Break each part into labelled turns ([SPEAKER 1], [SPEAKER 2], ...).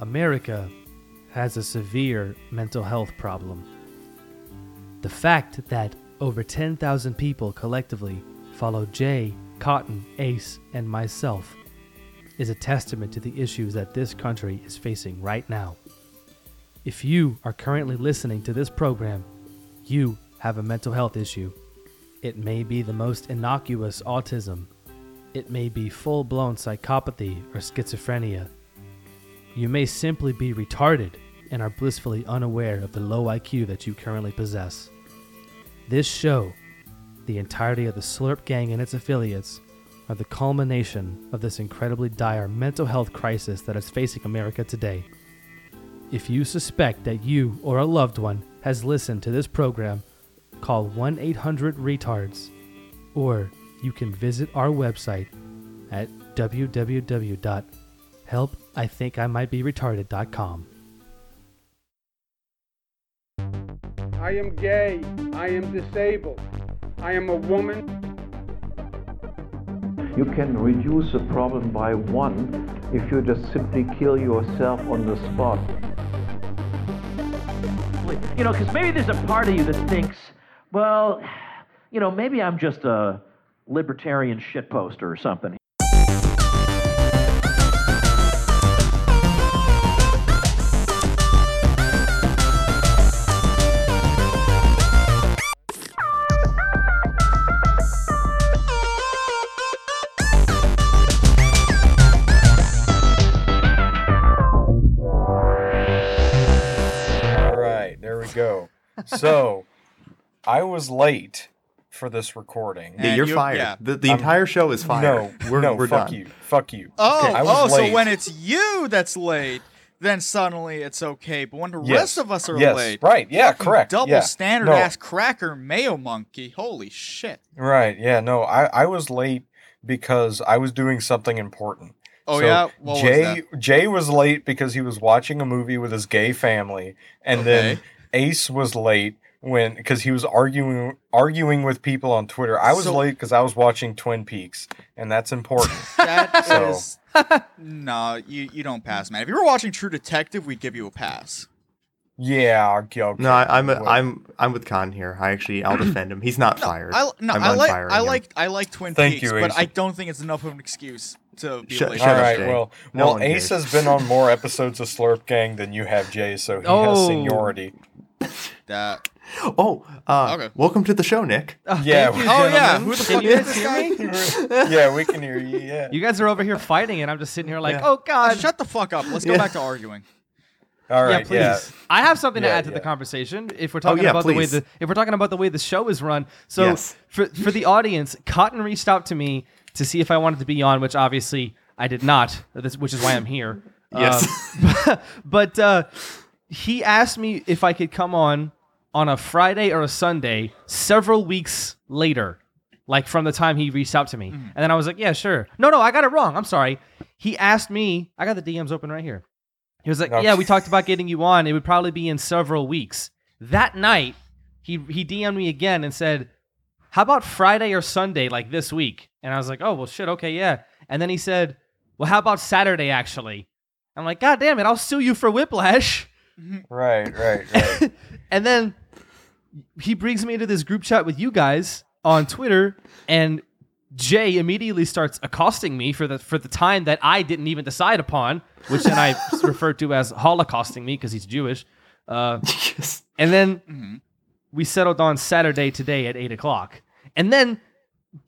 [SPEAKER 1] America has a severe mental health problem. The fact that over 10,000 people collectively follow Jay, Cotton, Ace, and myself is a testament to the issues that this country is facing right now. If you are currently listening to this program, you have a mental health issue. It may be the most innocuous autism. It may be full blown psychopathy or schizophrenia. You may simply be retarded and are blissfully unaware of the low IQ that you currently possess. This show, the entirety of the Slurp Gang and its affiliates, are the culmination of this incredibly dire mental health crisis that is facing America today. If you suspect that you or a loved one has listened to this program, call 1 800 RETARDS or you can visit our website at www.helpithinkimightberetarded.com.
[SPEAKER 2] I am gay. I am disabled. I am a woman.
[SPEAKER 3] You can reduce a problem by one if you just simply kill yourself on the spot.
[SPEAKER 4] You know, because maybe there's a part of you that thinks, well, you know, maybe I'm just a libertarian shitposter or something.
[SPEAKER 5] All right, there we go. So, I was late for this recording.
[SPEAKER 6] Yeah,
[SPEAKER 7] And
[SPEAKER 6] you're
[SPEAKER 7] you-
[SPEAKER 6] fired.
[SPEAKER 7] yeah.
[SPEAKER 6] The, the entire show is
[SPEAKER 5] Um, No,
[SPEAKER 6] fired. we're,
[SPEAKER 5] no,
[SPEAKER 6] we're
[SPEAKER 5] fuck
[SPEAKER 6] done.
[SPEAKER 5] you, fuck you.
[SPEAKER 7] Oh,
[SPEAKER 5] I
[SPEAKER 7] oh,
[SPEAKER 5] was
[SPEAKER 7] so
[SPEAKER 5] late.
[SPEAKER 7] when it's you that's late, then suddenly it's okay. But when the
[SPEAKER 5] Yes,
[SPEAKER 7] rest of us are
[SPEAKER 5] yes,
[SPEAKER 7] late,
[SPEAKER 5] right? Yeah,
[SPEAKER 7] fucking
[SPEAKER 5] correct.
[SPEAKER 7] Double
[SPEAKER 5] yeah.
[SPEAKER 7] standard
[SPEAKER 5] no,
[SPEAKER 7] ass cracker mayo monkey. Holy shit!
[SPEAKER 5] Right? Yeah, no, I I was late because I was doing something important.
[SPEAKER 7] Oh
[SPEAKER 5] So
[SPEAKER 7] yeah, what was
[SPEAKER 5] Jay
[SPEAKER 7] that?
[SPEAKER 5] Jay was late because he was watching a movie with his gay family, and then
[SPEAKER 7] Okay.
[SPEAKER 5] Ace was late when because he was arguing arguing with people on Twitter. I was
[SPEAKER 7] So-
[SPEAKER 5] late because I was watching Twin Peaks, and that's important.
[SPEAKER 7] That
[SPEAKER 5] So-
[SPEAKER 7] is- no, you you don't pass, man. If you were watching True Detective, we'd give you a pass.
[SPEAKER 5] yeah, okay.
[SPEAKER 6] No, I, I'm
[SPEAKER 5] Well,
[SPEAKER 6] I'm I'm with Khan here. I actually I'll defend him. He's not fired.
[SPEAKER 7] I no,
[SPEAKER 6] I'm
[SPEAKER 7] i like
[SPEAKER 6] unfiring
[SPEAKER 7] I
[SPEAKER 6] him.
[SPEAKER 7] like I like Twin
[SPEAKER 5] Thank
[SPEAKER 7] Peaks,
[SPEAKER 5] you,
[SPEAKER 7] but
[SPEAKER 5] Ace.
[SPEAKER 7] I don't think it's enough of an excuse to be
[SPEAKER 6] Shut-
[SPEAKER 7] late.
[SPEAKER 6] shut
[SPEAKER 5] All
[SPEAKER 6] up,
[SPEAKER 5] right.
[SPEAKER 6] Jay.
[SPEAKER 5] Well,
[SPEAKER 6] No
[SPEAKER 5] well,
[SPEAKER 6] one
[SPEAKER 5] Ace
[SPEAKER 6] cares.
[SPEAKER 5] has been on more episodes of Slurp Gang than you have, Jay. So he has
[SPEAKER 1] Oh.
[SPEAKER 5] seniority.
[SPEAKER 7] That-
[SPEAKER 6] Oh, uh,
[SPEAKER 7] Okay.
[SPEAKER 6] welcome to the show, Nick.
[SPEAKER 5] yeah. we-
[SPEAKER 7] Oh yeah,
[SPEAKER 1] Ah, gentlemen.
[SPEAKER 7] who the
[SPEAKER 1] Can
[SPEAKER 7] fuck
[SPEAKER 1] you
[SPEAKER 7] is
[SPEAKER 1] guys
[SPEAKER 7] this
[SPEAKER 1] hear
[SPEAKER 7] guy?
[SPEAKER 5] yeah, we can hear you. Yeah.
[SPEAKER 1] You guys are over here fighting, and I'm just sitting here like,
[SPEAKER 6] Yeah.
[SPEAKER 1] oh God.
[SPEAKER 7] Shut the fuck up. Let's go
[SPEAKER 6] Yeah.
[SPEAKER 7] back to arguing.
[SPEAKER 5] All right.
[SPEAKER 1] yeah, please. I have something to
[SPEAKER 5] Yeah,
[SPEAKER 1] add to the
[SPEAKER 5] yeah.
[SPEAKER 1] conversation. If we're talking
[SPEAKER 6] yeah,
[SPEAKER 1] about
[SPEAKER 6] please.
[SPEAKER 1] the way the if we're talking about the way the show is run, so
[SPEAKER 6] Yes.
[SPEAKER 1] for for the audience, Cotton reached out to me to see if I wanted to be on, which obviously I did not. This, which is why I'm here.
[SPEAKER 6] Yes.
[SPEAKER 1] Um, but uh, he asked me if I could come on on a Friday or a Sunday several weeks later, like from the time he reached out to me. And then I was like, yeah, sure. No, no, I got it wrong. I'm sorry. He asked me, I got the DMs open right here. He was like,
[SPEAKER 5] Okay.
[SPEAKER 1] yeah, we talked about getting you on. It would probably be in several weeks. That night, he, he DM'd me again and said, how about Friday or Sunday, like this week? And I was like, oh, well, shit, okay, yeah. And then he said, well, how about Saturday, actually? I'm like, God damn it, I'll sue you for whiplash.
[SPEAKER 5] Yeah. Right. Right. Right.
[SPEAKER 1] And then he brings me into this group chat with you guys on Twitter, and Jay immediately starts accosting me for the for the time that I didn't even decide upon, which then I refer to as holocausting me because he's Jewish. Uh,
[SPEAKER 6] Yes.
[SPEAKER 1] and then
[SPEAKER 7] Mhm.
[SPEAKER 1] we settled on Saturday today at eight o'clock. And then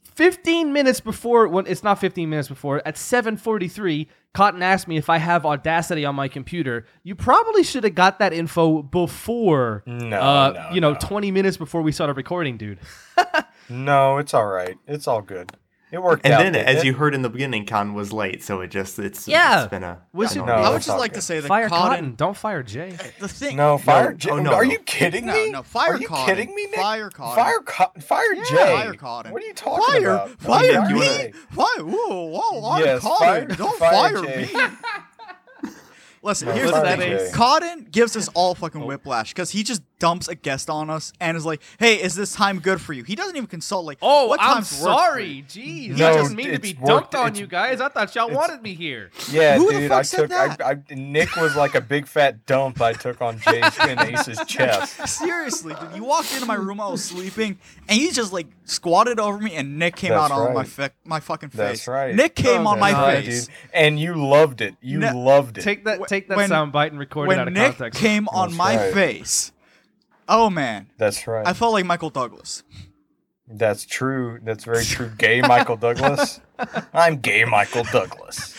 [SPEAKER 1] fifteen minutes before, well, it's not fifteen minutes before, at seven forty-three, Cotton asked me if I have Audacity on my computer. You probably should have got that info before,
[SPEAKER 5] No,
[SPEAKER 1] uh,
[SPEAKER 5] no,
[SPEAKER 1] you know,
[SPEAKER 5] no.
[SPEAKER 1] twenty minutes before we started recording, dude.
[SPEAKER 5] no, it's all right. It's all good. It worked
[SPEAKER 6] And
[SPEAKER 5] out.
[SPEAKER 6] then,
[SPEAKER 5] didn't
[SPEAKER 6] as
[SPEAKER 5] it?
[SPEAKER 6] you heard in the beginning, Khan was late, so it just it's
[SPEAKER 1] Yeah.
[SPEAKER 6] it's been a
[SPEAKER 1] Was
[SPEAKER 6] an
[SPEAKER 1] it-
[SPEAKER 6] ordeal.
[SPEAKER 5] No,
[SPEAKER 7] I would
[SPEAKER 5] it's
[SPEAKER 7] just
[SPEAKER 5] all
[SPEAKER 7] like
[SPEAKER 5] good.
[SPEAKER 7] to say that
[SPEAKER 1] Fire Cotton.
[SPEAKER 7] Cotton,
[SPEAKER 1] don't fire Jay.
[SPEAKER 7] the thing.
[SPEAKER 5] No, fire. Jay.
[SPEAKER 6] oh, no,
[SPEAKER 5] Are
[SPEAKER 6] no.
[SPEAKER 5] you kidding
[SPEAKER 7] No,
[SPEAKER 5] me?
[SPEAKER 7] no, fire
[SPEAKER 5] Are you
[SPEAKER 7] Cotton.
[SPEAKER 5] kidding me, Nick?
[SPEAKER 7] Fire Cotton.
[SPEAKER 5] Fire Cotton. Fire
[SPEAKER 7] Yeah,
[SPEAKER 5] Jay.
[SPEAKER 7] fire Cotton.
[SPEAKER 5] What are you talking
[SPEAKER 7] fire,
[SPEAKER 5] about?
[SPEAKER 7] Fire
[SPEAKER 6] Nick, you
[SPEAKER 7] me.
[SPEAKER 6] wanna-
[SPEAKER 7] Fire. Whoa, whoa, I'm
[SPEAKER 5] Yes,
[SPEAKER 7] Cotton.
[SPEAKER 5] fire-
[SPEAKER 7] don't
[SPEAKER 5] fire
[SPEAKER 7] fire
[SPEAKER 5] Jay.
[SPEAKER 7] me. Listen,
[SPEAKER 5] No,
[SPEAKER 7] here's the
[SPEAKER 5] listen,
[SPEAKER 7] thing.
[SPEAKER 5] Jay. Oh.
[SPEAKER 7] Cotton gives us all fucking whiplash because he just dumps a guest on us and is like, "Hey, is this time good for you?" He doesn't even consult. Like,
[SPEAKER 1] Oh,
[SPEAKER 7] what
[SPEAKER 1] I'm
[SPEAKER 7] time's work for you?"
[SPEAKER 1] sorry. Jeez,
[SPEAKER 5] No,
[SPEAKER 1] I just mean to
[SPEAKER 5] it's
[SPEAKER 1] be
[SPEAKER 5] worked-
[SPEAKER 1] dumped on
[SPEAKER 5] it's-
[SPEAKER 1] you guys. I thought y'all wanted me here.
[SPEAKER 5] Yeah,
[SPEAKER 7] Who the
[SPEAKER 5] dude,
[SPEAKER 7] fuck
[SPEAKER 5] I
[SPEAKER 7] said
[SPEAKER 5] took. I,
[SPEAKER 7] that?
[SPEAKER 5] I, Nick was like a big fat dump. I took on Jay's and Ace's chest.
[SPEAKER 7] Seriously, dude, you walked into my room, I was sleeping, and he just like squatted over me, and Nick came
[SPEAKER 5] That's
[SPEAKER 7] out on my
[SPEAKER 5] right.
[SPEAKER 7] fe- my fucking face.
[SPEAKER 5] That's right.
[SPEAKER 7] Nick came on my
[SPEAKER 5] That's right,
[SPEAKER 7] face.
[SPEAKER 5] dude. and you loved it. You
[SPEAKER 7] No,
[SPEAKER 5] loved it.
[SPEAKER 8] Take that,
[SPEAKER 7] Wh-
[SPEAKER 8] take that
[SPEAKER 7] when-
[SPEAKER 8] sound bite and record it out
[SPEAKER 7] When
[SPEAKER 8] of
[SPEAKER 7] Nick
[SPEAKER 8] context.
[SPEAKER 7] came on
[SPEAKER 5] That's
[SPEAKER 7] my
[SPEAKER 5] right.
[SPEAKER 7] face, oh man,
[SPEAKER 5] That's right.
[SPEAKER 7] I felt like Michael Douglas.
[SPEAKER 5] That's true. That's very true. Gay Michael Douglas. I'm gay Michael Douglas.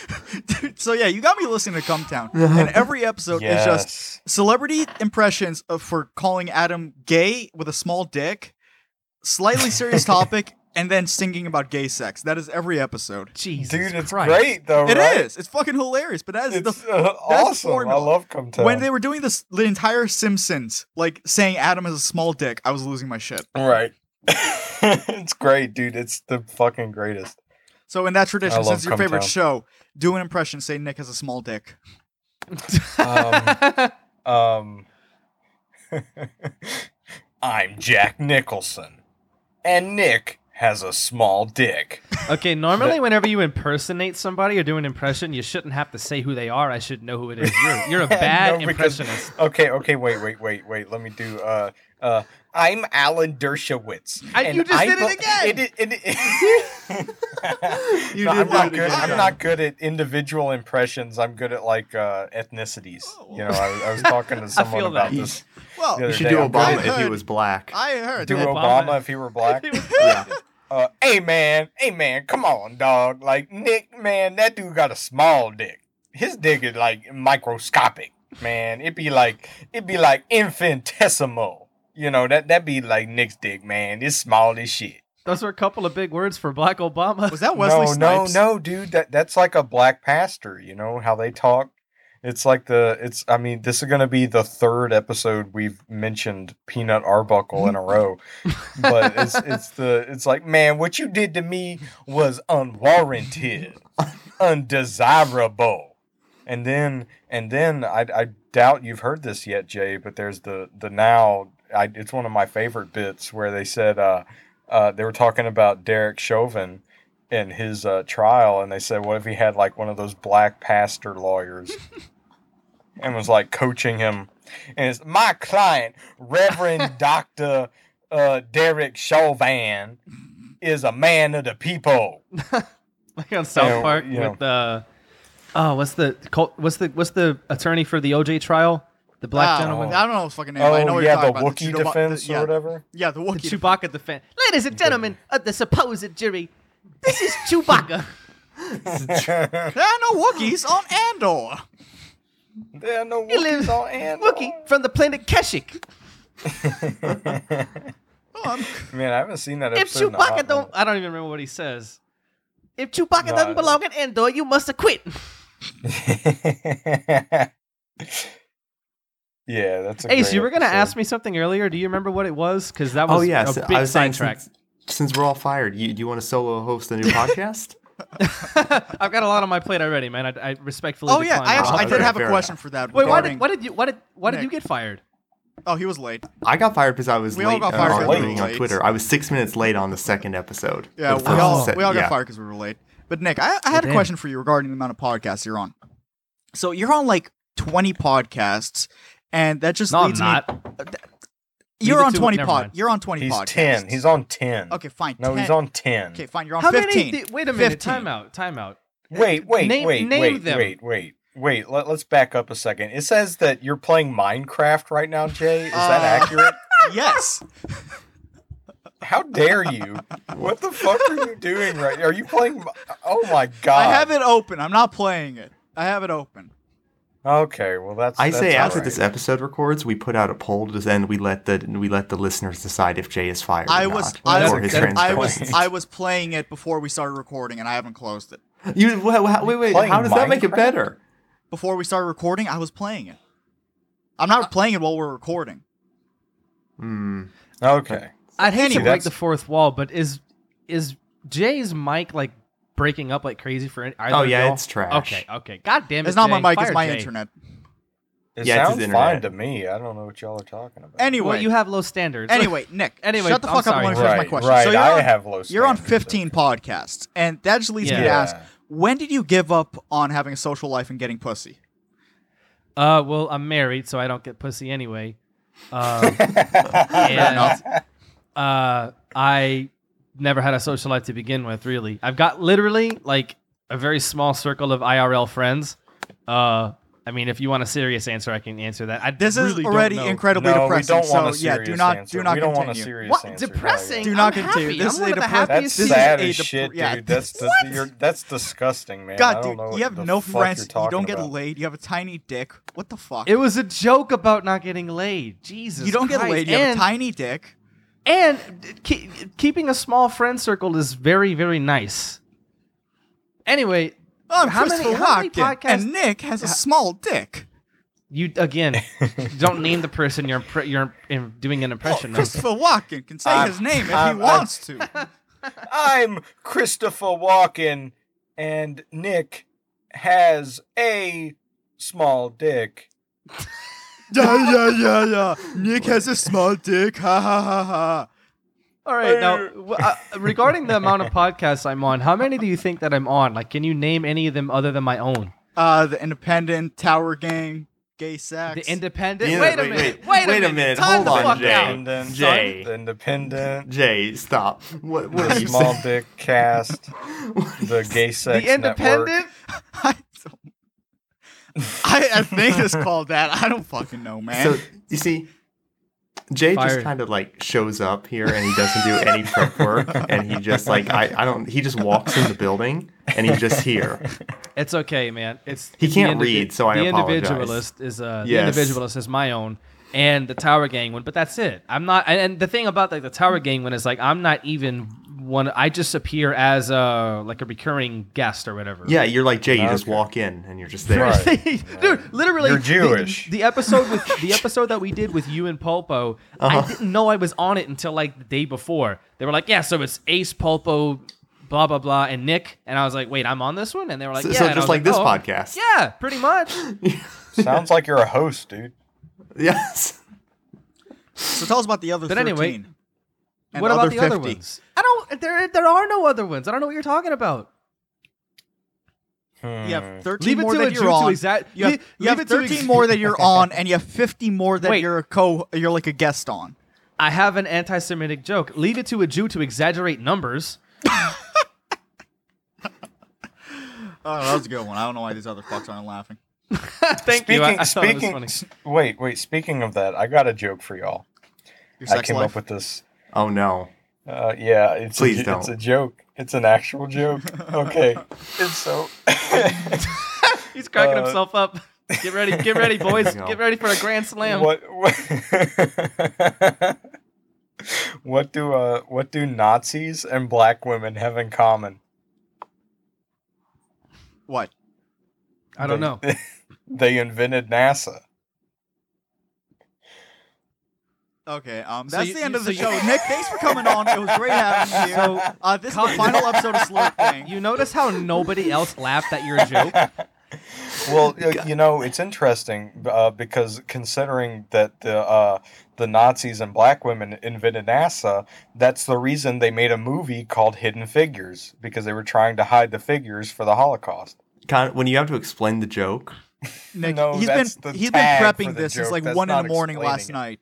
[SPEAKER 7] Dude, so yeah, you got me listening to Come Town, and every episode is just
[SPEAKER 5] Yes.
[SPEAKER 7] celebrity impressions of for calling Adam gay with a small dick, slightly serious topic, and then singing about gay sex. That is every episode.
[SPEAKER 8] Jesus
[SPEAKER 5] Dude, it's
[SPEAKER 8] Christ.
[SPEAKER 5] great though.
[SPEAKER 7] It
[SPEAKER 5] right?
[SPEAKER 7] is. It's fucking hilarious. But that is
[SPEAKER 5] It's
[SPEAKER 7] the
[SPEAKER 5] uh,
[SPEAKER 7] that's the
[SPEAKER 5] awesome. I
[SPEAKER 7] formula.
[SPEAKER 5] love Come Town.
[SPEAKER 7] when they were doing this the entire Simpsons, like saying Adam is a small dick. I was losing my shit.
[SPEAKER 5] right. it's great, dude. It's the fucking greatest.
[SPEAKER 7] So in that
[SPEAKER 5] I
[SPEAKER 7] tradition,
[SPEAKER 5] love
[SPEAKER 7] since it's your
[SPEAKER 5] Come
[SPEAKER 7] favorite
[SPEAKER 5] Town.
[SPEAKER 7] show, do an impression. Say Nick has a small dick.
[SPEAKER 5] Um, um, I'm Jack Nicholson, and Nick has a small dick.
[SPEAKER 8] Okay, normally whenever you impersonate somebody or do an impression, you shouldn't have to say who they are. I should know who it is. You're, you're a bad
[SPEAKER 5] No, because-
[SPEAKER 8] impressionist.
[SPEAKER 5] Okay, okay, wait, wait, wait, wait. Let me do. Uh, uh, I'm Alan Dershowitz.
[SPEAKER 8] I-
[SPEAKER 5] and
[SPEAKER 8] you just did it
[SPEAKER 5] It,
[SPEAKER 8] again!
[SPEAKER 5] it, it-
[SPEAKER 7] You
[SPEAKER 5] No,
[SPEAKER 7] did
[SPEAKER 5] I'm
[SPEAKER 7] do
[SPEAKER 5] not
[SPEAKER 7] it
[SPEAKER 5] good.
[SPEAKER 7] again,
[SPEAKER 5] I'm
[SPEAKER 7] John.
[SPEAKER 5] not good at individual impressions. I'm good at like uh, ethnicities. You know, I, I was talking to someone
[SPEAKER 8] Oh. feel
[SPEAKER 5] about
[SPEAKER 8] that.
[SPEAKER 5] this.
[SPEAKER 7] Well,
[SPEAKER 5] the
[SPEAKER 6] You
[SPEAKER 5] other
[SPEAKER 6] should
[SPEAKER 5] day.
[SPEAKER 6] do
[SPEAKER 5] I'm
[SPEAKER 6] Obama
[SPEAKER 5] good
[SPEAKER 6] if he
[SPEAKER 7] heard-
[SPEAKER 6] was black.
[SPEAKER 7] I heard.
[SPEAKER 5] at- Do
[SPEAKER 7] that.
[SPEAKER 8] Obama.
[SPEAKER 5] Obama. if he were black.
[SPEAKER 6] yeah.
[SPEAKER 5] Uh, hey man, hey man, come on, dog. Like Nick, man, that dude got a small dick. His dick is like microscopic, man. It be like it be like infinitesimal. You know that that be like Nick's dick, man. It's small as shit.
[SPEAKER 8] Those are a couple of big words for Black Obama.
[SPEAKER 7] Was that Wesley
[SPEAKER 5] no,
[SPEAKER 7] Snipes?
[SPEAKER 5] no, no, dude. That that's like a black pastor. You know how they talk. It's like the it's. I mean, this is gonna be the third episode we've mentioned Peanut Arbuckle in a row, but it's it's the it's like man, what you did to me was unwarranted, undesirable, and then and then I I doubt you've heard this yet, Jay. But there's the the now. I, it's one of my favorite bits where they said uh, uh, they were talking about Derek Chauvin in his uh, trial, and they said, "What if he had like one of those black pastor lawyers?" and was like coaching him, and it's my client, Reverend Doctor uh, Derek Chauvin, is a man of the people.
[SPEAKER 8] like on South
[SPEAKER 5] Yeah,
[SPEAKER 8] Park
[SPEAKER 5] yeah.
[SPEAKER 8] with uh, oh, what's the Col- what's the what's the attorney for the OJ trial? The black
[SPEAKER 7] Ah,
[SPEAKER 8] gentleman,
[SPEAKER 7] I don't know his fucking name. I know
[SPEAKER 5] Oh
[SPEAKER 7] what you're
[SPEAKER 5] yeah, the
[SPEAKER 7] talking about.
[SPEAKER 5] Wookiee
[SPEAKER 7] Chewba-
[SPEAKER 5] defense
[SPEAKER 7] the- yeah,
[SPEAKER 5] or whatever.
[SPEAKER 7] Yeah, the
[SPEAKER 8] the
[SPEAKER 7] Wookiee.
[SPEAKER 8] Chewbacca defense. Ladies and gentlemen of the supposed jury, this is Chewbacca.
[SPEAKER 7] There are Ah, no Wookiees on Andor.
[SPEAKER 5] There are no
[SPEAKER 8] He lives-
[SPEAKER 5] Wookiees on Andor.
[SPEAKER 8] Wookie from the planet Keshik.
[SPEAKER 7] Oh, I'm-
[SPEAKER 5] Man, I haven't seen that
[SPEAKER 8] If
[SPEAKER 5] episode. in a
[SPEAKER 8] Chewbacca
[SPEAKER 5] hot
[SPEAKER 8] don't,
[SPEAKER 5] minute.
[SPEAKER 8] I don't even remember what he says. If Chewbacca
[SPEAKER 5] No, I
[SPEAKER 8] doesn't
[SPEAKER 5] don't-
[SPEAKER 8] belong in Endor, you must have quit.
[SPEAKER 5] yeah, that's. A
[SPEAKER 8] Ace,
[SPEAKER 5] great
[SPEAKER 8] you were gonna
[SPEAKER 5] episode.
[SPEAKER 8] ask me something earlier. Do you remember what it was? Because that was
[SPEAKER 6] Oh yeah,
[SPEAKER 8] a
[SPEAKER 6] so-
[SPEAKER 8] big
[SPEAKER 6] I was saying
[SPEAKER 8] sidetrack.
[SPEAKER 6] since, since we're all fired, you, do you want to solo host a new podcast?
[SPEAKER 8] I've got a lot on my plate already, man. I, I respectfully.
[SPEAKER 7] oh yeah,
[SPEAKER 8] decline
[SPEAKER 7] I
[SPEAKER 8] that
[SPEAKER 7] actually I
[SPEAKER 8] offer.
[SPEAKER 7] did
[SPEAKER 6] Okay,
[SPEAKER 7] have a
[SPEAKER 6] fair
[SPEAKER 7] question for that.
[SPEAKER 8] Wait, why did
[SPEAKER 7] regarding-
[SPEAKER 8] why did you why did why did you
[SPEAKER 7] Nick.
[SPEAKER 8] get fired?
[SPEAKER 7] Oh, he was late.
[SPEAKER 6] I got fired because I was
[SPEAKER 7] We all
[SPEAKER 6] late
[SPEAKER 7] got
[SPEAKER 6] uh,
[SPEAKER 7] fired
[SPEAKER 6] on,
[SPEAKER 5] because we
[SPEAKER 6] reading
[SPEAKER 7] were
[SPEAKER 6] on
[SPEAKER 7] late.
[SPEAKER 6] Twitter. I was six minutes late on the second episode.
[SPEAKER 7] Yeah,
[SPEAKER 6] The
[SPEAKER 7] we
[SPEAKER 6] first
[SPEAKER 7] all,
[SPEAKER 6] set-
[SPEAKER 7] we all got
[SPEAKER 6] yeah.
[SPEAKER 7] fired because we were late. But Nick, I, I had a
[SPEAKER 8] Damn.
[SPEAKER 7] question for you regarding the amount of podcasts you're on. So you're on like 20 podcasts, and that just
[SPEAKER 8] No, I'm
[SPEAKER 7] leads me.
[SPEAKER 8] not.
[SPEAKER 7] You're
[SPEAKER 8] Neither
[SPEAKER 7] on
[SPEAKER 8] two-
[SPEAKER 7] 20
[SPEAKER 8] never
[SPEAKER 7] pod.
[SPEAKER 8] mind.
[SPEAKER 7] You're on 20
[SPEAKER 5] He's
[SPEAKER 7] podcasts.
[SPEAKER 5] ten. He's on ten.
[SPEAKER 7] okay, fine.
[SPEAKER 5] No,
[SPEAKER 7] 10.
[SPEAKER 5] he's on ten.
[SPEAKER 7] Okay, fine. You're on
[SPEAKER 8] How
[SPEAKER 7] 15.
[SPEAKER 8] many? Wait a minute.
[SPEAKER 7] 15.
[SPEAKER 8] Time out. Time out.
[SPEAKER 5] Wait, wait,
[SPEAKER 8] Name-
[SPEAKER 5] wait,
[SPEAKER 8] name
[SPEAKER 5] wait,
[SPEAKER 8] them.
[SPEAKER 5] wait, wait, wait. Let, us back up a second. It says that you're playing Minecraft right now, Jay. Is that
[SPEAKER 7] Uh.
[SPEAKER 5] accurate?
[SPEAKER 7] Yes.
[SPEAKER 5] How dare you? What the fuck are you doing right? Are you playing? Mi- Oh my god!
[SPEAKER 7] I have it open. I'm not playing it. I have it open.
[SPEAKER 5] Okay, well that's.
[SPEAKER 6] I
[SPEAKER 5] that's
[SPEAKER 6] say
[SPEAKER 5] all
[SPEAKER 6] after
[SPEAKER 5] right.
[SPEAKER 6] this episode records, we put out a poll to then we let the we let the listeners decide if Jay is fired.
[SPEAKER 7] I
[SPEAKER 6] or
[SPEAKER 7] was,
[SPEAKER 6] not,
[SPEAKER 7] I
[SPEAKER 6] or
[SPEAKER 7] was,
[SPEAKER 6] his
[SPEAKER 8] that-
[SPEAKER 7] I
[SPEAKER 6] transfer.
[SPEAKER 7] was, I was playing it before we started recording, and I haven't closed it.
[SPEAKER 6] You wha- wha- wait, wait.
[SPEAKER 5] Playing
[SPEAKER 6] How does that make it
[SPEAKER 5] Minecraft?
[SPEAKER 6] better?
[SPEAKER 7] Before we started recording, I was playing it. I'm
[SPEAKER 8] Uh,
[SPEAKER 7] not playing it while we're recording.
[SPEAKER 6] Hmm.
[SPEAKER 5] Okay.
[SPEAKER 8] I'd hate
[SPEAKER 5] Anyway,
[SPEAKER 8] to break
[SPEAKER 5] that's-
[SPEAKER 8] the fourth wall, but is is Jay's mic like breaking up like crazy for any- either?
[SPEAKER 6] Oh
[SPEAKER 8] of
[SPEAKER 6] yeah,
[SPEAKER 8] y'all?
[SPEAKER 6] it's trash.
[SPEAKER 8] Okay. Okay. God damn it.
[SPEAKER 7] It's not my
[SPEAKER 8] Jay.
[SPEAKER 7] mic, it's
[SPEAKER 8] Fire
[SPEAKER 7] my
[SPEAKER 8] Jay.
[SPEAKER 7] internet.
[SPEAKER 5] It
[SPEAKER 6] Yeah, it's his
[SPEAKER 5] sounds fine
[SPEAKER 6] internet.
[SPEAKER 5] to me. I don't know what y'all are talking about.
[SPEAKER 7] Anyway,
[SPEAKER 1] Well, you have low standards.
[SPEAKER 7] anyway, Nick.
[SPEAKER 1] Anyway,
[SPEAKER 7] shut the
[SPEAKER 1] I'm
[SPEAKER 7] fuck up.
[SPEAKER 1] sorry.
[SPEAKER 7] I want to finish
[SPEAKER 5] right,
[SPEAKER 7] my question.
[SPEAKER 5] right.
[SPEAKER 7] so you're
[SPEAKER 5] I
[SPEAKER 7] on,
[SPEAKER 5] have low. Standards,
[SPEAKER 7] you're on
[SPEAKER 5] so-
[SPEAKER 7] 15 podcasts, and that just leads me to
[SPEAKER 1] Yeah.
[SPEAKER 7] ask: When did you give up on having a social life and getting pussy?
[SPEAKER 1] Uh, well, I'm married, so I don't get pussy anyway. Um, and uh, I never had a social life to begin with. Really, I've got literally like a very small circle of IRL friends. Uh, I mean, if you want a serious answer, I can answer that. I
[SPEAKER 7] This is
[SPEAKER 1] really don't
[SPEAKER 7] already
[SPEAKER 1] know.
[SPEAKER 7] incredibly
[SPEAKER 5] no,
[SPEAKER 7] depressing.
[SPEAKER 5] we don't want a
[SPEAKER 7] so yeah,
[SPEAKER 5] serious
[SPEAKER 7] do not
[SPEAKER 5] answer.
[SPEAKER 7] do not
[SPEAKER 5] we don't
[SPEAKER 7] continue.
[SPEAKER 5] want a serious
[SPEAKER 1] What?
[SPEAKER 5] answer.
[SPEAKER 1] Depressing?
[SPEAKER 5] No,
[SPEAKER 7] Do not
[SPEAKER 1] I'm
[SPEAKER 7] continue.
[SPEAKER 1] happy.
[SPEAKER 7] This
[SPEAKER 1] I'm
[SPEAKER 7] is
[SPEAKER 1] one
[SPEAKER 7] a
[SPEAKER 1] of the
[SPEAKER 7] depre-
[SPEAKER 5] yeah.
[SPEAKER 1] happiest
[SPEAKER 5] That's
[SPEAKER 7] this is
[SPEAKER 5] sad
[SPEAKER 7] a
[SPEAKER 5] as
[SPEAKER 7] dep-
[SPEAKER 5] shit,
[SPEAKER 7] yeah.
[SPEAKER 5] dude. That's the, you're, that's disgusting, man. I
[SPEAKER 7] God,
[SPEAKER 5] don't
[SPEAKER 7] dude,
[SPEAKER 5] know what
[SPEAKER 7] you have
[SPEAKER 5] the
[SPEAKER 7] no
[SPEAKER 5] fuck
[SPEAKER 7] friends.
[SPEAKER 5] You're
[SPEAKER 7] You
[SPEAKER 5] talking
[SPEAKER 7] don't get
[SPEAKER 5] about.
[SPEAKER 7] laid. You have a tiny dick. What the fuck?
[SPEAKER 1] It was a joke about not getting laid. Jesus,
[SPEAKER 7] you don't get
[SPEAKER 1] Christ.
[SPEAKER 7] laid. You have a
[SPEAKER 1] And-
[SPEAKER 7] tiny dick.
[SPEAKER 1] And ke- keeping a small friend circle is very, very nice. Anyway,
[SPEAKER 7] Oh, I'm
[SPEAKER 1] How many-
[SPEAKER 7] Christopher
[SPEAKER 1] how many
[SPEAKER 7] Walken,
[SPEAKER 1] podcasts-
[SPEAKER 7] and Nick has a small dick.
[SPEAKER 1] you again don't name the person you're impre- you're im- doing an impression of.
[SPEAKER 7] Oh, Christopher Walken can say
[SPEAKER 5] I'm-
[SPEAKER 7] his name if
[SPEAKER 5] I'm-
[SPEAKER 7] he wants to.
[SPEAKER 5] I'm Christopher Walken, and Nick has a small dick.
[SPEAKER 7] yeah, yeah, yeah, yeah. Nick has a small dick. Ha ha ha ha.
[SPEAKER 1] All right, now w- uh, regarding the amount of podcasts I'm on, how many do you think that I'm on? Like, can you name any of them other than my own?
[SPEAKER 7] Uh, the Independent Tower Gang, Gay Sex.
[SPEAKER 1] The Independent.
[SPEAKER 6] Yeah,
[SPEAKER 1] wait, a
[SPEAKER 6] wait,
[SPEAKER 1] minute. Wait,
[SPEAKER 6] wait. Wait a
[SPEAKER 1] a minute.
[SPEAKER 6] minute.
[SPEAKER 1] Time
[SPEAKER 6] Hold
[SPEAKER 1] the
[SPEAKER 6] on,
[SPEAKER 1] fuck
[SPEAKER 6] Jay.
[SPEAKER 1] out.
[SPEAKER 5] Independent.
[SPEAKER 6] Jay.
[SPEAKER 5] The Independent.
[SPEAKER 6] Jay, stop. What, what are
[SPEAKER 5] The
[SPEAKER 6] you
[SPEAKER 5] small
[SPEAKER 6] saying?
[SPEAKER 5] dick cast. The gay sex.
[SPEAKER 1] The Independent.
[SPEAKER 5] Network.
[SPEAKER 7] I, don't- I, I think it's called that. I don't fucking know, man.
[SPEAKER 6] So you see, Jay
[SPEAKER 1] Fire.
[SPEAKER 6] just kind of like shows up here and he doesn't do any prep work and he just like I, I don't he just walks in the building and he's just here.
[SPEAKER 1] It's okay, man. It's
[SPEAKER 6] He
[SPEAKER 1] the
[SPEAKER 6] can't read, so I
[SPEAKER 1] the
[SPEAKER 6] apologize.
[SPEAKER 1] individualist is uh,
[SPEAKER 6] Yes.
[SPEAKER 1] the individualist is my own, and the Tower Gang one. But that's it. I'm not. And, and the thing about like the Tower Gang one is like I'm not even one. I just appear as a like a recurring guest or whatever.
[SPEAKER 6] Yeah, you're like Jay, you just
[SPEAKER 5] Okay.
[SPEAKER 6] walk in and you're just there.
[SPEAKER 5] Right.
[SPEAKER 1] Dude, literally,
[SPEAKER 5] You're
[SPEAKER 1] the-
[SPEAKER 5] Jewish.
[SPEAKER 1] The, episode with the episode that we did with you and Pulpo, I didn't know I was on it until like the day before. They were like, "Yeah, so it's Ace Pulpo, blah blah blah, and Nick," and I was like, "Wait, I'm on this one?" And they were like,
[SPEAKER 6] So,
[SPEAKER 1] "Yeah,"
[SPEAKER 6] so
[SPEAKER 1] and I
[SPEAKER 6] just
[SPEAKER 1] was
[SPEAKER 6] like this
[SPEAKER 1] "Oh,
[SPEAKER 6] podcast.
[SPEAKER 1] Yeah, pretty much.
[SPEAKER 5] Sounds like you're a host, dude.
[SPEAKER 6] Yes.
[SPEAKER 7] So tell us about the other
[SPEAKER 1] But
[SPEAKER 7] 13.
[SPEAKER 1] anyway,
[SPEAKER 7] and
[SPEAKER 1] what about
[SPEAKER 7] other
[SPEAKER 1] the other
[SPEAKER 7] 50.
[SPEAKER 1] ones? I don't. There, there are no other ones. I don't know what you're talking about.
[SPEAKER 7] You have 13
[SPEAKER 1] Leave it
[SPEAKER 7] more
[SPEAKER 1] to a
[SPEAKER 7] that
[SPEAKER 1] Jew
[SPEAKER 7] you're
[SPEAKER 1] to
[SPEAKER 7] on.
[SPEAKER 1] exact-
[SPEAKER 7] you have,
[SPEAKER 1] leave-
[SPEAKER 7] you have
[SPEAKER 1] leave it to
[SPEAKER 7] 13
[SPEAKER 1] ex-
[SPEAKER 7] more that you're on, and you have 50 more that
[SPEAKER 1] Wait.
[SPEAKER 7] you're a co. You're like a guest on.
[SPEAKER 1] I have an anti-Semitic joke. Leave it to a Jew to exaggerate numbers.
[SPEAKER 7] Oh, that was a good one. I don't know why these other fucks aren't laughing.
[SPEAKER 1] Thank
[SPEAKER 5] Speaking,
[SPEAKER 1] you. I, I thought it was
[SPEAKER 5] speaking.
[SPEAKER 1] funny.
[SPEAKER 5] s- Wait, wait. Speaking of that, I got a joke for y'all.
[SPEAKER 7] Your
[SPEAKER 5] I
[SPEAKER 7] sex
[SPEAKER 5] came
[SPEAKER 7] life.
[SPEAKER 5] up with this.
[SPEAKER 6] Oh no.
[SPEAKER 5] Uh, yeah, it's
[SPEAKER 6] Please
[SPEAKER 5] a, jo- It's
[SPEAKER 6] don't.
[SPEAKER 5] a joke. It's an actual joke. Okay, it's so.
[SPEAKER 1] He's cracking
[SPEAKER 5] uh,
[SPEAKER 1] himself up. Get ready, get ready, boys.
[SPEAKER 6] No.
[SPEAKER 1] Get ready for a grand slam.
[SPEAKER 5] what what, what do uh what do Nazis and black women have in common?
[SPEAKER 7] what?
[SPEAKER 1] I don't know.
[SPEAKER 5] They invented NASA.
[SPEAKER 7] Okay, um, that's
[SPEAKER 1] you-
[SPEAKER 7] the end
[SPEAKER 1] you-
[SPEAKER 7] of
[SPEAKER 1] so
[SPEAKER 7] the
[SPEAKER 1] you-
[SPEAKER 7] show. Nick, thanks for coming on. It was great having you.
[SPEAKER 1] So-
[SPEAKER 7] uh, this is the final episode of Slurp Thing.
[SPEAKER 1] You notice how nobody else laughed at your joke?
[SPEAKER 5] Well, y- you know, it's interesting uh, because considering that the uh, the Nazis and black women invented NASA, that's the reason they made a movie called Hidden Figures because they were trying to hide the figures for the Holocaust.
[SPEAKER 6] Con- when you have to explain the joke.
[SPEAKER 7] Nick,
[SPEAKER 5] No,
[SPEAKER 7] he's
[SPEAKER 5] that's
[SPEAKER 7] been
[SPEAKER 5] the
[SPEAKER 7] he's been
[SPEAKER 5] tag for
[SPEAKER 7] prepping
[SPEAKER 5] the
[SPEAKER 7] this since
[SPEAKER 5] joke.
[SPEAKER 7] like
[SPEAKER 5] That's
[SPEAKER 7] one in
[SPEAKER 5] not
[SPEAKER 7] the morning last
[SPEAKER 5] explaining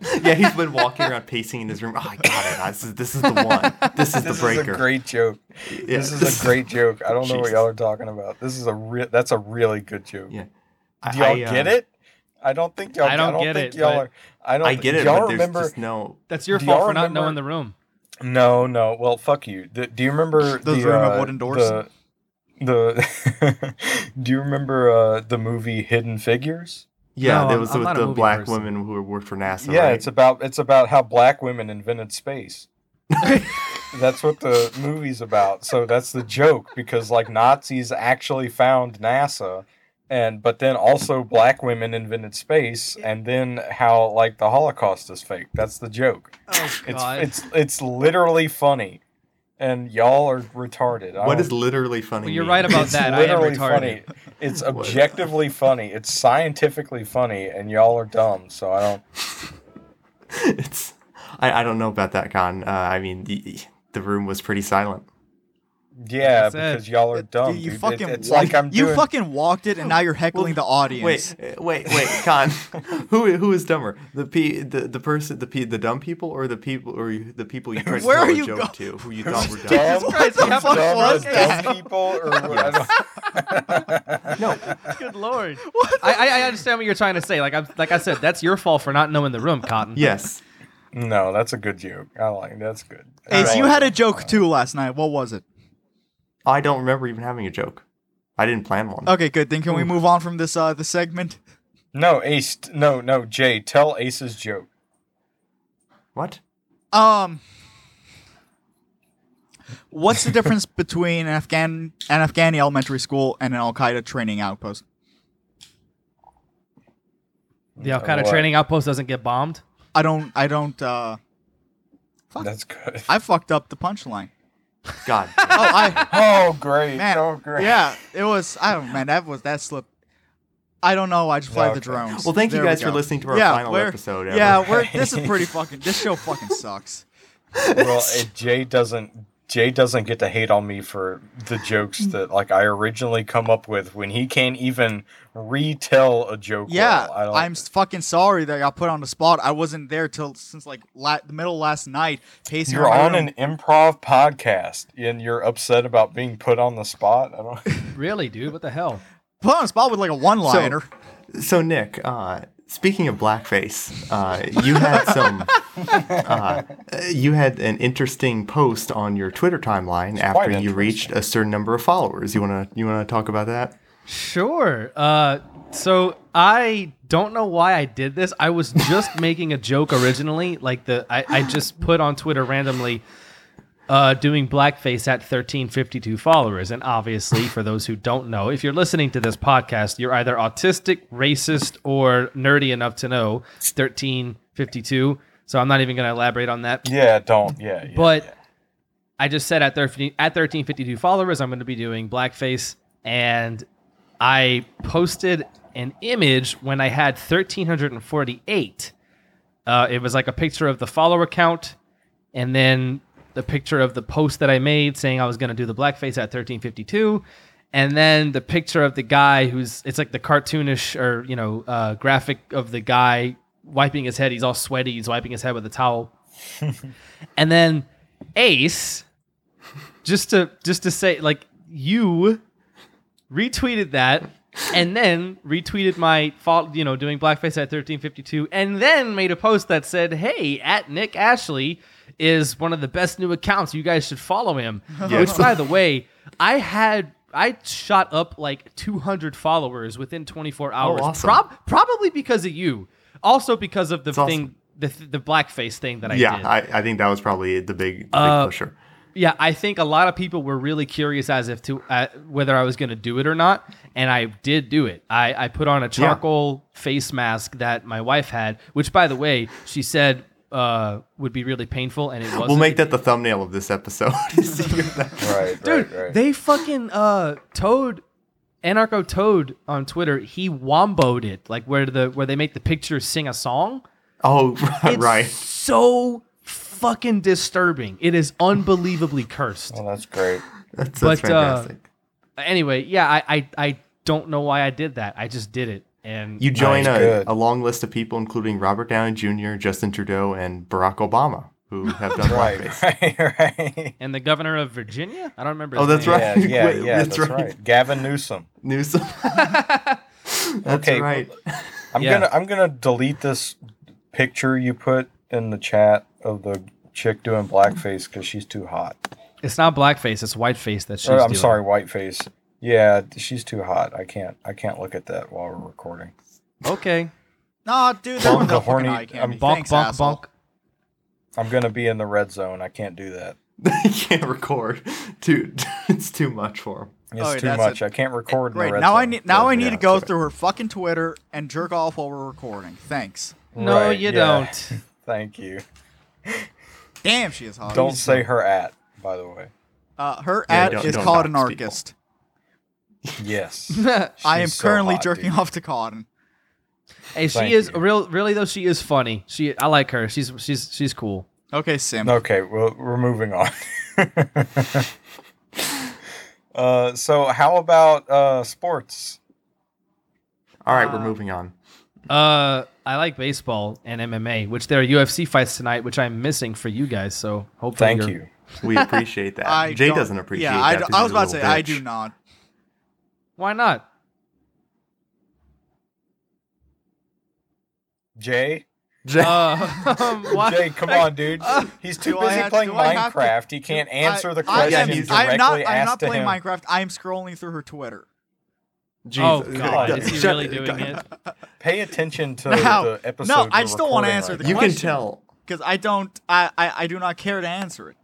[SPEAKER 7] night.
[SPEAKER 6] Yeah, he's been walking around pacing in his room. Oh, I got it. This is this is the one. This
[SPEAKER 5] This
[SPEAKER 6] is the
[SPEAKER 5] is
[SPEAKER 6] breaker.
[SPEAKER 5] a great joke.
[SPEAKER 6] Yeah.
[SPEAKER 5] This is a great joke. I don't know what
[SPEAKER 6] Jesus.
[SPEAKER 5] y'all are talking about. This is a real. That's a really good joke.
[SPEAKER 6] Yeah.
[SPEAKER 5] Do y'all
[SPEAKER 6] I, uh,
[SPEAKER 5] get it? I don't think y'all.
[SPEAKER 1] I don't get
[SPEAKER 5] think
[SPEAKER 1] it,
[SPEAKER 5] Y'all
[SPEAKER 1] but-
[SPEAKER 5] are. I don't.
[SPEAKER 6] I get
[SPEAKER 5] thi-
[SPEAKER 6] it,
[SPEAKER 5] Y'all
[SPEAKER 6] but there's
[SPEAKER 5] remember?
[SPEAKER 6] just no
[SPEAKER 1] That's your
[SPEAKER 5] Do
[SPEAKER 1] fault
[SPEAKER 5] y'all
[SPEAKER 1] for not
[SPEAKER 5] remember-
[SPEAKER 1] knowing the room.
[SPEAKER 5] No, no. Well, fuck you. Do, do you remember
[SPEAKER 7] The
[SPEAKER 5] the,
[SPEAKER 7] room of
[SPEAKER 5] uh,
[SPEAKER 7] wooden doors?
[SPEAKER 5] The, the Do you remember uh, the movie Hidden Figures?
[SPEAKER 6] Yeah,
[SPEAKER 1] No,
[SPEAKER 6] that
[SPEAKER 1] I'm-
[SPEAKER 6] was
[SPEAKER 1] I'm
[SPEAKER 6] with
[SPEAKER 1] not a
[SPEAKER 6] the
[SPEAKER 1] movie
[SPEAKER 6] black
[SPEAKER 1] person.
[SPEAKER 6] women who worked for NASA.
[SPEAKER 5] yeah,
[SPEAKER 6] right?
[SPEAKER 5] it's about it's about how black women invented space. that's what the movie's about. So that's the joke because like Nazis actually found NASA and but then also black women invented space and then how like the Holocaust is fake. That's the joke.
[SPEAKER 1] Oh
[SPEAKER 5] It's it's it's literally funny. and y'all are retarded. I
[SPEAKER 6] What
[SPEAKER 5] don't-
[SPEAKER 6] is literally funny?
[SPEAKER 9] Well, you're
[SPEAKER 6] mean?
[SPEAKER 9] right about
[SPEAKER 5] it's
[SPEAKER 9] that. I am
[SPEAKER 5] literally
[SPEAKER 9] retarded.
[SPEAKER 5] funny. It's objectively funny. It's scientifically funny, and y'all are dumb. So I don't.
[SPEAKER 6] it's I, I don't know about that con uh, i mean the, the room was pretty silent
[SPEAKER 5] Yeah,
[SPEAKER 9] Like I said,
[SPEAKER 5] because y'all are dumb.
[SPEAKER 7] you
[SPEAKER 5] dude. It-
[SPEAKER 7] fucking
[SPEAKER 5] it's
[SPEAKER 7] walk-
[SPEAKER 5] like I'm
[SPEAKER 7] you
[SPEAKER 5] doing.
[SPEAKER 7] fucking walked it, and now you're heckling the audience.
[SPEAKER 6] wait uh, wait wait con who who is dumber the p the, the person the p the dumb people or the people or you, the people you tried to
[SPEAKER 7] Where
[SPEAKER 6] tell
[SPEAKER 7] are
[SPEAKER 6] a
[SPEAKER 7] you
[SPEAKER 6] joke
[SPEAKER 7] going?
[SPEAKER 6] to who you thought were dumb
[SPEAKER 5] Dumb,
[SPEAKER 7] Christ,
[SPEAKER 5] dumb,
[SPEAKER 7] what the fuck
[SPEAKER 5] dumb,
[SPEAKER 7] was that?
[SPEAKER 5] dumb people, or what? I don't-
[SPEAKER 9] Good lord. I, I I understand what you're trying to say. Like I like I said, that's your fault for not knowing the room, Cotton.
[SPEAKER 6] yes
[SPEAKER 5] No, that's a good joke. I like that's good.
[SPEAKER 7] Ace,
[SPEAKER 5] That's
[SPEAKER 7] you
[SPEAKER 5] all.
[SPEAKER 7] had a joke too last night. What was it?
[SPEAKER 6] i don't remember even having a joke i didn't plan one
[SPEAKER 7] Okay, good. Then can we move on from this uh the segment?
[SPEAKER 5] no Ace. t- No, no Jay. Tell Ace's joke.
[SPEAKER 6] what
[SPEAKER 7] Um, what's the difference between an Afghan an Afghani elementary school and an Al Qaeda training outpost?
[SPEAKER 1] The Al Qaeda
[SPEAKER 5] Oh, What?
[SPEAKER 1] training outpost doesn't get bombed.
[SPEAKER 7] I don't. I don't. uh
[SPEAKER 5] That's good.
[SPEAKER 7] I fucked up the punchline.
[SPEAKER 6] god
[SPEAKER 7] Oh, I
[SPEAKER 5] Oh great!
[SPEAKER 7] man.
[SPEAKER 5] Oh great!
[SPEAKER 7] Yeah, it was. I don't. Man, that was that slip. I don't know. I just fly
[SPEAKER 5] Yeah,
[SPEAKER 7] the
[SPEAKER 5] okay.
[SPEAKER 7] drones.
[SPEAKER 6] well thank
[SPEAKER 7] There
[SPEAKER 6] you
[SPEAKER 7] we
[SPEAKER 6] guys for
[SPEAKER 7] go.
[SPEAKER 6] listening to our
[SPEAKER 7] yeah,
[SPEAKER 6] final
[SPEAKER 7] we're-
[SPEAKER 6] episode ever.
[SPEAKER 7] Yeah, we're. This is pretty fucking. This show fucking sucks.
[SPEAKER 5] Well, eh, Jay doesn't. Jay doesn't get to hate on me for the
[SPEAKER 7] Mm.
[SPEAKER 5] jokes that like I originally come up with when he can't even retell a joke.
[SPEAKER 7] Yeah,
[SPEAKER 5] well. I don't,
[SPEAKER 7] I'm s- fucking sorry that I got put on the spot. I wasn't there till since like la- the middle of last night. Pacing
[SPEAKER 5] You're
[SPEAKER 7] around
[SPEAKER 5] on an improv podcast and you're upset about being put on the spot. I don't.
[SPEAKER 1] Really, dude? What the hell?
[SPEAKER 7] put on a spot with like a one liner.
[SPEAKER 6] So Nick, uh, speaking of blackface, uh, you had some, uh, you had an interesting post on your Twitter timeline
[SPEAKER 5] quite
[SPEAKER 6] after you reached a certain number of followers. You wanna you wanna talk about that?
[SPEAKER 1] Sure. Uh, so I don't know why I did this. I was just making a joke originally. Like the I, I just put on Twitter randomly, uh, doing blackface at thirteen fifty two followers. And obviously, for those who don't know, if you're listening to this podcast, you're either autistic, racist, or nerdy enough to know thirteen fifty two. So I'm not even going to elaborate on that.
[SPEAKER 5] Yeah, don't. Yeah, yeah.
[SPEAKER 1] But I just said at 13, at 1352 followers, I'm going to be doing blackface. And I posted an image when I had 1348. Uh, it was like a picture of the follower count and then the picture of the post that I made saying I was going to do the blackface at 1352. And then the picture of the guy who's, it's like the cartoonish or, you know, uh, graphic of the guy wiping his head. He's all sweaty. He's wiping his head with a towel. And then Ace, just to just to say, like you retweeted that, and then retweeted my fault, you know, doing blackface at thirteen fifty two, and then made a post that said, "Hey, at Nick Ashley is one of the best new accounts. You guys should follow him." Which, by the way, I had. I shot up like 200 followers within 24 hours.
[SPEAKER 6] Oh, awesome.
[SPEAKER 1] Prob- probably because of you. Also because of the
[SPEAKER 6] awesome.
[SPEAKER 1] thing, the, the blackface thing that I
[SPEAKER 6] yeah,
[SPEAKER 1] did.
[SPEAKER 6] I, I think that was probably the big, the big
[SPEAKER 1] Uh,
[SPEAKER 6] pusher.
[SPEAKER 1] Yeah, I think a lot of people were really curious as if to uh, whether I was going to do it or not, and I did do it. I, I put on a charcoal face mask that my wife had, which, by the way, she said uh, would be really painful, and it wasn't.
[SPEAKER 6] We'll make that the thumbnail of this episode. is you- that-
[SPEAKER 5] right,
[SPEAKER 1] dude.
[SPEAKER 5] right, right.
[SPEAKER 1] They fucking uh, Toad, Anarcho Toad on Twitter. He womboed it, like where the where they make the picture sing a song.
[SPEAKER 6] oh,
[SPEAKER 1] It's
[SPEAKER 6] right.
[SPEAKER 1] So fucking disturbing. It is unbelievably cursed.
[SPEAKER 5] well, that's great.
[SPEAKER 6] That's,
[SPEAKER 1] but,
[SPEAKER 6] that's
[SPEAKER 1] uh,
[SPEAKER 6] fantastic.
[SPEAKER 1] anyway, yeah, I, I I don't know why I did that. I just did it, and
[SPEAKER 6] you join
[SPEAKER 5] Nice,
[SPEAKER 6] a,
[SPEAKER 5] good.
[SPEAKER 6] a long list of people, including Robert Downey Jr., Justin Trudeau, and Barack Obama, who have done blackface.
[SPEAKER 5] Right, right, right.
[SPEAKER 1] and the governor of Virginia. I don't remember.
[SPEAKER 6] Oh,
[SPEAKER 1] his
[SPEAKER 6] that's
[SPEAKER 1] name.
[SPEAKER 6] right.
[SPEAKER 5] Yeah, yeah,
[SPEAKER 6] Wait,
[SPEAKER 5] yeah.
[SPEAKER 6] that's
[SPEAKER 5] That's,
[SPEAKER 6] right.
[SPEAKER 5] right. Gavin Newsom.
[SPEAKER 6] Newsom. that's
[SPEAKER 5] Okay,
[SPEAKER 6] right.
[SPEAKER 5] I'm
[SPEAKER 1] Yeah.
[SPEAKER 5] gonna I'm gonna delete this picture you put in the chat of the chick doing blackface because she's too hot.
[SPEAKER 1] It's not blackface. It's whiteface that she's.
[SPEAKER 5] Or, I'm
[SPEAKER 1] doing.
[SPEAKER 5] sorry, whiteface. Yeah, she's too hot. I can't I can't look at that while we're recording.
[SPEAKER 1] Okay.
[SPEAKER 7] Nah, dude, that was
[SPEAKER 5] the
[SPEAKER 7] a fucking
[SPEAKER 5] horny-
[SPEAKER 7] eye candy.
[SPEAKER 5] um,
[SPEAKER 1] Bonk,
[SPEAKER 7] Thanks,
[SPEAKER 1] bonk,
[SPEAKER 7] asshole.
[SPEAKER 1] bonk.
[SPEAKER 5] I'm gonna be in the red zone. I can't do that.
[SPEAKER 6] he can't record. Dude, it's too much for him.
[SPEAKER 5] It's
[SPEAKER 7] Oh,
[SPEAKER 5] too
[SPEAKER 7] that's
[SPEAKER 5] much.
[SPEAKER 7] a-
[SPEAKER 5] I can't record in the
[SPEAKER 7] Great.
[SPEAKER 5] red
[SPEAKER 7] Now I
[SPEAKER 5] zone.
[SPEAKER 7] need. Now I
[SPEAKER 5] Yeah,
[SPEAKER 7] need to
[SPEAKER 5] that's
[SPEAKER 7] go
[SPEAKER 5] right.
[SPEAKER 7] through her fucking Twitter and jerk off while we're recording. Thanks.
[SPEAKER 1] No,
[SPEAKER 5] Right,
[SPEAKER 1] you
[SPEAKER 5] yeah.
[SPEAKER 1] don't.
[SPEAKER 5] Thank you.
[SPEAKER 7] Damn, she is hot.
[SPEAKER 5] Don't say her at. by the way.
[SPEAKER 7] Uh, her
[SPEAKER 6] Yeah,
[SPEAKER 7] ad
[SPEAKER 6] don't-
[SPEAKER 7] is
[SPEAKER 6] don't
[SPEAKER 7] Cotton
[SPEAKER 6] dox
[SPEAKER 7] Archist.
[SPEAKER 5] Yes.
[SPEAKER 7] I am
[SPEAKER 5] She's so
[SPEAKER 7] currently
[SPEAKER 5] hot,
[SPEAKER 7] jerking
[SPEAKER 5] dude.
[SPEAKER 7] off to Cotton.
[SPEAKER 1] Hey, she
[SPEAKER 5] Thank
[SPEAKER 1] is
[SPEAKER 5] you.
[SPEAKER 1] real. Really though, she is funny. She, I like her. She's she's she's cool.
[SPEAKER 7] Okay, Sim.
[SPEAKER 5] Okay, well, we're moving on. uh, so, how about uh, sports?
[SPEAKER 6] All right, we're moving on.
[SPEAKER 1] Uh, I like baseball and MMA, which there are UFC fights tonight, which I'm missing for you guys. So hopefully,
[SPEAKER 5] Thank
[SPEAKER 1] you're-
[SPEAKER 5] you.
[SPEAKER 6] We appreciate that.
[SPEAKER 7] I
[SPEAKER 6] Jay
[SPEAKER 7] don't-
[SPEAKER 6] doesn't appreciate
[SPEAKER 7] yeah, I,
[SPEAKER 6] that.
[SPEAKER 7] don't-
[SPEAKER 6] 'cause
[SPEAKER 7] I was
[SPEAKER 6] he's a
[SPEAKER 7] about to say,
[SPEAKER 6] little
[SPEAKER 7] I
[SPEAKER 6] bitch.
[SPEAKER 7] do not.
[SPEAKER 1] Why not?
[SPEAKER 5] Jay?
[SPEAKER 1] Uh, um, why-
[SPEAKER 5] Jay, come on, dude. He's too
[SPEAKER 7] do I
[SPEAKER 5] busy
[SPEAKER 7] have-
[SPEAKER 5] playing
[SPEAKER 7] do I have to-
[SPEAKER 5] Minecraft. he can't answer the
[SPEAKER 7] I,
[SPEAKER 5] question
[SPEAKER 7] I am,
[SPEAKER 5] directly
[SPEAKER 7] I am not, I am
[SPEAKER 5] asked
[SPEAKER 7] not
[SPEAKER 5] to
[SPEAKER 7] playing
[SPEAKER 5] him.
[SPEAKER 7] Minecraft. I am scrolling through her Twitter.
[SPEAKER 1] Oh
[SPEAKER 6] Jesus.
[SPEAKER 1] God, is he
[SPEAKER 6] Shut-
[SPEAKER 1] really doing it?
[SPEAKER 5] Pay attention to
[SPEAKER 7] No,
[SPEAKER 5] the episode.
[SPEAKER 7] no, I
[SPEAKER 5] we're
[SPEAKER 7] still wanna
[SPEAKER 5] recording
[SPEAKER 7] answer
[SPEAKER 5] right
[SPEAKER 7] the
[SPEAKER 5] now.
[SPEAKER 6] You can
[SPEAKER 7] Question.
[SPEAKER 6] tell.
[SPEAKER 7] because I don't, I, I, I do not care to answer it.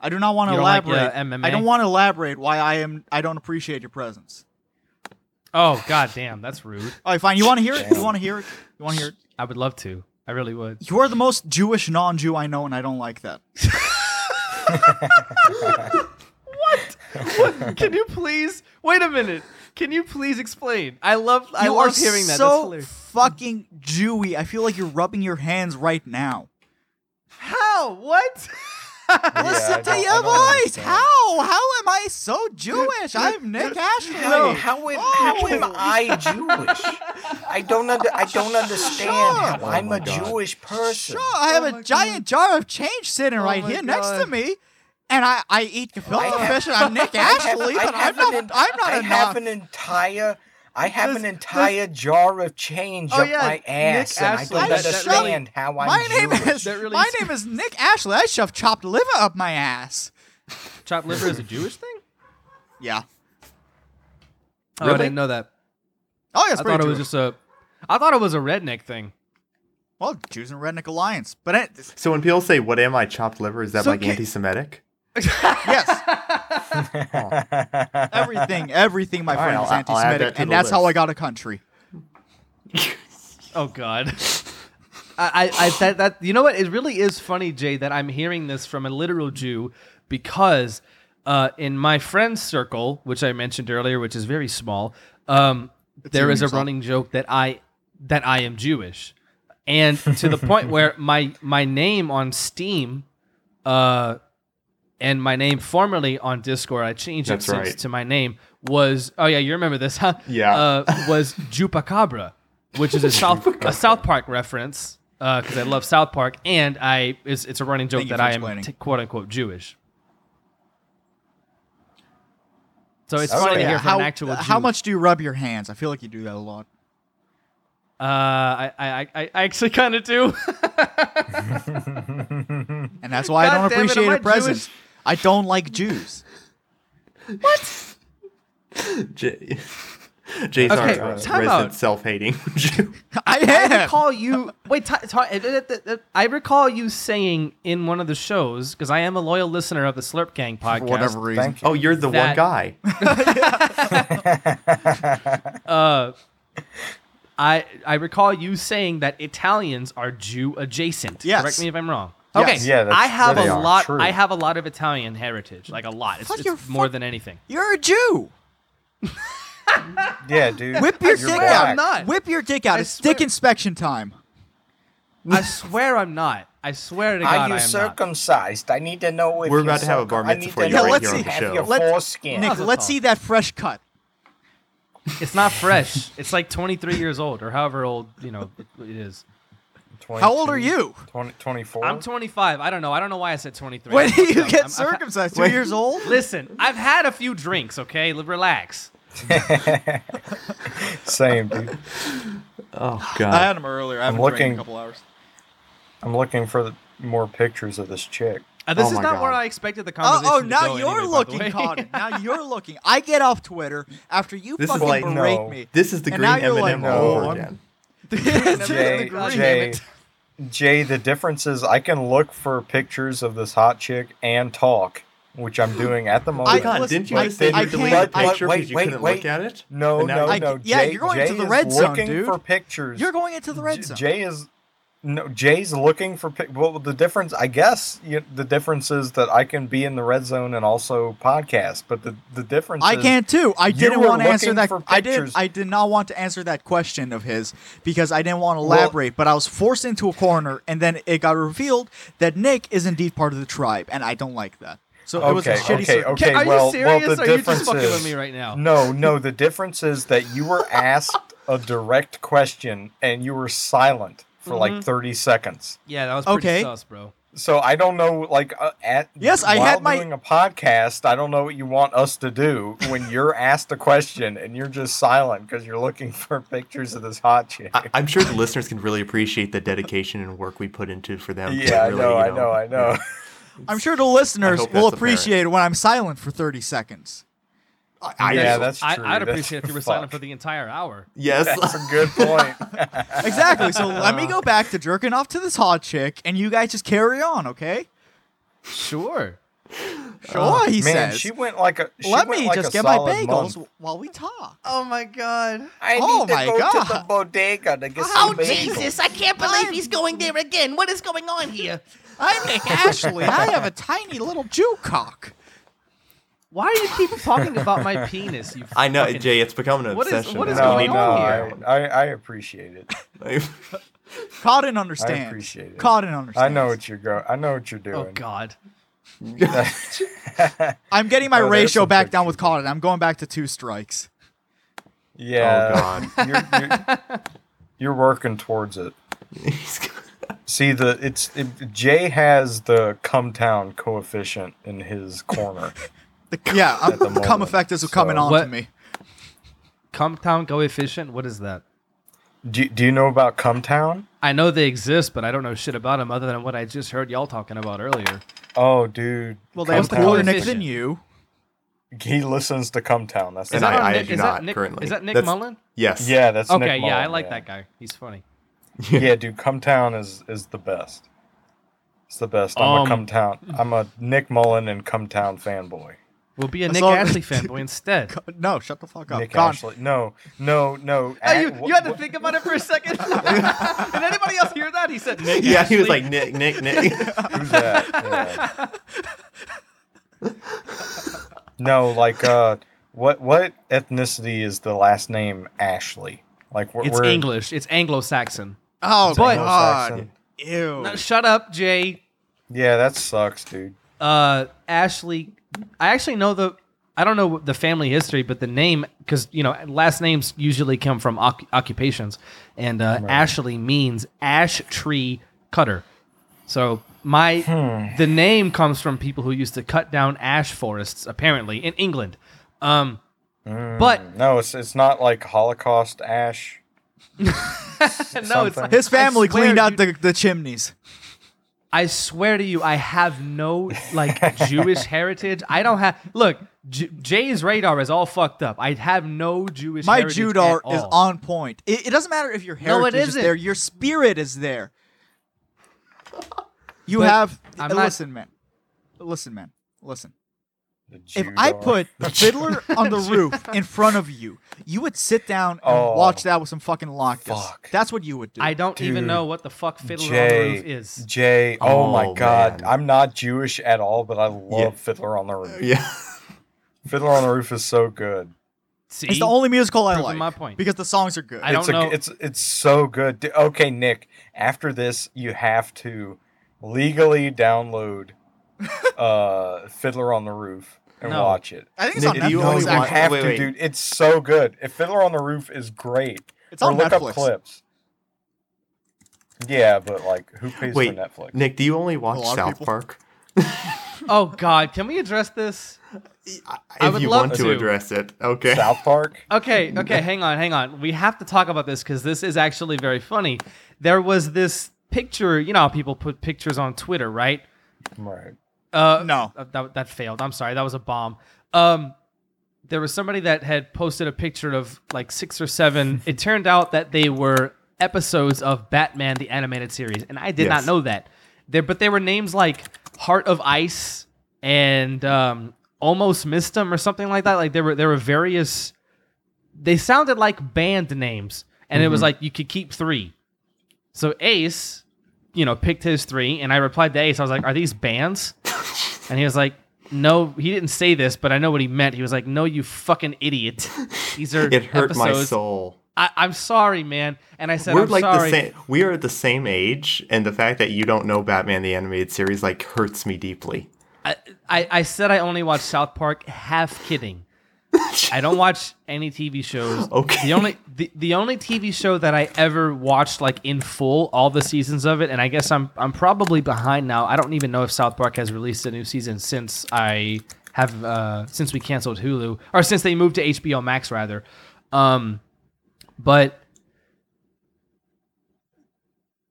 [SPEAKER 7] I do not want
[SPEAKER 1] You
[SPEAKER 7] to
[SPEAKER 1] don't like, uh,
[SPEAKER 7] elaborate.
[SPEAKER 1] MMA?
[SPEAKER 7] I don't want to elaborate why I am. I don't appreciate your presence.
[SPEAKER 1] Oh god, damn, that's rude.
[SPEAKER 7] All right, fine. You want to hear it? You want to hear it? You want to hear it?
[SPEAKER 1] I would love to. I really would.
[SPEAKER 7] You are the most Jewish non-Jew I know, and I don't like that.
[SPEAKER 1] Can you please wait a minute? Can you please explain? I love. I
[SPEAKER 7] you
[SPEAKER 1] love
[SPEAKER 7] are
[SPEAKER 1] hearing that. That's
[SPEAKER 7] So
[SPEAKER 1] hilarious.
[SPEAKER 7] fucking Jewy. I feel like you're rubbing your hands right now.
[SPEAKER 1] How? What?
[SPEAKER 5] I
[SPEAKER 7] Listen to
[SPEAKER 5] don't- I
[SPEAKER 7] your
[SPEAKER 5] don't
[SPEAKER 7] voice.
[SPEAKER 5] understand.
[SPEAKER 7] How? How am I so Jewish? I'm Nick Ashley.
[SPEAKER 10] No, how
[SPEAKER 7] Oh,
[SPEAKER 10] am, how am I Jewish? I don't under, I don't understand how
[SPEAKER 6] Oh
[SPEAKER 10] I'm
[SPEAKER 6] my
[SPEAKER 10] a
[SPEAKER 6] God.
[SPEAKER 10] Jewish person.
[SPEAKER 7] Sure, I
[SPEAKER 10] Oh
[SPEAKER 7] have a giant jar of change sitting right
[SPEAKER 1] my
[SPEAKER 7] here next to
[SPEAKER 1] God.
[SPEAKER 7] me, and I, I eat gefilte
[SPEAKER 10] have-
[SPEAKER 7] fish, and I'm Nick Ashley,
[SPEAKER 10] I
[SPEAKER 7] but I'm
[SPEAKER 10] have
[SPEAKER 7] not,
[SPEAKER 10] an,
[SPEAKER 7] I'm not
[SPEAKER 10] I
[SPEAKER 7] a
[SPEAKER 10] have
[SPEAKER 7] non-
[SPEAKER 10] an entire I have
[SPEAKER 1] This-
[SPEAKER 10] an entire jar of change
[SPEAKER 1] Oh,
[SPEAKER 10] up
[SPEAKER 1] yeah,
[SPEAKER 10] my
[SPEAKER 1] Nick
[SPEAKER 10] ass, and I
[SPEAKER 1] Ashley,
[SPEAKER 10] don't
[SPEAKER 7] that- that really-
[SPEAKER 10] understand how I'm
[SPEAKER 7] My name
[SPEAKER 10] Jewish.
[SPEAKER 7] is
[SPEAKER 1] That really
[SPEAKER 7] my
[SPEAKER 1] is-
[SPEAKER 7] name is Nick Ashley. I shove chopped liver up my ass.
[SPEAKER 1] Chopped liver is a Jewish thing?
[SPEAKER 7] Yeah.
[SPEAKER 1] Oh, I didn't know that.
[SPEAKER 7] Oh, yeah, it's
[SPEAKER 1] I
[SPEAKER 7] pretty
[SPEAKER 1] thought it was
[SPEAKER 7] Jewish.
[SPEAKER 1] just a. I thought it was a redneck thing.
[SPEAKER 7] well, Jews and Redneck Alliance, but it,
[SPEAKER 6] So when people say, "What am I, chopped liver?" Is that
[SPEAKER 7] So
[SPEAKER 6] like
[SPEAKER 7] can-
[SPEAKER 6] anti-Semitic?
[SPEAKER 7] yes, everything, everything, my friend,
[SPEAKER 6] right,
[SPEAKER 7] is
[SPEAKER 6] I'll- I'll add
[SPEAKER 7] anti-Semitic,
[SPEAKER 6] that to
[SPEAKER 7] and
[SPEAKER 6] the
[SPEAKER 7] that's how
[SPEAKER 6] list.
[SPEAKER 7] I got a country.
[SPEAKER 1] Oh God. I, I, I that, that you know what it really is funny Jay that I'm hearing this from a literal Jew because uh, in my friend's circle which I mentioned earlier which is very small um, there is a running joke that I that I am Jewish and to the point where my my name on Steam uh, and my name formerly on Discord I changed
[SPEAKER 6] That's
[SPEAKER 1] it since
[SPEAKER 6] right.
[SPEAKER 1] to my name was oh yeah you remember this huh
[SPEAKER 6] Yeah.
[SPEAKER 1] uh, was Jupacabra which is a South a South Park reference because I love South Park, and I it's, it's a running joke
[SPEAKER 7] Thank you
[SPEAKER 1] that
[SPEAKER 7] for
[SPEAKER 1] I am
[SPEAKER 7] explaining.
[SPEAKER 1] t- quote unquote Jewish. So it's
[SPEAKER 5] Okay.
[SPEAKER 1] funny to
[SPEAKER 5] Yeah,
[SPEAKER 1] hear from
[SPEAKER 7] how, uh,
[SPEAKER 1] an actual. Jew.
[SPEAKER 7] how much do you rub your hands? I feel like you do that a lot.
[SPEAKER 1] Uh, I, I I I actually kind of do.
[SPEAKER 7] And that's why I
[SPEAKER 1] God
[SPEAKER 7] don't
[SPEAKER 1] damn it,
[SPEAKER 7] appreciate
[SPEAKER 1] am
[SPEAKER 7] a
[SPEAKER 1] I
[SPEAKER 7] present.
[SPEAKER 1] Jewish?
[SPEAKER 7] I don't like Jews.
[SPEAKER 6] Jay. Jay's
[SPEAKER 1] Okay,
[SPEAKER 6] our uh,
[SPEAKER 1] time
[SPEAKER 6] resident
[SPEAKER 1] out.
[SPEAKER 6] self-hating Jew.
[SPEAKER 7] I
[SPEAKER 1] I
[SPEAKER 7] am.
[SPEAKER 1] recall you. Wait, ti- uh, ti- I recall you saying in one of the shows because I am a loyal listener of the Slurp Gang podcast.
[SPEAKER 7] For whatever reason.
[SPEAKER 5] Thank you.
[SPEAKER 6] Oh, you're the one
[SPEAKER 1] That-
[SPEAKER 6] guy.
[SPEAKER 1] I I recall you saying that Italians are Jew adjacent.
[SPEAKER 7] Yes.
[SPEAKER 1] Correct me if I'm wrong.
[SPEAKER 7] Yes.
[SPEAKER 1] Okay.
[SPEAKER 5] Yeah, that's-
[SPEAKER 1] I have
[SPEAKER 5] they
[SPEAKER 1] a
[SPEAKER 5] are
[SPEAKER 1] lot.
[SPEAKER 5] true.
[SPEAKER 1] I have a lot of Italian heritage. Like a lot. It's,
[SPEAKER 7] Fuck
[SPEAKER 1] it's
[SPEAKER 7] your
[SPEAKER 1] more
[SPEAKER 7] fuck-
[SPEAKER 1] than anything.
[SPEAKER 7] You're a Jew.
[SPEAKER 5] Yeah, dude.
[SPEAKER 7] Whip your
[SPEAKER 5] you're
[SPEAKER 7] dick
[SPEAKER 5] black.
[SPEAKER 7] out.
[SPEAKER 1] I'm not.
[SPEAKER 7] Whip your dick out.
[SPEAKER 1] I
[SPEAKER 7] It's dick
[SPEAKER 1] swear-
[SPEAKER 7] inspection time.
[SPEAKER 1] I swear I'm not. I swear to God,
[SPEAKER 10] Are
[SPEAKER 1] I
[SPEAKER 10] you
[SPEAKER 1] am not.
[SPEAKER 10] circumcised? I need to know if
[SPEAKER 6] We're
[SPEAKER 10] you're
[SPEAKER 6] about to have a bar
[SPEAKER 10] circum- I
[SPEAKER 6] mitzvah
[SPEAKER 10] need
[SPEAKER 6] for
[SPEAKER 10] to
[SPEAKER 6] you
[SPEAKER 10] know if
[SPEAKER 7] right here
[SPEAKER 10] you
[SPEAKER 7] on the
[SPEAKER 10] have
[SPEAKER 6] show.
[SPEAKER 10] Your
[SPEAKER 7] Let's-
[SPEAKER 10] foreskin.
[SPEAKER 7] Nick,
[SPEAKER 1] How's it
[SPEAKER 7] let's
[SPEAKER 1] called?
[SPEAKER 7] see that fresh cut.
[SPEAKER 1] It's not fresh. it's like 23 years old or however old you know it, it is.
[SPEAKER 7] How old are you?
[SPEAKER 5] 20, 24?
[SPEAKER 1] I'm 25. I don't know. I don't know why I said 23.
[SPEAKER 7] When do you
[SPEAKER 1] I'm- I'm-
[SPEAKER 7] get
[SPEAKER 1] I've had-
[SPEAKER 7] circumcised? Two
[SPEAKER 6] Wait.
[SPEAKER 7] years old?
[SPEAKER 1] Listen, I've had a few drinks. Okay, L- relax.
[SPEAKER 5] Same, dude.
[SPEAKER 6] Oh
[SPEAKER 7] I
[SPEAKER 6] God.
[SPEAKER 7] had him earlier. I haven't
[SPEAKER 5] I'm
[SPEAKER 7] drank in
[SPEAKER 5] looking-
[SPEAKER 7] a couple hours.
[SPEAKER 5] I'm looking for the, more pictures of this chick.
[SPEAKER 1] Uh, this
[SPEAKER 6] Oh
[SPEAKER 1] is
[SPEAKER 6] my
[SPEAKER 1] not
[SPEAKER 6] God.
[SPEAKER 1] where I expected the
[SPEAKER 7] Oh,
[SPEAKER 1] conversation.
[SPEAKER 7] oh,
[SPEAKER 1] to
[SPEAKER 7] now
[SPEAKER 1] go
[SPEAKER 7] you're
[SPEAKER 1] anyway, by the
[SPEAKER 7] looking,
[SPEAKER 1] way.
[SPEAKER 7] Cotton. Now you're looking. I get off Twitter after you
[SPEAKER 6] This is
[SPEAKER 7] fucking
[SPEAKER 6] like-
[SPEAKER 7] berate
[SPEAKER 5] No.
[SPEAKER 7] me.
[SPEAKER 6] This is the
[SPEAKER 7] And
[SPEAKER 6] green
[SPEAKER 7] now you're
[SPEAKER 6] M&M
[SPEAKER 7] like,
[SPEAKER 6] all
[SPEAKER 7] no,
[SPEAKER 6] over
[SPEAKER 7] I'm-
[SPEAKER 6] again.
[SPEAKER 5] Jay,
[SPEAKER 1] God damn
[SPEAKER 5] Jay,
[SPEAKER 1] it.
[SPEAKER 5] Jay, the difference is I can look for pictures of this hot chick and talk, which I'm doing at the
[SPEAKER 7] I-
[SPEAKER 5] moment.
[SPEAKER 6] God,
[SPEAKER 7] listen,
[SPEAKER 6] didn't you
[SPEAKER 7] I-
[SPEAKER 6] just say
[SPEAKER 7] I
[SPEAKER 6] you
[SPEAKER 7] can't-
[SPEAKER 6] deleted the
[SPEAKER 7] I-
[SPEAKER 6] picture
[SPEAKER 10] wait,
[SPEAKER 6] because you
[SPEAKER 10] wait,
[SPEAKER 6] couldn't
[SPEAKER 10] wait.
[SPEAKER 6] look at it?
[SPEAKER 5] no,
[SPEAKER 6] And now
[SPEAKER 5] no,
[SPEAKER 6] you-
[SPEAKER 5] no.
[SPEAKER 7] yeah,
[SPEAKER 5] Jay,
[SPEAKER 7] you're going
[SPEAKER 5] Jay
[SPEAKER 7] to the
[SPEAKER 5] is
[SPEAKER 7] red zone,
[SPEAKER 5] looking
[SPEAKER 7] dude.
[SPEAKER 5] for pictures.
[SPEAKER 7] You're going into the red
[SPEAKER 5] J-
[SPEAKER 7] zone.
[SPEAKER 5] Jay is no, Jay's looking for. pic- Well, the difference, I guess, you, the difference is that I can be in the red zone and also podcast. But the the difference,
[SPEAKER 7] I
[SPEAKER 5] is
[SPEAKER 7] can too. I
[SPEAKER 5] you
[SPEAKER 7] didn't
[SPEAKER 5] were
[SPEAKER 7] want to answer
[SPEAKER 5] looking
[SPEAKER 7] that.
[SPEAKER 5] for
[SPEAKER 7] I did.
[SPEAKER 5] pictures.
[SPEAKER 7] I did not want to answer that question of his because I didn't want to elaborate. but I was forced into a corner, and then it got revealed that Nick is indeed part of the tribe, and I don't like that. So it was a
[SPEAKER 5] Okay,
[SPEAKER 7] shitty.
[SPEAKER 5] okay,
[SPEAKER 7] circ-
[SPEAKER 5] okay.
[SPEAKER 1] Are you
[SPEAKER 5] well,
[SPEAKER 1] serious?
[SPEAKER 5] well, the
[SPEAKER 1] Are you just
[SPEAKER 5] difference
[SPEAKER 1] fucking
[SPEAKER 5] is,
[SPEAKER 1] with me right now?
[SPEAKER 5] No, no. The difference is that you were asked a direct question and you were silent for
[SPEAKER 7] Mm-hmm.
[SPEAKER 5] like thirty seconds.
[SPEAKER 1] Yeah, that was pretty
[SPEAKER 7] Okay.
[SPEAKER 1] sus, bro.
[SPEAKER 5] So I don't know, like, uh, at
[SPEAKER 7] Yes, I
[SPEAKER 5] while
[SPEAKER 7] had my-
[SPEAKER 5] doing a podcast. I don't know what you want us to do when you're asked a question and you're just silent because you're looking for pictures of this hot chick.
[SPEAKER 6] I, I'm sure the listeners can really appreciate the dedication and work we put into for them. to
[SPEAKER 5] yeah,
[SPEAKER 6] really,
[SPEAKER 5] I
[SPEAKER 6] you
[SPEAKER 5] know, I know, I know.
[SPEAKER 7] I'm sure the listeners
[SPEAKER 6] I hope
[SPEAKER 7] will
[SPEAKER 6] that's apparent.
[SPEAKER 7] appreciate it when I'm silent for 30 seconds.
[SPEAKER 6] I-
[SPEAKER 5] yeah, that's true.
[SPEAKER 1] I, I'd
[SPEAKER 5] That's-
[SPEAKER 1] appreciate if you were silent for the entire hour.
[SPEAKER 5] That's
[SPEAKER 6] Yes.
[SPEAKER 5] a good point.
[SPEAKER 7] Exactly. So let
[SPEAKER 5] Uh.
[SPEAKER 7] me go back to jerking off to this hot chick, and you guys just carry on, okay?
[SPEAKER 1] Sure.
[SPEAKER 7] Sure,
[SPEAKER 5] Man,
[SPEAKER 7] he says.
[SPEAKER 5] she went like a. She
[SPEAKER 7] let
[SPEAKER 5] went
[SPEAKER 7] me
[SPEAKER 5] like
[SPEAKER 7] just
[SPEAKER 5] a
[SPEAKER 7] get my
[SPEAKER 5] solid
[SPEAKER 7] bagels
[SPEAKER 5] month.
[SPEAKER 7] while we talk.
[SPEAKER 1] Oh my god.
[SPEAKER 10] I
[SPEAKER 7] Oh
[SPEAKER 10] need to
[SPEAKER 7] my
[SPEAKER 10] go to the
[SPEAKER 7] God.
[SPEAKER 10] bodega to get
[SPEAKER 11] Oh,
[SPEAKER 10] some bagels.
[SPEAKER 11] Jesus, I can't believe he's going there again. What is going on here?
[SPEAKER 7] I'm Ashley. I have a tiny little Jew cock.
[SPEAKER 1] Why do you keep talking about my penis? You
[SPEAKER 6] I know,
[SPEAKER 1] fucking-
[SPEAKER 6] Jay. It's become an
[SPEAKER 1] What is-
[SPEAKER 6] obsession.
[SPEAKER 1] what is
[SPEAKER 6] now.
[SPEAKER 5] No,
[SPEAKER 6] We
[SPEAKER 1] going
[SPEAKER 5] no,
[SPEAKER 1] on
[SPEAKER 5] I,
[SPEAKER 1] here?
[SPEAKER 5] I, I appreciate it.
[SPEAKER 6] need-
[SPEAKER 7] Cotton understands.
[SPEAKER 5] appreciate it.
[SPEAKER 7] Cotton understands.
[SPEAKER 5] I know what you're going. I know what you're doing.
[SPEAKER 1] Oh god.
[SPEAKER 7] I'm getting my
[SPEAKER 5] Oh, there's
[SPEAKER 7] ratio
[SPEAKER 5] some
[SPEAKER 7] back down
[SPEAKER 5] pictures.
[SPEAKER 7] with Cotton. I'm going back to two strikes.
[SPEAKER 5] Yeah.
[SPEAKER 6] Oh,
[SPEAKER 5] You're, you're, you're working towards it. See the it's it, Jay has the come town coefficient in his corner.
[SPEAKER 7] The, yeah, I'm,
[SPEAKER 5] the
[SPEAKER 7] the, cum
[SPEAKER 5] moment,
[SPEAKER 7] effect is coming
[SPEAKER 5] so-
[SPEAKER 7] on to
[SPEAKER 1] What-
[SPEAKER 7] me.
[SPEAKER 1] Come town coefficient? What is that?
[SPEAKER 5] Do, do you know about come town?
[SPEAKER 1] I know they exist, but I don't know shit about them other than what I just heard y'all talking about earlier.
[SPEAKER 5] Oh, dude.
[SPEAKER 7] Well, they have
[SPEAKER 1] What's the
[SPEAKER 7] cooler Nick
[SPEAKER 1] coefficient?
[SPEAKER 7] than you.
[SPEAKER 5] He listens to come town. That's the
[SPEAKER 6] and
[SPEAKER 1] that on
[SPEAKER 6] I, I
[SPEAKER 1] Nick-
[SPEAKER 6] do
[SPEAKER 1] is that
[SPEAKER 6] not
[SPEAKER 1] Nick-
[SPEAKER 6] currently.
[SPEAKER 1] is that Nick
[SPEAKER 6] That's-
[SPEAKER 1] Mullen?
[SPEAKER 6] Yes.
[SPEAKER 5] yeah. That's
[SPEAKER 1] okay,
[SPEAKER 5] Nick
[SPEAKER 1] yeah, I
[SPEAKER 5] Mullen,
[SPEAKER 1] like that guy. He's funny.
[SPEAKER 5] Yeah, dude, come town is is the best. It's the best. I'm
[SPEAKER 1] Um,
[SPEAKER 5] a come town. I'm a Nick Mullen and come town fanboy.
[SPEAKER 1] We'll be a
[SPEAKER 7] I
[SPEAKER 1] Nick
[SPEAKER 7] saw-
[SPEAKER 1] Ashley fanboy instead.
[SPEAKER 7] No, shut the fuck up.
[SPEAKER 5] Nick
[SPEAKER 7] Cotton.
[SPEAKER 5] Ashley. No, no, no.
[SPEAKER 1] Oh, you,
[SPEAKER 5] At-
[SPEAKER 1] you had to
[SPEAKER 5] what-
[SPEAKER 1] think about it for a second. Did anybody else hear that? He said Nick.
[SPEAKER 6] Yeah, he was
[SPEAKER 1] Ashley.
[SPEAKER 6] like Nick, Nick, Nick.
[SPEAKER 5] Who's that? Yeah. no, like uh, what what ethnicity is the last name Ashley? Like we're,
[SPEAKER 1] It's
[SPEAKER 5] we're
[SPEAKER 1] English. It's Anglo-Saxon.
[SPEAKER 7] Oh,
[SPEAKER 1] But-
[SPEAKER 7] God.
[SPEAKER 5] Anglo-Saxon.
[SPEAKER 7] Ew.
[SPEAKER 1] Now, shut up, Jay.
[SPEAKER 5] Yeah, that sucks, dude.
[SPEAKER 1] uh Ashley I actually know the I don't know the family history but the name cuz you know last names usually come from oc- occupations and uh, Ashley means ash tree cutter. So my the name comes from people who used to cut down ash forests apparently in England. Um but
[SPEAKER 5] No, it's it's not like Holocaust Ash.
[SPEAKER 1] no, it's
[SPEAKER 5] something.
[SPEAKER 7] His family
[SPEAKER 1] I swear,
[SPEAKER 7] cleaned out
[SPEAKER 1] dude.
[SPEAKER 7] the, the chimneys.
[SPEAKER 1] I swear to you, I have no like Jewish heritage. I don't have. Look, J- Jay's radar is all fucked up. I have no Jewish.
[SPEAKER 7] My
[SPEAKER 1] heritage
[SPEAKER 7] Jude
[SPEAKER 1] at
[SPEAKER 7] art is
[SPEAKER 1] all.
[SPEAKER 7] on point. It, it doesn't matter if your
[SPEAKER 1] No, it
[SPEAKER 7] heritage is
[SPEAKER 1] isn't.
[SPEAKER 7] there, your spirit is there. You
[SPEAKER 1] But
[SPEAKER 7] have.
[SPEAKER 1] I'm
[SPEAKER 7] uh,
[SPEAKER 1] not-
[SPEAKER 7] listen, man. Listen, man. Listen.
[SPEAKER 5] The
[SPEAKER 7] If
[SPEAKER 5] Jew
[SPEAKER 7] I
[SPEAKER 5] dog.
[SPEAKER 7] put the fiddler on the roof in front of you, you would sit down and
[SPEAKER 5] Oh,
[SPEAKER 7] watch that with some fucking lockers.
[SPEAKER 5] fuck.
[SPEAKER 7] That's what you would do.
[SPEAKER 1] I don't even
[SPEAKER 5] Dude.
[SPEAKER 1] know what the fuck Fiddler on the
[SPEAKER 5] Jay,
[SPEAKER 1] Roof is.
[SPEAKER 5] Jay, oh, my
[SPEAKER 6] Oh,
[SPEAKER 5] God,
[SPEAKER 6] man.
[SPEAKER 5] I'm not Jewish at all, but I love
[SPEAKER 6] Yeah.
[SPEAKER 5] Fiddler on the Roof.
[SPEAKER 6] yeah.
[SPEAKER 5] Fiddler on the Roof is so good.
[SPEAKER 1] See,
[SPEAKER 7] It's the only musical I
[SPEAKER 1] Proving
[SPEAKER 7] like.
[SPEAKER 1] my point.
[SPEAKER 7] Because the songs are good.
[SPEAKER 1] I don't
[SPEAKER 5] it's a,
[SPEAKER 1] know.
[SPEAKER 5] It's it's so good. D- Okay, Nick. After this, you have to legally download uh, Fiddler on the Roof and
[SPEAKER 1] No.
[SPEAKER 5] watch it.
[SPEAKER 7] I think it's
[SPEAKER 6] Nick,
[SPEAKER 7] on
[SPEAKER 6] do you
[SPEAKER 7] Netflix.
[SPEAKER 6] only
[SPEAKER 5] You
[SPEAKER 6] want-
[SPEAKER 7] actually.
[SPEAKER 5] have
[SPEAKER 6] wait,
[SPEAKER 5] to,
[SPEAKER 6] wait.
[SPEAKER 5] dude. It's so good. If Fiddler on the Roof is great,
[SPEAKER 7] It's on
[SPEAKER 5] or look
[SPEAKER 7] Netflix.
[SPEAKER 5] up clips. Yeah, but like, who pays
[SPEAKER 6] Wait,
[SPEAKER 5] for Netflix?
[SPEAKER 6] Nick, do you only watch
[SPEAKER 7] lot of
[SPEAKER 6] South
[SPEAKER 7] people.
[SPEAKER 6] Park?
[SPEAKER 1] oh God, can we address this?
[SPEAKER 6] If
[SPEAKER 1] would
[SPEAKER 6] you
[SPEAKER 1] love
[SPEAKER 6] want to.
[SPEAKER 1] to.
[SPEAKER 6] address it, okay.
[SPEAKER 5] South Park.
[SPEAKER 1] Okay, okay, hang on, hang on. We have to talk about this because this is actually very funny. There was this picture. You know, how people put pictures on Twitter, right?
[SPEAKER 5] Right.
[SPEAKER 1] Uh,
[SPEAKER 7] No.
[SPEAKER 1] uh, that, that failed. I'm sorry. That was a bomb. Um, there was somebody that had posted a picture of like six or seven. it turned out that they were episodes of Batman the animated series, and I did not
[SPEAKER 6] Yes.
[SPEAKER 1] know that. There, but they were names like Heart of Ice and um, Almost Missed 'Em or something like that. Like there were there were various. They sounded like band names, and it was like you could keep three. So Ace you know, picked his three, and I replied to Ace. I was like, "Are these bands?" and he was like, "No." He didn't say this, but I know what he meant. He was like, "No, you fucking idiot. These are
[SPEAKER 6] It hurt my
[SPEAKER 1] episodes.
[SPEAKER 6] soul.
[SPEAKER 1] I, I'm sorry, man." And I said,
[SPEAKER 6] We're
[SPEAKER 1] "I'm
[SPEAKER 6] like
[SPEAKER 1] sorry."
[SPEAKER 6] the same. We are the same age, and the fact that you don't know Batman the animated series like hurts me deeply.
[SPEAKER 1] I, I, I said I only watch South Park half kidding. I don't watch any TV shows.
[SPEAKER 6] Okay.
[SPEAKER 1] The only the, the only TV show that I ever watched like in full all the seasons of it, and I guess I'm I'm probably behind now. I don't even know if South Park has released a new season since I have uh, since we canceled Hulu or since they moved to HBO Max rather. Um, but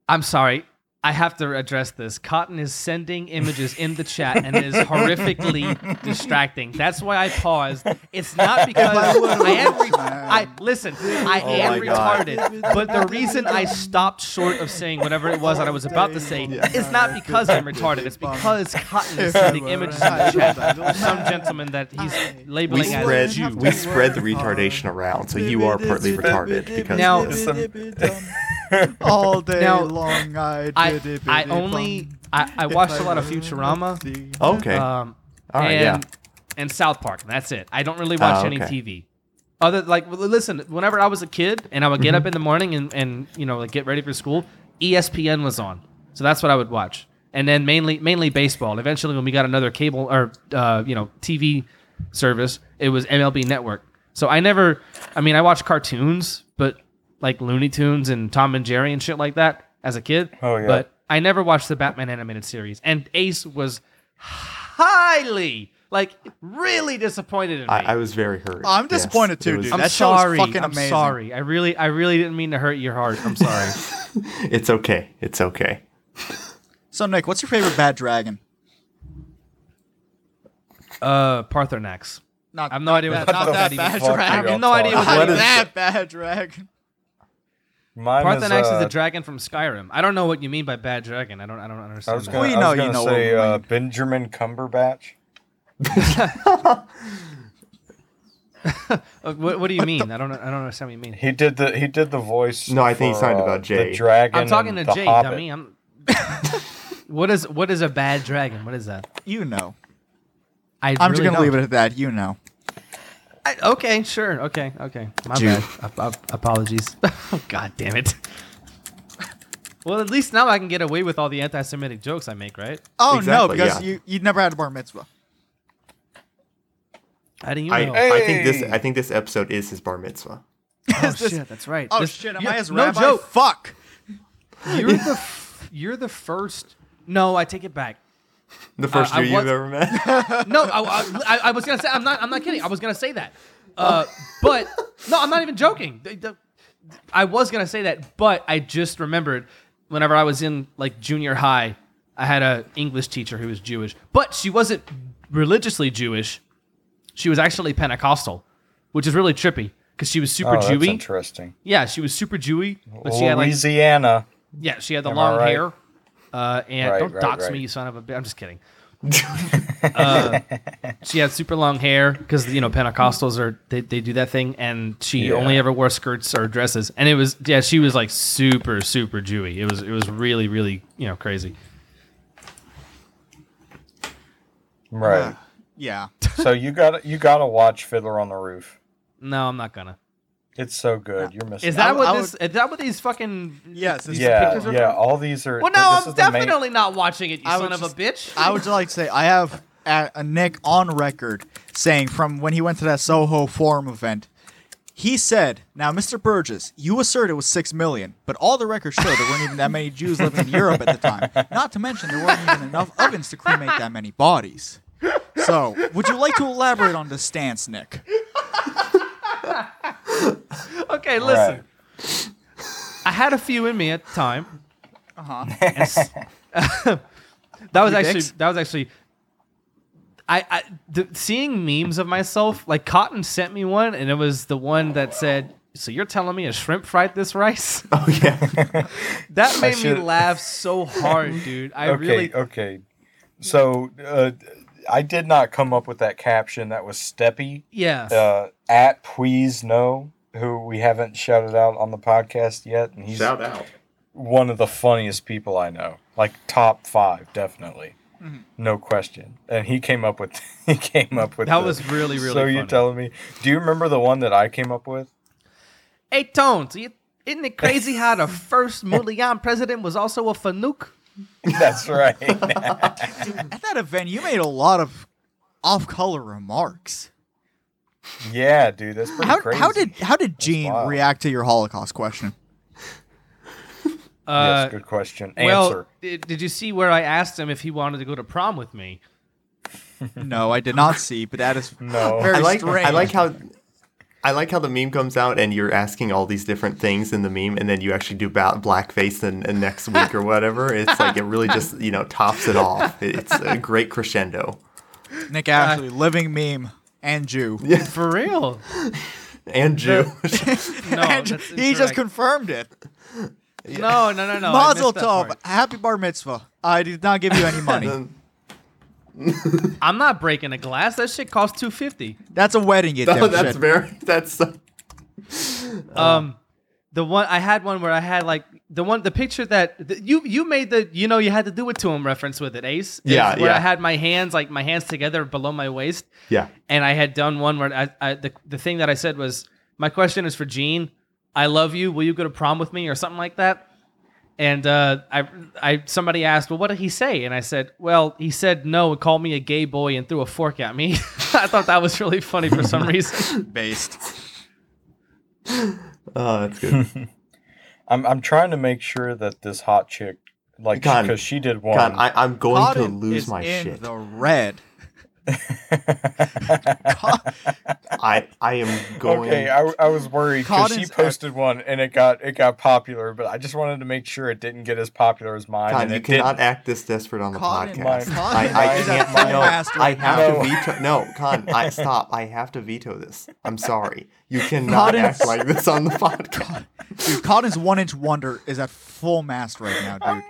[SPEAKER 1] I'm sorry. I have to address this. Cotton is sending images in the chat and it is horrifically distracting. That's why I paused. It's not because I am re- I listen, I am
[SPEAKER 6] Oh my God.
[SPEAKER 1] retarded. But the reason I stopped short of saying whatever it was that I was about to say is not because I'm retarded. It's because Cotton is sending images in the chat of some gentleman that he's
[SPEAKER 6] We
[SPEAKER 1] labeling
[SPEAKER 6] spread
[SPEAKER 1] as a Jew.
[SPEAKER 6] we spread the retardation around, so you are partly retarded because
[SPEAKER 1] Now-
[SPEAKER 6] of this.
[SPEAKER 7] All day
[SPEAKER 1] Now,
[SPEAKER 7] long, I
[SPEAKER 1] I, I only I, I watched a lot of Futurama.
[SPEAKER 7] Oh.
[SPEAKER 6] okay.
[SPEAKER 1] Um,
[SPEAKER 6] All right,
[SPEAKER 1] and,
[SPEAKER 6] yeah.
[SPEAKER 1] and South Park. and That's it. I don't really watch
[SPEAKER 6] Ah,
[SPEAKER 1] any
[SPEAKER 6] okay.
[SPEAKER 1] TV. Other like well, listen, whenever I was a kid and I would get
[SPEAKER 6] Mm-hmm.
[SPEAKER 1] up in the morning and, and you know like get ready for school, E ESPN was on, so that's what I would watch. And then mainly mainly baseball. Eventually, when we got another cable or uh, you know TV service, it was MLB Network. So I never, I mean, I watched cartoons, but like Looney Tunes and Tom and Jerry and shit like that as a kid.
[SPEAKER 5] Oh, yeah.
[SPEAKER 1] But I never watched the Batman animated series, and Ace was highly, like, really disappointed in me.
[SPEAKER 6] I, I was very hurt.
[SPEAKER 7] I'm
[SPEAKER 6] Yes,
[SPEAKER 7] disappointed too,
[SPEAKER 6] it was-
[SPEAKER 7] dude.
[SPEAKER 1] am
[SPEAKER 7] that show was
[SPEAKER 1] sorry.
[SPEAKER 7] fucking
[SPEAKER 1] I'm
[SPEAKER 7] amazing.
[SPEAKER 1] sorry. I really, I really didn't mean to hurt your heart. I'm sorry.
[SPEAKER 6] It's okay. It's okay.
[SPEAKER 7] So Nick, what's your favorite bad dragon?
[SPEAKER 1] uh, Parthenax.
[SPEAKER 7] Not
[SPEAKER 1] I have no idea what
[SPEAKER 7] Not,
[SPEAKER 1] the
[SPEAKER 7] not
[SPEAKER 5] fuck
[SPEAKER 7] that
[SPEAKER 5] you
[SPEAKER 7] bad
[SPEAKER 5] fuck you
[SPEAKER 7] dragon.
[SPEAKER 1] I have
[SPEAKER 5] all
[SPEAKER 1] no
[SPEAKER 5] talk.
[SPEAKER 1] idea what
[SPEAKER 7] Not
[SPEAKER 1] What is
[SPEAKER 7] that bad dragon.
[SPEAKER 5] Mine
[SPEAKER 1] Parthenax is,
[SPEAKER 5] uh,
[SPEAKER 1] the dragon from Skyrim. I don't know what you mean by bad dragon. I don't, I don't understand.
[SPEAKER 5] I was
[SPEAKER 1] that.
[SPEAKER 5] going
[SPEAKER 7] We
[SPEAKER 5] to
[SPEAKER 7] know
[SPEAKER 5] was
[SPEAKER 7] you
[SPEAKER 5] gonna
[SPEAKER 7] know
[SPEAKER 5] say
[SPEAKER 7] what we
[SPEAKER 5] uh, Benjamin Cumberbatch.
[SPEAKER 1] Uh, what, what do you mean? I don't, I don't understand what you mean.
[SPEAKER 5] He did the he did the voice.
[SPEAKER 6] No, I think he's
[SPEAKER 5] for,
[SPEAKER 6] talking
[SPEAKER 5] uh,
[SPEAKER 6] about Jay.
[SPEAKER 5] The dragon.
[SPEAKER 1] I'm talking
[SPEAKER 5] and
[SPEAKER 1] to
[SPEAKER 5] the
[SPEAKER 1] Jay,
[SPEAKER 5] Hobbit.
[SPEAKER 1] dummy. I'm. what is what is a bad dragon? What is that?
[SPEAKER 7] You know.
[SPEAKER 1] I
[SPEAKER 7] I'm just gonna leave it at that. You know.
[SPEAKER 1] I, okay, sure. Okay, okay. My
[SPEAKER 7] Dude.
[SPEAKER 1] bad. Ap- ap- apologies. oh, God damn it. Well, at least now I can get away with all the anti-Semitic jokes I make, right?
[SPEAKER 7] Oh no,
[SPEAKER 6] Exactly,
[SPEAKER 7] because
[SPEAKER 6] yeah.
[SPEAKER 7] you you never had a bar mitzvah.
[SPEAKER 1] I didn't
[SPEAKER 6] I,
[SPEAKER 1] even know.
[SPEAKER 6] I think this.
[SPEAKER 5] Hey!
[SPEAKER 6] I think this episode is his bar mitzvah.
[SPEAKER 1] oh shit, that's right.
[SPEAKER 7] Oh
[SPEAKER 1] This-
[SPEAKER 7] shit, am
[SPEAKER 1] you-
[SPEAKER 7] I as
[SPEAKER 1] no
[SPEAKER 7] rabbi?
[SPEAKER 1] joke.
[SPEAKER 7] Fuck.
[SPEAKER 1] You're the f- you're the first. No, I take it back.
[SPEAKER 6] The first
[SPEAKER 1] Uh, I
[SPEAKER 6] Jew
[SPEAKER 1] was-
[SPEAKER 6] you've ever met.
[SPEAKER 1] No, I, I- I- I was gonna say I'm not. I'm not kidding. I was gonna say that. Uh, but no, I'm not even joking. The- the- I was gonna say that, but I just remembered whenever I was in like junior high, I had a English teacher who was Jewish, but she wasn't religiously Jewish. She was actually Pentecostal, which is really trippy because she was
[SPEAKER 5] Oh,
[SPEAKER 1] super
[SPEAKER 5] that's
[SPEAKER 1] Jewy.
[SPEAKER 5] interesting.
[SPEAKER 1] Yeah, she was super Jewy, but she had like
[SPEAKER 5] Louisiana.
[SPEAKER 1] yeah, she had the
[SPEAKER 5] Am I
[SPEAKER 1] long
[SPEAKER 5] right?
[SPEAKER 1] hair. Uh, and
[SPEAKER 5] Right,
[SPEAKER 1] don't
[SPEAKER 5] right,
[SPEAKER 1] dox
[SPEAKER 5] right.
[SPEAKER 1] me, you son of a bitch. I'm just kidding. uh, she had super long hair because you know Pentecostals are they, they do that thing, and she
[SPEAKER 5] Yeah.
[SPEAKER 1] only ever wore skirts or dresses, and it was yeah she was like super super Jewy. It was it was really really you know crazy.
[SPEAKER 5] Right.
[SPEAKER 7] Yeah.
[SPEAKER 5] so you got you got to watch Fiddler on the Roof.
[SPEAKER 1] No, I'm not gonna.
[SPEAKER 5] It's so good. You're missing.
[SPEAKER 1] Is that
[SPEAKER 5] out.
[SPEAKER 1] what
[SPEAKER 7] I
[SPEAKER 1] this? Is that what these fucking?
[SPEAKER 7] Yes. it's-
[SPEAKER 5] Yeah,
[SPEAKER 1] pictures are
[SPEAKER 5] yeah.
[SPEAKER 1] from?
[SPEAKER 5] All these are.
[SPEAKER 1] Well,
[SPEAKER 5] th-
[SPEAKER 1] no,
[SPEAKER 5] this
[SPEAKER 1] I'm
[SPEAKER 5] is the main-
[SPEAKER 1] definitely not watching it. You
[SPEAKER 7] I
[SPEAKER 1] son
[SPEAKER 7] would
[SPEAKER 1] of a bitch.
[SPEAKER 7] I would just like to say I have a, a Nick on record saying from when he went to that Soho Forum event, he said, "Now, Mr. Burgess, you assert it was six million, but all the records show there weren't even that many Jews living in Europe at the time. Not to mention there weren't even enough ovens to cremate that many bodies." So, would you like to elaborate on this stance, Nick?
[SPEAKER 1] Okay, listen.
[SPEAKER 5] Right.
[SPEAKER 1] I had a few in me at the time. And s- that was
[SPEAKER 7] Uh-huh. Few
[SPEAKER 1] actually
[SPEAKER 7] dicks?
[SPEAKER 1] that was actually. I, I the, seeing memes of myself like Cotton sent me one, and it was the one that said, "So you're telling me a shrimp fried this rice?"
[SPEAKER 6] oh yeah.
[SPEAKER 1] That made me
[SPEAKER 5] should-
[SPEAKER 1] laugh so hard, dude. I
[SPEAKER 5] okay,
[SPEAKER 1] really
[SPEAKER 5] okay. So uh, I did not come up with that caption. That was Steppy
[SPEAKER 1] yeah.
[SPEAKER 5] uh, at Please No, who we haven't shouted out on the podcast yet, and he's
[SPEAKER 6] out.
[SPEAKER 5] one of the funniest people I know. like top five definitely,
[SPEAKER 1] Mm-hmm.
[SPEAKER 5] no question. And he came up with he came up with
[SPEAKER 1] That
[SPEAKER 5] the-
[SPEAKER 1] was really, really
[SPEAKER 5] So you
[SPEAKER 1] funny.
[SPEAKER 5] telling me? Do you remember the one that I came up with?
[SPEAKER 1] Hey, Tones, you, isn't it crazy how the first Mulian president was also a Fanuc?
[SPEAKER 5] That's right.
[SPEAKER 7] At that event, you made a lot of off-color remarks.
[SPEAKER 5] yeah, dude, that's pretty
[SPEAKER 7] How,
[SPEAKER 5] crazy.
[SPEAKER 7] how did how did Gene
[SPEAKER 5] wild.
[SPEAKER 7] react to your Holocaust question?
[SPEAKER 1] Uh,
[SPEAKER 5] yes, good question. Answer.
[SPEAKER 1] Well, did, did you see where I asked him if he wanted to go to prom with me?
[SPEAKER 7] No, I did not see, but that is
[SPEAKER 5] No.
[SPEAKER 7] very
[SPEAKER 6] I like
[SPEAKER 7] strange.
[SPEAKER 6] I like how I like how the meme comes out and you're asking all these different things in the meme and then you actually do about blackface and, and next week or whatever. It's like it really just, you know, tops it off. It's a great crescendo.
[SPEAKER 7] Nick Ashley, living meme and Jew.
[SPEAKER 1] For real?
[SPEAKER 6] And Jew.
[SPEAKER 1] No,
[SPEAKER 7] And
[SPEAKER 1] that's
[SPEAKER 7] he just
[SPEAKER 1] incorrect.
[SPEAKER 7] confirmed it.
[SPEAKER 1] no, no, no, no. I
[SPEAKER 7] Mazel
[SPEAKER 1] missed that
[SPEAKER 7] tov,
[SPEAKER 1] part.
[SPEAKER 7] happy bar mitzvah. I did not give you any money.
[SPEAKER 1] I'm not breaking a glass. That shit costs two fifty.
[SPEAKER 7] That's a wedding, you
[SPEAKER 6] No,
[SPEAKER 7] dipshit.
[SPEAKER 6] that's very that's
[SPEAKER 1] Um, the one I had one where I had like the one the picture that the, you you made the you know you had to do it to him reference with it Ace. It's
[SPEAKER 6] Yeah,
[SPEAKER 1] Where I
[SPEAKER 6] yeah.
[SPEAKER 1] had my hands like my hands together below my waist.
[SPEAKER 6] Yeah.
[SPEAKER 1] And I had done one where I, I the the thing that I said was my question is for Gene. I love you. Will you go to prom with me or something like that? And uh, I I somebody asked, well, what did he say? And I said, well, he said no and called me a gay boy and threw a fork at me. I thought that was really funny for some reason.
[SPEAKER 7] based.
[SPEAKER 6] oh that's good.
[SPEAKER 5] I'm I'm trying to make sure that this hot chick, like,
[SPEAKER 6] God.
[SPEAKER 5] because she did one.
[SPEAKER 6] God, I, I'm going to
[SPEAKER 7] Cotton
[SPEAKER 6] lose
[SPEAKER 7] is
[SPEAKER 6] my
[SPEAKER 7] in
[SPEAKER 6] shit.
[SPEAKER 7] the red.
[SPEAKER 6] I, I am going
[SPEAKER 5] okay, I, I was worried because she
[SPEAKER 1] uh,
[SPEAKER 7] Cotton's-
[SPEAKER 5] posted one and it got it got popular, but I just wanted to make sure it didn't get as popular as mine.
[SPEAKER 6] God,
[SPEAKER 5] and
[SPEAKER 6] you
[SPEAKER 5] it didn't.
[SPEAKER 6] cannot act this desperate on the
[SPEAKER 7] Colin,
[SPEAKER 6] podcast.
[SPEAKER 5] Mike,
[SPEAKER 6] I, I
[SPEAKER 5] Mike,
[SPEAKER 6] can't.
[SPEAKER 5] Mike.
[SPEAKER 6] No,
[SPEAKER 7] Master
[SPEAKER 6] I have
[SPEAKER 5] now.
[SPEAKER 6] to veto. No, Con, I stop. I have to veto this. I'm sorry. You cannot
[SPEAKER 7] Colin-
[SPEAKER 6] act like this on the podcast.
[SPEAKER 7] Dude, Cotton's one inch wonder is at full mast right now, dude.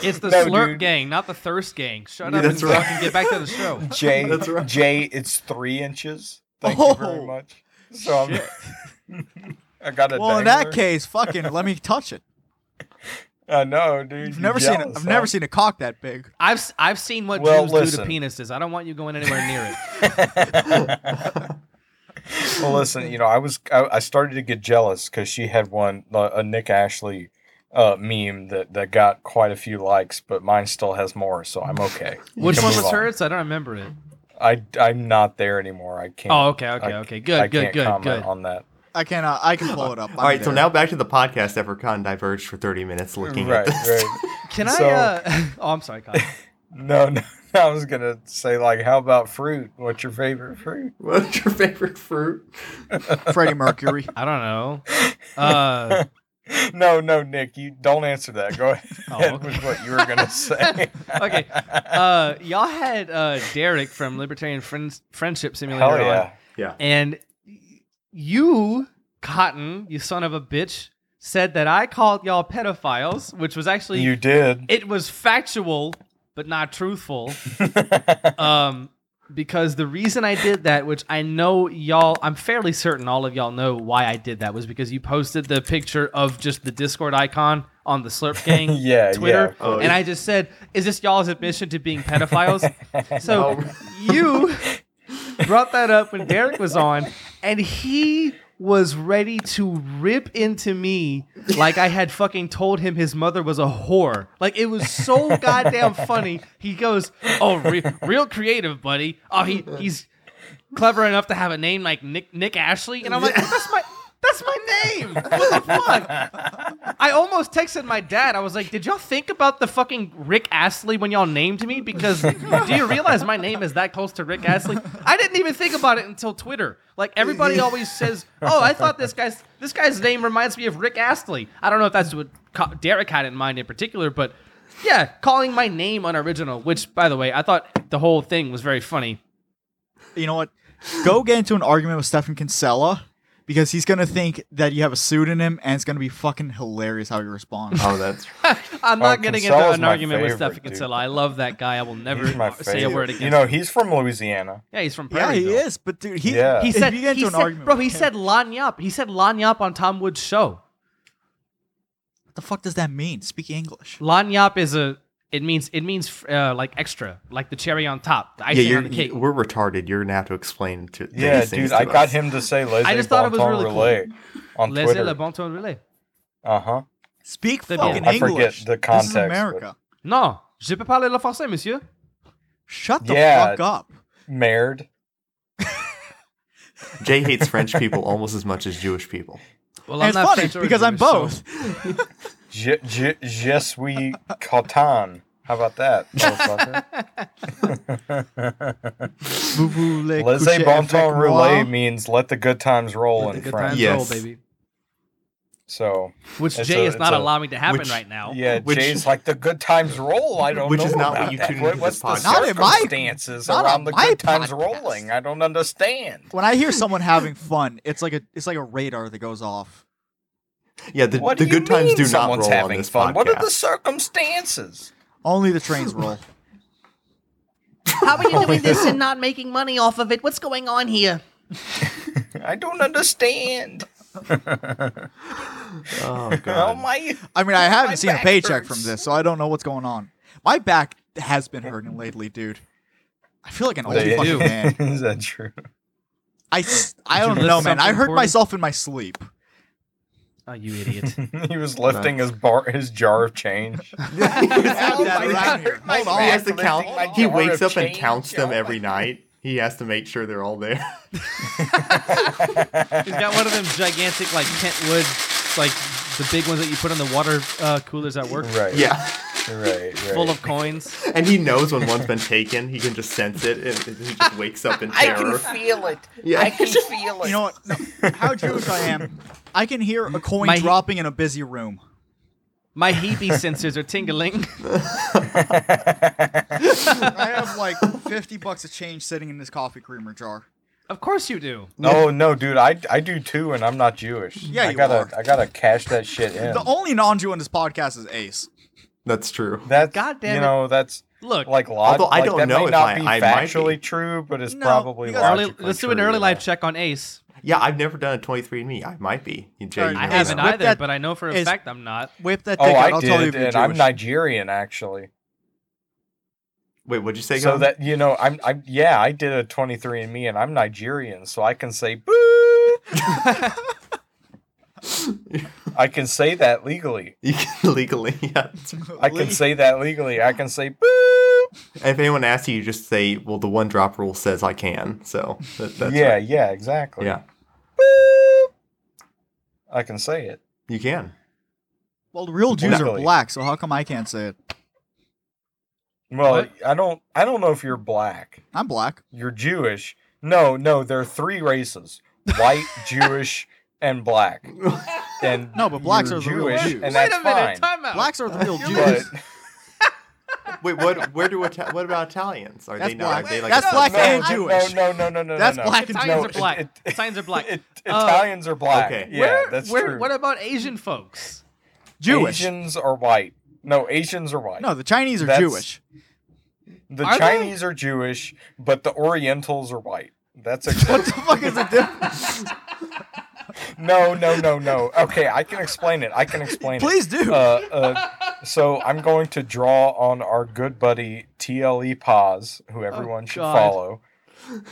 [SPEAKER 1] It's the
[SPEAKER 5] No,
[SPEAKER 1] slurp
[SPEAKER 5] dude.
[SPEAKER 1] gang, not the thirst gang. Shut
[SPEAKER 6] Yeah,
[SPEAKER 1] up
[SPEAKER 6] that's
[SPEAKER 1] and
[SPEAKER 6] right.
[SPEAKER 1] fucking get back to the show.
[SPEAKER 5] Jay,
[SPEAKER 6] That's right.
[SPEAKER 5] Jay, it's three inches. Thank you very
[SPEAKER 7] Oh.
[SPEAKER 5] much. So I'm, I got a.
[SPEAKER 7] Well, in that
[SPEAKER 5] dangler.
[SPEAKER 7] case, fucking let me touch it.
[SPEAKER 5] I know, dude.
[SPEAKER 7] I've
[SPEAKER 5] you
[SPEAKER 7] never seen
[SPEAKER 5] jealous,
[SPEAKER 7] I've
[SPEAKER 5] huh?
[SPEAKER 7] never seen a cock that big.
[SPEAKER 1] I've s- I've seen what
[SPEAKER 5] Well,
[SPEAKER 1] Jews
[SPEAKER 5] listen.
[SPEAKER 1] do to penises. I don't want you going anywhere near it.
[SPEAKER 5] Well, listen, you know, I was I, I started to get jealous because she had one uh, a a Nick Ashley uh, meme that that got quite a few likes, but mine still has more, so I'm okay. We
[SPEAKER 1] Which
[SPEAKER 5] can
[SPEAKER 1] one
[SPEAKER 5] move
[SPEAKER 1] was
[SPEAKER 5] on.
[SPEAKER 1] hers? I don't remember it.
[SPEAKER 5] I I'm not there anymore. I can't.
[SPEAKER 1] Oh, okay, okay,
[SPEAKER 5] I-
[SPEAKER 1] okay. Good,
[SPEAKER 5] I
[SPEAKER 1] good,
[SPEAKER 5] can't
[SPEAKER 1] good,
[SPEAKER 5] comment
[SPEAKER 1] good.
[SPEAKER 5] On that,
[SPEAKER 7] I can uh, I can pull it up.
[SPEAKER 6] All right, so now back to the podcast. Ever Con diverged for 30 minutes looking
[SPEAKER 5] right,
[SPEAKER 6] at this.
[SPEAKER 5] right.
[SPEAKER 1] Can
[SPEAKER 5] So-
[SPEAKER 1] I? Uh, oh, I'm sorry, Kyle.
[SPEAKER 5] No, no. I was gonna say like, how about fruit? What's your favorite fruit?
[SPEAKER 6] What's your favorite fruit?
[SPEAKER 7] Freddie Mercury.
[SPEAKER 1] I don't know. Uh,
[SPEAKER 5] No, no, Nick, you don't answer that. Go ahead
[SPEAKER 1] Oh, okay.
[SPEAKER 5] with what you were gonna say.
[SPEAKER 1] okay, uh, y'all had uh, Derek from Libertarian Friends Friendship Simulator
[SPEAKER 5] Hell yeah.
[SPEAKER 1] on, and you, Cotton, you son of a bitch, said that I called y'all pedophiles, which was actually
[SPEAKER 5] You did.
[SPEAKER 1] it was factual but not truthful um because the reason i did that which i know y'all i'm fairly certain all of y'all know why i did that was because you posted the picture of just the discord icon on the slurp gang
[SPEAKER 5] Yeah,
[SPEAKER 1] twitter
[SPEAKER 5] yeah, of course.
[SPEAKER 1] and i just said is this y'all's admission to being pedophiles so you brought that up when Derek was on, and he was ready to rip into me like I had fucking told him his mother was a whore. Like it was so goddamn funny. He goes, "Oh, re- real creative, buddy. Oh, he he's clever enough to have a name like Nick Nick Ashley." And I'm like, "That's my that's my name. What the fuck?" I almost texted my dad. I was like, "Did y'all think about the fucking Rick Astley when y'all named me? Because do you realize my name is that close to Rick Astley? I didn't even think about it until Twitter. Like everybody always says, "Oh, I thought this guy's this guy's name reminds me of Rick Astley." I don't know if that's what Co- Derek had in mind in particular, but yeah, calling my name unoriginal. Which, by the way, I thought the whole thing was very funny.
[SPEAKER 7] You know what? Go get into an argument with Stefan Kinsella because he's gonna think that you have a pseudonym and it's gonna be fucking hilarious how he responds.
[SPEAKER 6] Oh, that's
[SPEAKER 1] I'm not
[SPEAKER 5] Oh,
[SPEAKER 1] getting into
[SPEAKER 5] Kinsella's
[SPEAKER 1] an
[SPEAKER 5] my
[SPEAKER 1] argument with
[SPEAKER 5] favorite,
[SPEAKER 1] Stefan
[SPEAKER 5] dude.
[SPEAKER 1] Kinsella. I love that guy. I will never
[SPEAKER 5] He's my
[SPEAKER 1] say a word
[SPEAKER 5] favorite.
[SPEAKER 1] against.
[SPEAKER 5] You know, he's from Louisiana.
[SPEAKER 1] yeah, he's from
[SPEAKER 7] yeah,
[SPEAKER 1] Prairie.
[SPEAKER 7] he is, but dude, he
[SPEAKER 5] Yeah.
[SPEAKER 1] He
[SPEAKER 7] if
[SPEAKER 1] said,
[SPEAKER 7] you get into
[SPEAKER 1] he
[SPEAKER 7] an
[SPEAKER 1] said
[SPEAKER 7] argument
[SPEAKER 1] bro,
[SPEAKER 7] with
[SPEAKER 1] he
[SPEAKER 7] him-
[SPEAKER 1] said lanyap. He said lanyap on Tom Wood's show.
[SPEAKER 7] the fuck does that mean? Speak English.
[SPEAKER 1] Lanyap is a. It means it means uh, like extra, like the cherry on top, the
[SPEAKER 6] Yeah,
[SPEAKER 1] icing
[SPEAKER 6] you're,
[SPEAKER 1] on the cake.
[SPEAKER 6] we're retarded. You're gonna have to explain to
[SPEAKER 5] Yeah,
[SPEAKER 6] these things
[SPEAKER 5] dude,
[SPEAKER 6] to
[SPEAKER 5] I got
[SPEAKER 6] us.
[SPEAKER 5] him to say "Laissez
[SPEAKER 1] just thought it was
[SPEAKER 5] bon
[SPEAKER 1] really
[SPEAKER 5] temps
[SPEAKER 1] cool.
[SPEAKER 5] relais" on
[SPEAKER 1] Laissez
[SPEAKER 5] Twitter.
[SPEAKER 1] le bon temps relais.
[SPEAKER 5] uh huh.
[SPEAKER 7] Speak
[SPEAKER 1] They
[SPEAKER 7] fucking
[SPEAKER 1] don't.
[SPEAKER 5] I forget
[SPEAKER 7] English.
[SPEAKER 5] the
[SPEAKER 7] This
[SPEAKER 5] context,
[SPEAKER 7] is
[SPEAKER 5] but-
[SPEAKER 7] America.
[SPEAKER 1] Non, je peux parler le français, monsieur.
[SPEAKER 7] Shut the
[SPEAKER 5] Yeah.
[SPEAKER 7] fuck up.
[SPEAKER 5] Mared.
[SPEAKER 6] Jay hates French people almost as much as Jewish people.
[SPEAKER 1] Well,
[SPEAKER 7] And it's funny
[SPEAKER 1] French or
[SPEAKER 7] because I'm
[SPEAKER 1] Jewish, so-
[SPEAKER 7] both.
[SPEAKER 5] Je, je, je suis content. How about that, motherfucker?
[SPEAKER 7] Vous voulez
[SPEAKER 5] Laissez
[SPEAKER 7] coucher
[SPEAKER 5] bon
[SPEAKER 7] avec
[SPEAKER 5] temps
[SPEAKER 7] moi?
[SPEAKER 5] relais means let the good times roll
[SPEAKER 1] Let the
[SPEAKER 5] in
[SPEAKER 1] good
[SPEAKER 5] French.
[SPEAKER 1] times
[SPEAKER 6] Yes.
[SPEAKER 1] roll, baby.
[SPEAKER 5] So
[SPEAKER 1] Which
[SPEAKER 5] it's
[SPEAKER 1] Jay
[SPEAKER 5] a-
[SPEAKER 1] is not
[SPEAKER 5] it's a-
[SPEAKER 1] allowing to happen
[SPEAKER 6] which-
[SPEAKER 1] right now.
[SPEAKER 5] Yeah,
[SPEAKER 6] Which-
[SPEAKER 5] Jay's like the good times roll. I don't
[SPEAKER 6] Which
[SPEAKER 5] know.
[SPEAKER 6] is not what
[SPEAKER 5] about
[SPEAKER 6] you
[SPEAKER 5] that.
[SPEAKER 6] tune into
[SPEAKER 5] What's
[SPEAKER 6] this
[SPEAKER 5] the
[SPEAKER 7] podcast. Not in my-
[SPEAKER 5] circumstances
[SPEAKER 7] not
[SPEAKER 5] around
[SPEAKER 7] on
[SPEAKER 5] the
[SPEAKER 7] my
[SPEAKER 5] good times
[SPEAKER 7] podcast.
[SPEAKER 5] rolling? I don't understand.
[SPEAKER 7] When I hear someone having fun, it's like a it's like a radar that goes off.
[SPEAKER 6] Yeah, the,
[SPEAKER 5] What
[SPEAKER 6] the
[SPEAKER 5] do you
[SPEAKER 6] good times
[SPEAKER 5] mean
[SPEAKER 6] do not
[SPEAKER 5] someone's
[SPEAKER 6] roll on
[SPEAKER 5] having
[SPEAKER 6] this
[SPEAKER 5] fun?
[SPEAKER 6] podcast.
[SPEAKER 5] What are the circumstances?
[SPEAKER 7] Only the trains roll.
[SPEAKER 11] How are you doing this and not making money off of it? What's going on here?
[SPEAKER 5] I don't understand.
[SPEAKER 6] oh
[SPEAKER 5] Oh
[SPEAKER 6] god!
[SPEAKER 5] my!
[SPEAKER 7] I mean, I haven't seen a
[SPEAKER 5] back
[SPEAKER 7] paycheck
[SPEAKER 5] hurts.
[SPEAKER 7] from this, so I don't know what's going on. My back has been hurting lately, dude. I feel like an old
[SPEAKER 5] They
[SPEAKER 7] fucking
[SPEAKER 5] do.
[SPEAKER 7] man.
[SPEAKER 5] Is that true?
[SPEAKER 7] I, s-
[SPEAKER 1] Did
[SPEAKER 7] I
[SPEAKER 1] you
[SPEAKER 7] don't
[SPEAKER 1] lift
[SPEAKER 7] know, man. I
[SPEAKER 1] something
[SPEAKER 7] hurt
[SPEAKER 1] for me?
[SPEAKER 7] myself in my sleep.
[SPEAKER 1] Oh, you idiot.
[SPEAKER 5] he was lifting his bar, his jar of change.
[SPEAKER 7] Have that
[SPEAKER 5] my
[SPEAKER 7] around
[SPEAKER 5] God.
[SPEAKER 7] here.
[SPEAKER 5] My
[SPEAKER 7] Hold on.
[SPEAKER 5] back.
[SPEAKER 6] he has to
[SPEAKER 5] Lifting
[SPEAKER 6] count.
[SPEAKER 5] my
[SPEAKER 6] He
[SPEAKER 5] jar
[SPEAKER 6] wakes
[SPEAKER 5] of
[SPEAKER 6] up and
[SPEAKER 5] change.
[SPEAKER 6] counts them
[SPEAKER 5] Oh
[SPEAKER 6] every
[SPEAKER 5] my-
[SPEAKER 6] night. He has to make sure they're all there.
[SPEAKER 1] He's got one of them gigantic, like Kentwood, like the big ones that you put on the water uh, coolers at work,
[SPEAKER 5] Right.
[SPEAKER 6] yeah,
[SPEAKER 5] Right. Right.
[SPEAKER 1] full of coins.
[SPEAKER 6] and he knows when one's been taken. He can just sense it, and he just wakes up in
[SPEAKER 10] I can
[SPEAKER 6] terror.
[SPEAKER 10] feel it.
[SPEAKER 6] Yeah.
[SPEAKER 10] I can feel it.
[SPEAKER 7] You know what? No, how Jewish I am. I can hear a coin
[SPEAKER 1] My-
[SPEAKER 7] dropping in a busy room.
[SPEAKER 1] My Hebe sensors are tingling.
[SPEAKER 7] I have like 50 bucks of change sitting in this coffee creamer jar.
[SPEAKER 1] Of course you do.
[SPEAKER 5] No, no, dude, I, I do too, and I'm not Jewish.
[SPEAKER 7] Yeah,
[SPEAKER 5] I
[SPEAKER 7] you
[SPEAKER 5] gotta
[SPEAKER 7] are.
[SPEAKER 5] I gotta cash that shit in.
[SPEAKER 7] The only non Jew on this podcast is Ace.
[SPEAKER 6] That's true.
[SPEAKER 5] That's
[SPEAKER 1] God damn
[SPEAKER 5] you
[SPEAKER 1] it.
[SPEAKER 5] know that's
[SPEAKER 1] Look,
[SPEAKER 5] like log-
[SPEAKER 6] Although I
[SPEAKER 5] like,
[SPEAKER 6] don't
[SPEAKER 5] that
[SPEAKER 6] know
[SPEAKER 5] may
[SPEAKER 6] if
[SPEAKER 5] not
[SPEAKER 6] I-
[SPEAKER 5] be
[SPEAKER 6] I might be.
[SPEAKER 5] factually true, but it's
[SPEAKER 7] No,
[SPEAKER 5] probably
[SPEAKER 7] because-
[SPEAKER 1] early,
[SPEAKER 5] logically
[SPEAKER 1] let's do an
[SPEAKER 5] true,
[SPEAKER 1] early
[SPEAKER 5] yeah.
[SPEAKER 1] life check on Ace.
[SPEAKER 6] Yeah, I've never done a 23andMe. I might be. Jay, you
[SPEAKER 7] I
[SPEAKER 6] know
[SPEAKER 1] I
[SPEAKER 7] Ace,
[SPEAKER 1] haven't
[SPEAKER 6] that.
[SPEAKER 7] whip
[SPEAKER 1] either,
[SPEAKER 7] that-
[SPEAKER 1] but I know for a
[SPEAKER 7] Ace-
[SPEAKER 1] fact I'm not.
[SPEAKER 7] Whip that dick
[SPEAKER 5] Oh,
[SPEAKER 7] out.
[SPEAKER 5] I
[SPEAKER 7] I'll
[SPEAKER 5] did,
[SPEAKER 7] tell you if you're
[SPEAKER 5] and I'm
[SPEAKER 7] Jewish.
[SPEAKER 5] Nigerian actually.
[SPEAKER 6] Wait, what'd you say?
[SPEAKER 5] So
[SPEAKER 6] Gum?
[SPEAKER 5] that you know, I'm I'm yeah, I did a 23andMe, and I'm Nigerian, so I can say boo. I can say that legally.
[SPEAKER 6] you can legally. Yeah, that's right.
[SPEAKER 5] I can say that legally. I can say boo.
[SPEAKER 6] And if anyone asks you, you just say, "Well, the one drop rule says I can." So that, that's
[SPEAKER 5] yeah,
[SPEAKER 6] right.
[SPEAKER 5] yeah, exactly.
[SPEAKER 6] yeah,
[SPEAKER 5] I can say it.
[SPEAKER 6] you can.
[SPEAKER 7] Well, real Jews are
[SPEAKER 5] Legally.
[SPEAKER 7] black, so how come I can't say it?
[SPEAKER 5] Well,
[SPEAKER 1] What?
[SPEAKER 5] I don't I don't know if you're black.
[SPEAKER 7] I'm black.
[SPEAKER 5] You're Jewish. No, no, there are three races. White, Jewish, and black. And
[SPEAKER 7] No, but blacks
[SPEAKER 5] you're
[SPEAKER 7] are the real
[SPEAKER 5] Jewish,
[SPEAKER 7] Jews.
[SPEAKER 5] and
[SPEAKER 1] Wait
[SPEAKER 5] that's
[SPEAKER 1] a minute,
[SPEAKER 5] fine.
[SPEAKER 1] time out.
[SPEAKER 7] Blacks are the real Jews.
[SPEAKER 5] But
[SPEAKER 6] Wait, what? Where do Ita- what about Italians? Are
[SPEAKER 7] That's
[SPEAKER 6] they not?
[SPEAKER 7] black.
[SPEAKER 6] Are they like
[SPEAKER 7] That's
[SPEAKER 6] a-
[SPEAKER 7] black
[SPEAKER 5] no,
[SPEAKER 7] and
[SPEAKER 5] no,
[SPEAKER 7] Jewish.
[SPEAKER 5] No, no, no, no, no.
[SPEAKER 7] That's
[SPEAKER 5] no.
[SPEAKER 7] black and
[SPEAKER 1] Italians
[SPEAKER 5] No,
[SPEAKER 1] are black.
[SPEAKER 5] it- it-
[SPEAKER 1] Italians are black.
[SPEAKER 5] It,
[SPEAKER 1] Uh,
[SPEAKER 5] Italians are black.
[SPEAKER 6] okay.
[SPEAKER 5] Yeah,
[SPEAKER 1] where-
[SPEAKER 5] that's
[SPEAKER 1] where-
[SPEAKER 5] true.
[SPEAKER 1] What about Asian folks?
[SPEAKER 7] Jewish.
[SPEAKER 5] Asians are white. No, Asians are white.
[SPEAKER 7] No, the Chinese are
[SPEAKER 5] That's-
[SPEAKER 7] Jewish.
[SPEAKER 5] the
[SPEAKER 1] Are they?
[SPEAKER 5] Chinese are Jewish, but the Orientals are white. That's a
[SPEAKER 7] What the fuck is the difference?
[SPEAKER 5] No, no, no, no. Okay, I can explain it. I can explain
[SPEAKER 7] Please
[SPEAKER 5] it.
[SPEAKER 7] do.
[SPEAKER 5] Uh, uh, so I'm going to draw on our good buddy TLE Paz, who everyone should
[SPEAKER 1] God.
[SPEAKER 5] follow.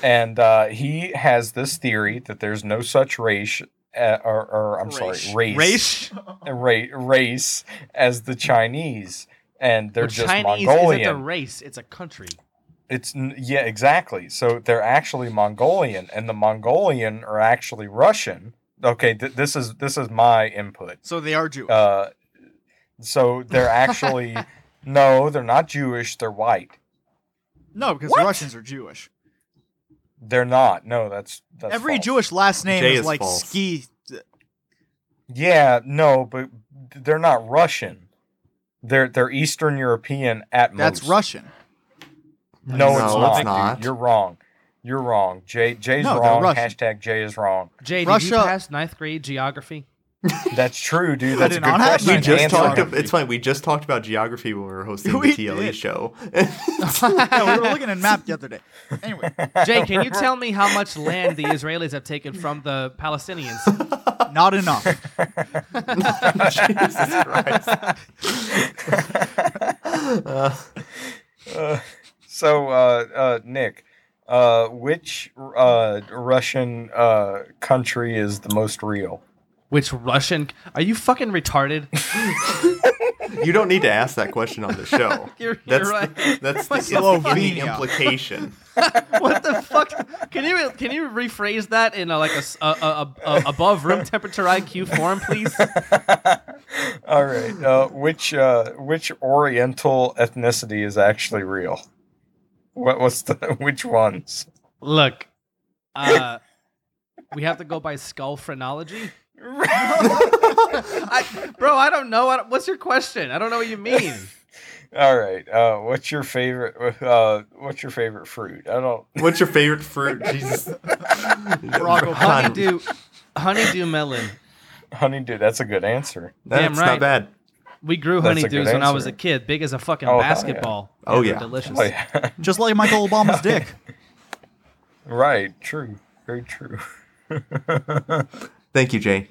[SPEAKER 5] And uh, he has this theory that there's no such race, uh, or, or I'm
[SPEAKER 7] Race.
[SPEAKER 5] sorry, race, ra- race as the Chinese, and they're
[SPEAKER 1] Well,
[SPEAKER 5] just
[SPEAKER 1] Chinese
[SPEAKER 5] Mongolian.
[SPEAKER 1] isn't a race; it's a country.
[SPEAKER 5] It's n- yeah, exactly. So they're actually Mongolian, and the Mongolian are actually Russian. Okay, th- this is this is my input.
[SPEAKER 7] So they are Jewish.
[SPEAKER 5] Uh, so they're actually no, they're not Jewish. They're white.
[SPEAKER 7] no, because
[SPEAKER 5] what?
[SPEAKER 7] Russians are Jewish.
[SPEAKER 5] They're not. No, that's that's
[SPEAKER 7] Every
[SPEAKER 5] false.
[SPEAKER 7] Jewish last name
[SPEAKER 6] Jay
[SPEAKER 7] is,
[SPEAKER 6] is
[SPEAKER 7] like
[SPEAKER 6] false.
[SPEAKER 7] ski.
[SPEAKER 5] Yeah, no, but they're not Russian. They're they're Eastern European at
[SPEAKER 7] That's
[SPEAKER 5] most.
[SPEAKER 7] Russian.
[SPEAKER 5] No, it's
[SPEAKER 6] No,
[SPEAKER 5] not.
[SPEAKER 6] it's
[SPEAKER 5] dude.
[SPEAKER 6] not.
[SPEAKER 5] You're wrong. You're wrong. Jay Jay's
[SPEAKER 7] No, they're
[SPEAKER 5] wrong.
[SPEAKER 7] Russian.
[SPEAKER 5] Hashtag Jay is wrong.
[SPEAKER 1] Jay, did you
[SPEAKER 7] Russia-
[SPEAKER 1] pass ninth grade geography?
[SPEAKER 5] That's true, dude.
[SPEAKER 7] I
[SPEAKER 5] That's a
[SPEAKER 7] did
[SPEAKER 5] good
[SPEAKER 7] not have
[SPEAKER 5] question.
[SPEAKER 6] We
[SPEAKER 7] Right,
[SPEAKER 6] just
[SPEAKER 7] and
[SPEAKER 6] talked.
[SPEAKER 7] geography.
[SPEAKER 6] About, it's funny. We just talked about geography when we were hosting
[SPEAKER 7] We
[SPEAKER 6] the TLE
[SPEAKER 7] did.
[SPEAKER 6] show.
[SPEAKER 7] yeah, we were looking at map the other day. Anyway,
[SPEAKER 1] Jay, can you tell me how much land the Israelis have taken from the Palestinians?
[SPEAKER 7] Not enough.
[SPEAKER 6] Jesus Christ.
[SPEAKER 5] So, uh, uh, Nick, uh, which uh, Russian uh, country is the most real?
[SPEAKER 1] Which Russian? Are you fucking retarded?
[SPEAKER 6] You don't need to ask that question on the show.
[SPEAKER 1] You're-
[SPEAKER 6] that's
[SPEAKER 1] you're right.
[SPEAKER 6] the, that's the,
[SPEAKER 7] Slovenia.
[SPEAKER 6] any implication.
[SPEAKER 1] what the fuck? Can you can you rephrase that in a, like a, s- a- a- a- a- above room temperature IQ form, please?
[SPEAKER 5] All right. Uh, which uh, which Oriental ethnicity is actually real? What what's the which ones?
[SPEAKER 1] Look, uh, we have to go by skull phrenology. I, bro, I don't know. I don't- what's your question? I don't know what you mean.
[SPEAKER 5] All right. Uh, what's your favorite? Uh, what's your favorite fruit? I don't.
[SPEAKER 6] What's your favorite fruit? Jesus. Honey,
[SPEAKER 1] Honeydew, honeydew melon.
[SPEAKER 5] Honeydew. That's a good answer.
[SPEAKER 6] That's
[SPEAKER 1] Damn right.
[SPEAKER 6] not bad.
[SPEAKER 1] We grew
[SPEAKER 5] That's a
[SPEAKER 1] honeydews
[SPEAKER 5] good
[SPEAKER 1] when I was
[SPEAKER 5] answer.
[SPEAKER 1] a kid, big as a fucking
[SPEAKER 5] Oh, hell yeah.
[SPEAKER 1] basketball.
[SPEAKER 6] Oh,
[SPEAKER 1] They were
[SPEAKER 6] yeah.
[SPEAKER 1] delicious.
[SPEAKER 5] Oh, yeah.
[SPEAKER 7] Just like Michael Obama's dick.
[SPEAKER 5] right. True. Very true.
[SPEAKER 6] Thank you, Jane.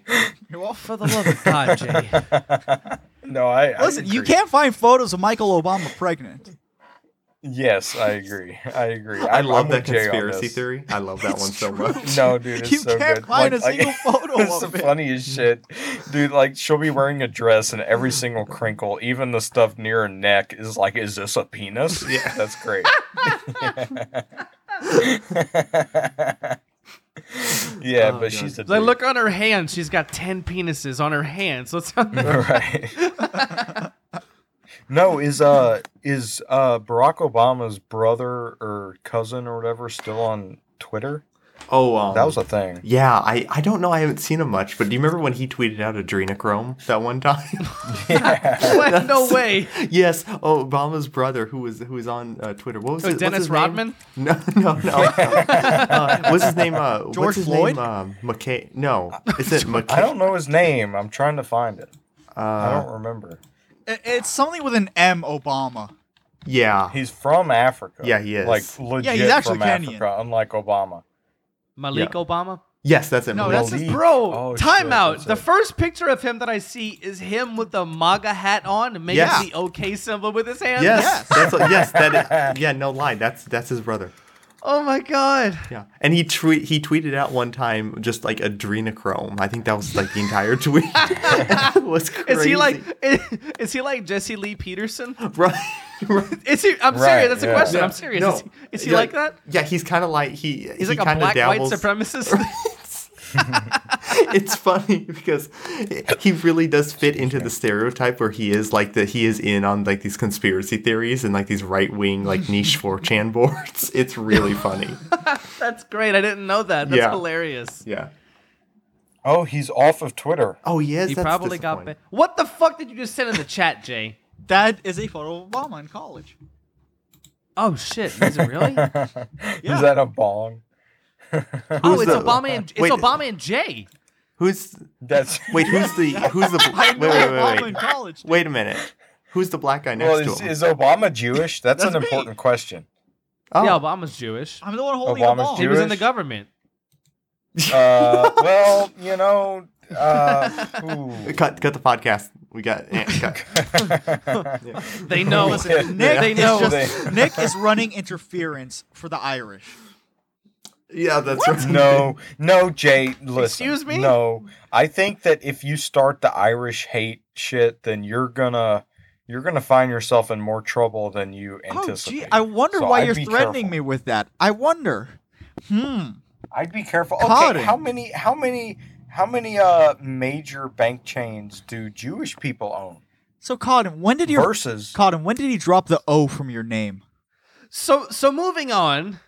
[SPEAKER 1] For the love of God, Jay.
[SPEAKER 5] No, I I
[SPEAKER 7] Listen, you
[SPEAKER 5] agree.
[SPEAKER 7] can't find photos of Michael Obama pregnant.
[SPEAKER 5] Yes, I agree. I agree.
[SPEAKER 6] I
[SPEAKER 5] I'm-
[SPEAKER 6] love
[SPEAKER 5] I'm
[SPEAKER 6] that
[SPEAKER 5] with Jay on
[SPEAKER 6] conspiracy
[SPEAKER 5] this.
[SPEAKER 6] theory. I love that one so much.
[SPEAKER 5] No, dude, it's
[SPEAKER 7] You
[SPEAKER 5] so
[SPEAKER 7] can't
[SPEAKER 5] good.
[SPEAKER 7] find a single photo
[SPEAKER 5] it's
[SPEAKER 7] of
[SPEAKER 5] the
[SPEAKER 7] it.
[SPEAKER 5] funniest shit, dude. Like she'll be wearing a dress, and every single crinkle, even the stuff near her neck, is like, "Is this a penis?" Yeah, that's great. yeah, but she's a.
[SPEAKER 1] Like,
[SPEAKER 5] dude.
[SPEAKER 1] look on her hand. She's got 10 penises on her hands. Let's
[SPEAKER 5] right. no, is uh is uh Barack Obama's brother or cousin or whatever still on Twitter?
[SPEAKER 6] Oh, um,
[SPEAKER 5] That was a thing.
[SPEAKER 6] yeah. I, I don't know. I haven't seen him much, but do you remember when he tweeted out adrenochrome that one time?
[SPEAKER 1] What? No way.
[SPEAKER 6] yes. Oh, Obama's brother, who was who was on uh, Twitter. What was
[SPEAKER 1] Oh,
[SPEAKER 6] it? what's
[SPEAKER 1] Dennis
[SPEAKER 6] his name?
[SPEAKER 1] Rodman?
[SPEAKER 6] No, no, no. uh, what's his name? Uh,
[SPEAKER 7] George
[SPEAKER 6] what's his
[SPEAKER 7] Floyd?
[SPEAKER 6] Name? Um, McKay. No, is it McKay?
[SPEAKER 5] Uh, I don't know his name. I'm trying to find it. I don't remember.
[SPEAKER 7] I- It's something with an M, Obama.
[SPEAKER 6] Yeah.
[SPEAKER 5] He's from Africa.
[SPEAKER 6] Yeah, he is.
[SPEAKER 5] Like
[SPEAKER 6] Yeah,
[SPEAKER 5] legit
[SPEAKER 7] he's actually
[SPEAKER 5] from
[SPEAKER 7] Kenyan.
[SPEAKER 5] Africa, unlike Obama.
[SPEAKER 1] Malik
[SPEAKER 6] Yeah.
[SPEAKER 1] Obama?
[SPEAKER 6] Yes, that's it.
[SPEAKER 7] No,
[SPEAKER 6] Malik.
[SPEAKER 7] that's his
[SPEAKER 5] Malik.
[SPEAKER 1] Bro,
[SPEAKER 5] Oh, shit,
[SPEAKER 1] time out.
[SPEAKER 5] that's
[SPEAKER 1] The
[SPEAKER 5] it.
[SPEAKER 1] first picture of him that I see is him with the MAGA hat on, making
[SPEAKER 6] Yeah.
[SPEAKER 1] the OK symbol with his hand.
[SPEAKER 6] Yes, that's what, yes, that is, yeah, no lie. That's that's his brother.
[SPEAKER 1] Oh my God.
[SPEAKER 6] Yeah, and he tweet he tweeted out one time just like adrenochrome. I think that was like the entire tweet. it was crazy.
[SPEAKER 1] Is he like? Is, he like Jesse Lee Peterson?
[SPEAKER 6] right? right.
[SPEAKER 1] Is he? I'm
[SPEAKER 5] Right,
[SPEAKER 1] serious. That's a
[SPEAKER 5] yeah.
[SPEAKER 1] question.
[SPEAKER 5] Yeah.
[SPEAKER 1] I'm serious.
[SPEAKER 6] No,
[SPEAKER 1] Is he, is he
[SPEAKER 6] Yeah,
[SPEAKER 1] like that?
[SPEAKER 6] Yeah, he's kind of like he.
[SPEAKER 1] He's
[SPEAKER 6] he
[SPEAKER 1] like a
[SPEAKER 6] kinda
[SPEAKER 1] black
[SPEAKER 6] dabbles-
[SPEAKER 1] white supremacist.
[SPEAKER 6] it's funny because he really does fit into the stereotype where he is like that he is in on like these conspiracy theories and like these right wing like niche 4chan boards. It's really funny.
[SPEAKER 1] That's great. I didn't know that. That's
[SPEAKER 6] Yeah.
[SPEAKER 1] hilarious.
[SPEAKER 6] Yeah.
[SPEAKER 5] Oh, he's off of Twitter.
[SPEAKER 6] Oh yes,
[SPEAKER 1] He
[SPEAKER 6] that's
[SPEAKER 1] probably got.
[SPEAKER 6] disappointing.
[SPEAKER 1] Ba- what the fuck did you just send in the chat, Jay?
[SPEAKER 7] That is a photo of Obama in college.
[SPEAKER 1] Oh shit! Is it really?
[SPEAKER 5] Is that a bong?
[SPEAKER 1] oh,
[SPEAKER 6] Who's
[SPEAKER 1] it's
[SPEAKER 6] the-
[SPEAKER 1] Obama and it's
[SPEAKER 6] wait.
[SPEAKER 1] Obama and Jay.
[SPEAKER 6] Who's
[SPEAKER 5] That's
[SPEAKER 6] wait? Who's the who's the wait wait
[SPEAKER 7] Obama
[SPEAKER 6] wait
[SPEAKER 7] in
[SPEAKER 6] wait
[SPEAKER 7] college. dude.
[SPEAKER 6] wait a minute? Who's the black guy next
[SPEAKER 5] well,
[SPEAKER 6] to
[SPEAKER 5] is,
[SPEAKER 6] him?
[SPEAKER 5] is Obama Jewish? That's,
[SPEAKER 7] That's
[SPEAKER 5] an
[SPEAKER 7] me.
[SPEAKER 5] important question.
[SPEAKER 6] oh,
[SPEAKER 1] Yeah, Obama's Jewish.
[SPEAKER 7] I'm the one holding
[SPEAKER 5] Obama's
[SPEAKER 7] the ball.
[SPEAKER 1] He was in the
[SPEAKER 5] Jewish?
[SPEAKER 1] government.
[SPEAKER 5] Uh, well, you know, uh, ooh.
[SPEAKER 6] cut cut the podcast. We got eh, cut.
[SPEAKER 1] They know.
[SPEAKER 7] Nick,
[SPEAKER 1] They
[SPEAKER 7] is
[SPEAKER 1] know.
[SPEAKER 7] just- Nick is running interference for the Irish.
[SPEAKER 6] yeah that's right.
[SPEAKER 5] no, no, Jay. Listen,
[SPEAKER 1] Excuse me?
[SPEAKER 5] No, I think that if you start the Irish hate shit, then you're gonna you're gonna find yourself in more trouble than you
[SPEAKER 7] Oh,
[SPEAKER 5] anticipate.
[SPEAKER 7] gee, I wonder
[SPEAKER 5] So
[SPEAKER 7] why
[SPEAKER 5] I'd
[SPEAKER 7] you're
[SPEAKER 5] be
[SPEAKER 7] threatening
[SPEAKER 5] careful.
[SPEAKER 7] me with that. I wonder. Hmm.
[SPEAKER 5] I'd be careful.
[SPEAKER 7] Caught
[SPEAKER 5] Okay,
[SPEAKER 7] him.
[SPEAKER 5] how many? How many? How many uh major bank chains do Jewish people own
[SPEAKER 7] So, Cotton, when did your
[SPEAKER 5] versus?
[SPEAKER 7] Cotton? When did he drop the O from your name?
[SPEAKER 1] So so moving on.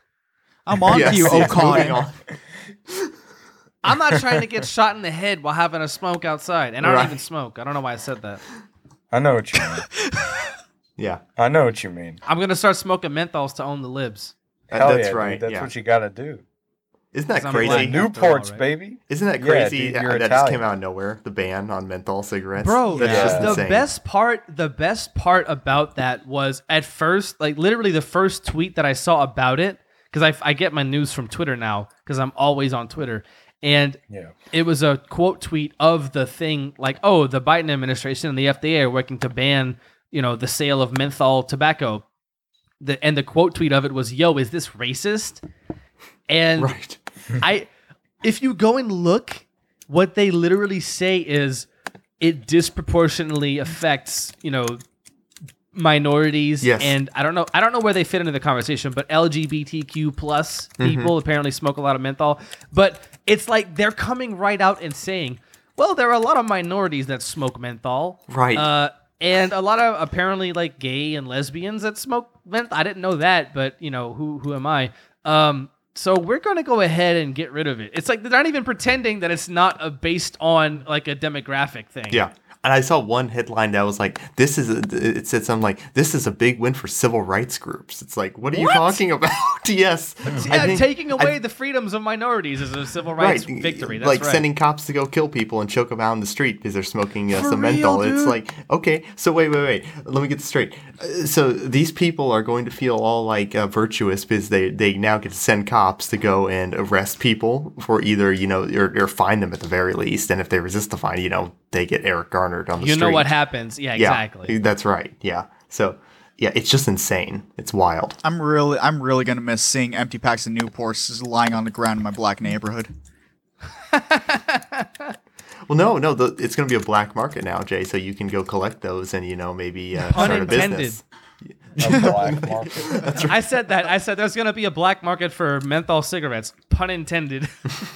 [SPEAKER 7] I'm on
[SPEAKER 6] Yes,
[SPEAKER 7] to you,
[SPEAKER 6] yes, moving
[SPEAKER 7] O'Connor.
[SPEAKER 6] on.
[SPEAKER 1] I'm not trying to get shot in the head while having a smoke outside, and I don't
[SPEAKER 6] Right.
[SPEAKER 1] even smoke. I don't know why I said that.
[SPEAKER 5] I know what you mean.
[SPEAKER 6] Yeah,
[SPEAKER 5] I know what you mean.
[SPEAKER 1] I'm gonna start smoking menthols to own the libs.
[SPEAKER 6] Uh,
[SPEAKER 5] Hell
[SPEAKER 6] that's
[SPEAKER 5] yeah, dude,
[SPEAKER 6] right.
[SPEAKER 5] That's
[SPEAKER 6] yeah.
[SPEAKER 5] what you got to do.
[SPEAKER 6] Isn't that
[SPEAKER 1] I'm
[SPEAKER 6] crazy?
[SPEAKER 1] black. New-
[SPEAKER 5] Newports,
[SPEAKER 1] right?
[SPEAKER 5] baby.
[SPEAKER 6] Isn't that
[SPEAKER 5] Yeah,
[SPEAKER 6] crazy?
[SPEAKER 5] dude, you're
[SPEAKER 6] that just came
[SPEAKER 5] Italian.
[SPEAKER 6] out of nowhere. The ban on menthol cigarettes,
[SPEAKER 1] Bro,
[SPEAKER 6] That's
[SPEAKER 5] yeah.
[SPEAKER 6] just
[SPEAKER 1] the
[SPEAKER 6] insane.
[SPEAKER 1] best part the best part about that was at first, like literally the first tweet that I saw about it, because I, I get my news from Twitter now, because I'm always on Twitter. And
[SPEAKER 5] Yeah.
[SPEAKER 1] it was a quote tweet of the thing like, oh, the Biden administration and the FDA are working to ban, you know, the sale of menthol tobacco. The, and the quote tweet of it was, yo, is this racist? And
[SPEAKER 6] Right.
[SPEAKER 1] I, if you go and look, what they literally say is it disproportionately affects, you know, minorities
[SPEAKER 6] Yes.
[SPEAKER 1] and I don't know I don't know where they fit into the conversation, but LGBTQ plus
[SPEAKER 6] Mm-hmm.
[SPEAKER 1] people apparently smoke a lot of menthol. But it's like they're coming right out and saying, well, there are a lot of minorities that smoke menthol,
[SPEAKER 6] Right.
[SPEAKER 1] Uh, and a lot of apparently like gay and lesbians that smoke menthol. I didn't know that, but you know who who am I? Um, so we're gonna go ahead and get rid of it. It's like they're not even pretending that it's not a, based on like a demographic thing.
[SPEAKER 6] Yeah. And I saw one headline that was like, "This is," a, it said something like, "This is a big win for civil rights groups." It's like, what are you talking about? yes,
[SPEAKER 1] Yeah,
[SPEAKER 6] I think-
[SPEAKER 1] taking
[SPEAKER 6] I-
[SPEAKER 1] away the freedoms of minorities is a civil rights victory. That's
[SPEAKER 6] like
[SPEAKER 1] right.
[SPEAKER 6] sending cops to go kill people and choke them out in the street because they're smoking uh, some menthol. It's like, okay, so wait, wait, wait. Let me get this straight. Uh, so these people are going to feel all like uh, virtuous because they, they now get to send cops to go and arrest people for either, you know, or, or fine them at the very least. And if they resist the fine, you know, they get Eric Garnered on the
[SPEAKER 1] you
[SPEAKER 6] street.
[SPEAKER 1] know what happens. Yeah,
[SPEAKER 6] Yeah,
[SPEAKER 1] exactly.
[SPEAKER 6] That's right. Yeah. So, yeah, it's just insane. It's wild.
[SPEAKER 7] I'm really, I'm really gonna miss seeing empty packs of Newports just lying on the ground in my black neighborhood.
[SPEAKER 6] Well, no, no, the, it's going to be a black market now, Jay. So you can go collect those and you know maybe uh, start a
[SPEAKER 1] Unintended.
[SPEAKER 6] business.
[SPEAKER 5] A black market.
[SPEAKER 1] I said that. I said there's going to be a black market for menthol cigarettes, pun intended.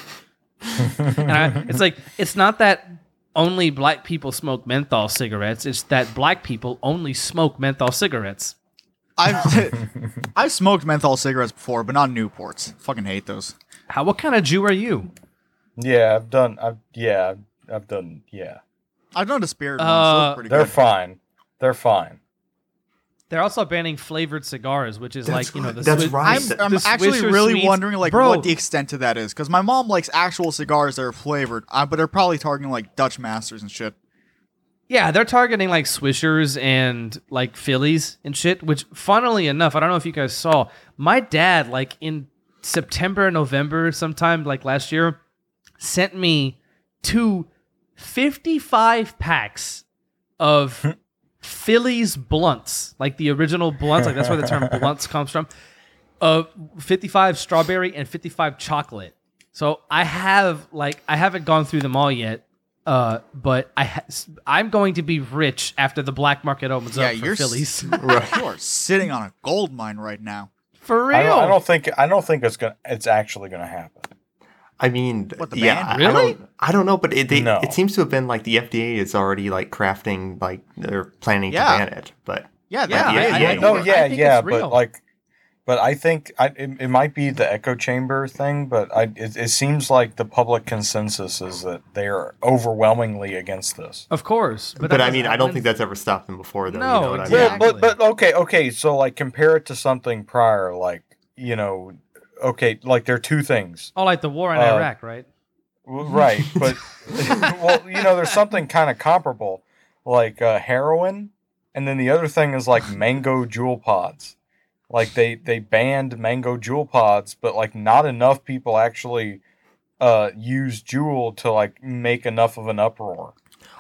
[SPEAKER 1] and I, it's like it's not that only black people smoke menthol cigarettes. It's that black people only smoke menthol cigarettes.
[SPEAKER 7] I've, I've smoked menthol cigarettes before, but not Newports. Fucking hate those.
[SPEAKER 1] How? What kind of Jew are you?
[SPEAKER 5] Yeah, I've done. I've yeah, I've- I've done. Yeah,
[SPEAKER 7] I've done the spirit ones.
[SPEAKER 1] Uh,
[SPEAKER 7] Those are pretty
[SPEAKER 5] they're
[SPEAKER 7] good.
[SPEAKER 5] fine. They're fine.
[SPEAKER 1] They're also banning flavored cigars, which is like you know the
[SPEAKER 6] That's
[SPEAKER 1] Swiss-
[SPEAKER 6] right.
[SPEAKER 7] I'm,
[SPEAKER 6] That-
[SPEAKER 7] I'm
[SPEAKER 1] the
[SPEAKER 7] actually
[SPEAKER 1] Swisher
[SPEAKER 7] really
[SPEAKER 1] sweets-
[SPEAKER 7] wondering like
[SPEAKER 1] Bro.
[SPEAKER 7] what the extent to that is because my mom likes actual cigars that are flavored, uh, but they're probably targeting like Dutch Masters and shit.
[SPEAKER 1] Yeah, they're targeting like Swishers and like Phillies and shit, which funnily enough, I don't know if you guys saw, my dad, like in September, November, sometime like last year, sent me two 55 packs of Phillies blunts, like the original blunts, like that's where the term blunts comes from, of 55 strawberry and 55 chocolate. So I have like I haven't gone through them all yet, uh, but I ha- s- I'm going to be rich after the black market opens
[SPEAKER 7] Yeah,
[SPEAKER 1] up for
[SPEAKER 7] you're s-
[SPEAKER 1] Phillies.
[SPEAKER 7] You are sitting on a gold mine right now.
[SPEAKER 1] for real,
[SPEAKER 5] I don't, I don't think. I don't think it's gonna. It's actually gonna happen.
[SPEAKER 6] I mean,
[SPEAKER 7] What, the
[SPEAKER 6] yeah,
[SPEAKER 7] band?
[SPEAKER 6] I- I
[SPEAKER 1] Really?
[SPEAKER 6] don't, I don't know, but it they,
[SPEAKER 5] No.
[SPEAKER 6] it seems to have been like the FDA is already like crafting like they're planning
[SPEAKER 7] Yeah.
[SPEAKER 6] to ban it, but
[SPEAKER 7] Yeah,
[SPEAKER 1] Yeah,
[SPEAKER 7] that-
[SPEAKER 6] I- I-
[SPEAKER 1] I-
[SPEAKER 5] No,
[SPEAKER 1] think
[SPEAKER 5] yeah,
[SPEAKER 1] it's
[SPEAKER 5] yeah,
[SPEAKER 1] real.
[SPEAKER 5] but like, but I think I, it, it might be the echo chamber thing, but I, it, it seems like the public consensus is that they are overwhelmingly against this.
[SPEAKER 1] of course. But,
[SPEAKER 6] but,
[SPEAKER 1] that
[SPEAKER 6] I
[SPEAKER 1] doesn't
[SPEAKER 6] mean, I don't
[SPEAKER 1] happen.
[SPEAKER 6] think that's ever stopped them before, though.
[SPEAKER 1] No,
[SPEAKER 6] you know what
[SPEAKER 1] Yeah.
[SPEAKER 6] I
[SPEAKER 5] Well,
[SPEAKER 6] mean?
[SPEAKER 5] but but okay, okay. So like, compare it to something prior, like you know, okay, like there are two things.
[SPEAKER 1] Oh, like the war in
[SPEAKER 5] Uh,
[SPEAKER 1] Iraq, right?
[SPEAKER 5] Well, right but well you know there's something kind of comparable like uh, heroin and then the other thing is like mango jewel pods like they they banned mango jewel pods but like not enough people actually uh use jewel to like make enough of an uproar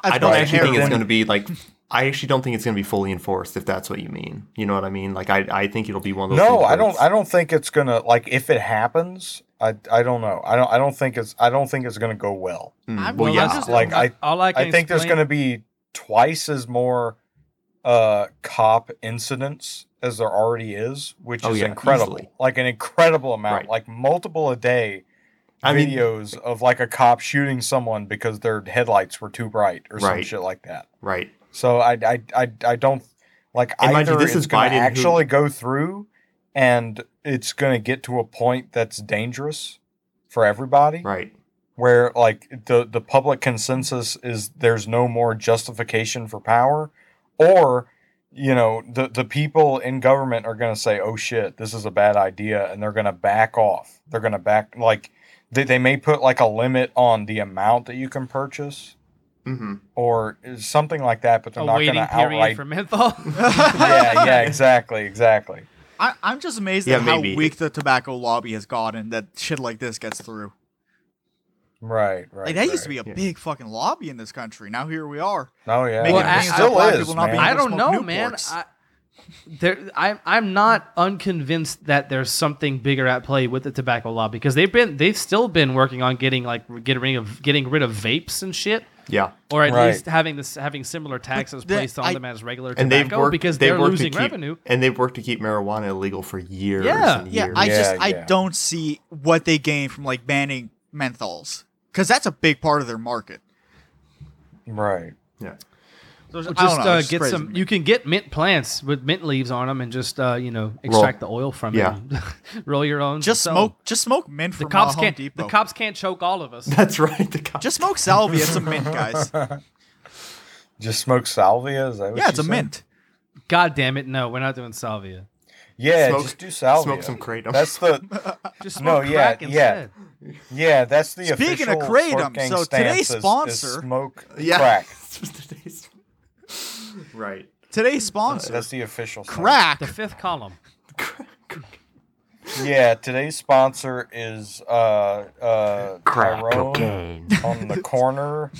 [SPEAKER 7] that's
[SPEAKER 6] I don't
[SPEAKER 7] why
[SPEAKER 6] actually think it's
[SPEAKER 7] heroin-
[SPEAKER 6] going to be like. I actually don't think it's going to be fully enforced if that's what you mean. You know what I mean? Like, I, I think it'll be one of those. things
[SPEAKER 5] no
[SPEAKER 6] where
[SPEAKER 5] i don't
[SPEAKER 6] it's-
[SPEAKER 5] i don't think it's gonna like if it happens i i don't know i don't i don't think it's i don't think it's gonna go well
[SPEAKER 6] Mm,
[SPEAKER 7] I'm-
[SPEAKER 6] well,
[SPEAKER 7] well,
[SPEAKER 6] yeah,
[SPEAKER 7] that's
[SPEAKER 1] just-
[SPEAKER 5] like, I-
[SPEAKER 1] all I,
[SPEAKER 5] I,
[SPEAKER 1] can
[SPEAKER 5] think there's
[SPEAKER 1] explain-
[SPEAKER 5] going to be twice as more uh, cop incidents as there already is, which
[SPEAKER 6] Oh,
[SPEAKER 5] is
[SPEAKER 6] yeah,
[SPEAKER 5] incredible.
[SPEAKER 6] easily.
[SPEAKER 5] Like an incredible amount,
[SPEAKER 6] Right.
[SPEAKER 5] like multiple a day
[SPEAKER 6] I mean- eh
[SPEAKER 5] videos of like a cop shooting someone because their headlights were too bright or some
[SPEAKER 6] Right.
[SPEAKER 5] shit like that.
[SPEAKER 6] right.
[SPEAKER 5] So I I I, I don't like
[SPEAKER 6] And mind you,
[SPEAKER 5] either
[SPEAKER 6] this
[SPEAKER 5] it's
[SPEAKER 6] is
[SPEAKER 5] going
[SPEAKER 6] Biden
[SPEAKER 5] to
[SPEAKER 6] who-
[SPEAKER 5] actually go through and it's going to get to a point that's dangerous for everybody
[SPEAKER 6] Right.
[SPEAKER 5] where like the the public consensus is there's no more justification for power or you know the the people in government are going to say oh shit this is a bad idea and they're going to back off they're going to back like they, they may put like a limit on the amount that you can purchase
[SPEAKER 6] Mm-hmm.
[SPEAKER 5] or something like that but they're
[SPEAKER 1] a
[SPEAKER 5] not going
[SPEAKER 1] waiting
[SPEAKER 5] to
[SPEAKER 1] period
[SPEAKER 5] outright
[SPEAKER 1] for menthol.
[SPEAKER 5] yeah yeah exactly exactly
[SPEAKER 7] I, I'm just amazed
[SPEAKER 6] Yeah,
[SPEAKER 7] at how
[SPEAKER 6] maybe.
[SPEAKER 7] weak the tobacco lobby has gotten that shit like this gets through.
[SPEAKER 5] Right, right.
[SPEAKER 7] Like that used to be
[SPEAKER 5] right.
[SPEAKER 7] a big fucking lobby in this country. Now here we are.
[SPEAKER 5] Oh yeah,
[SPEAKER 7] making
[SPEAKER 1] Well, I-
[SPEAKER 5] it
[SPEAKER 1] things
[SPEAKER 7] about
[SPEAKER 5] still
[SPEAKER 7] black
[SPEAKER 5] is.
[SPEAKER 7] people not
[SPEAKER 5] man.
[SPEAKER 7] being
[SPEAKER 1] I
[SPEAKER 7] able to
[SPEAKER 1] don't
[SPEAKER 7] smoke
[SPEAKER 1] know, man.
[SPEAKER 7] Newports.
[SPEAKER 1] I, there, I'm I'm not unconvinced that there's something bigger at play with the tobacco law because they've been they've still been working on getting like getting rid of getting rid of vapes and shit,
[SPEAKER 6] Yeah.
[SPEAKER 1] or at
[SPEAKER 5] Right.
[SPEAKER 1] least having this having similar taxes
[SPEAKER 7] the-
[SPEAKER 1] placed on
[SPEAKER 7] I-
[SPEAKER 1] them as regular tobacco
[SPEAKER 6] And they've worked
[SPEAKER 1] because
[SPEAKER 6] they've
[SPEAKER 1] they're
[SPEAKER 6] worked
[SPEAKER 1] losing
[SPEAKER 6] to keep,
[SPEAKER 1] revenue.
[SPEAKER 6] And they've worked to keep marijuana illegal for years.
[SPEAKER 1] Yeah.
[SPEAKER 6] and
[SPEAKER 7] Yeah,
[SPEAKER 6] years.
[SPEAKER 7] I just
[SPEAKER 5] Yeah,
[SPEAKER 7] I
[SPEAKER 5] yeah.
[SPEAKER 7] don't see what they gain from like banning menthols because that's a big part of their market.
[SPEAKER 5] Right.
[SPEAKER 6] yeah.
[SPEAKER 1] So just
[SPEAKER 7] I don't know,
[SPEAKER 1] uh,
[SPEAKER 7] it's
[SPEAKER 1] get
[SPEAKER 7] crazy to
[SPEAKER 1] some.
[SPEAKER 7] me.
[SPEAKER 1] You can get mint plants with mint leaves on them, and just uh, you know extract the oil from
[SPEAKER 6] Yeah.
[SPEAKER 1] it. and roll your own.
[SPEAKER 7] Just
[SPEAKER 1] sell 'em.
[SPEAKER 7] smoke, just smoke mint
[SPEAKER 1] The
[SPEAKER 7] from
[SPEAKER 1] cops
[SPEAKER 7] uh, Home
[SPEAKER 1] can't.
[SPEAKER 7] Depot.
[SPEAKER 1] The cops can't choke all of us.
[SPEAKER 6] That's right. The cop-
[SPEAKER 7] just smoke salvia. It's a mint, guys.
[SPEAKER 5] Just smoke salvia. Is that what
[SPEAKER 7] Yeah, it's
[SPEAKER 5] you
[SPEAKER 7] a
[SPEAKER 5] said?
[SPEAKER 7] mint.
[SPEAKER 1] God damn it! No, we're not doing salvia.
[SPEAKER 5] Yeah,
[SPEAKER 6] Smoke-
[SPEAKER 5] just do salvia.
[SPEAKER 6] smoke some kratom.
[SPEAKER 5] That's the
[SPEAKER 1] Just
[SPEAKER 5] No,
[SPEAKER 1] smoke
[SPEAKER 5] yeah,
[SPEAKER 1] crack
[SPEAKER 5] yeah.
[SPEAKER 1] instead.
[SPEAKER 5] yeah. That's the
[SPEAKER 7] Speaking of
[SPEAKER 5] official
[SPEAKER 7] kratom,
[SPEAKER 5] Slurp Gang
[SPEAKER 7] so
[SPEAKER 5] stance
[SPEAKER 7] today's
[SPEAKER 5] is- is
[SPEAKER 7] sponsor-
[SPEAKER 5] smoke
[SPEAKER 6] yeah.
[SPEAKER 5] crack.
[SPEAKER 6] Today's- right.
[SPEAKER 7] Today's sponsor,
[SPEAKER 5] That's the official sponsor.
[SPEAKER 7] crack.
[SPEAKER 1] The fifth column.
[SPEAKER 5] Yeah, today's sponsor is uh uh
[SPEAKER 10] Crack
[SPEAKER 5] Tyrone
[SPEAKER 10] cocaine.
[SPEAKER 5] on the corner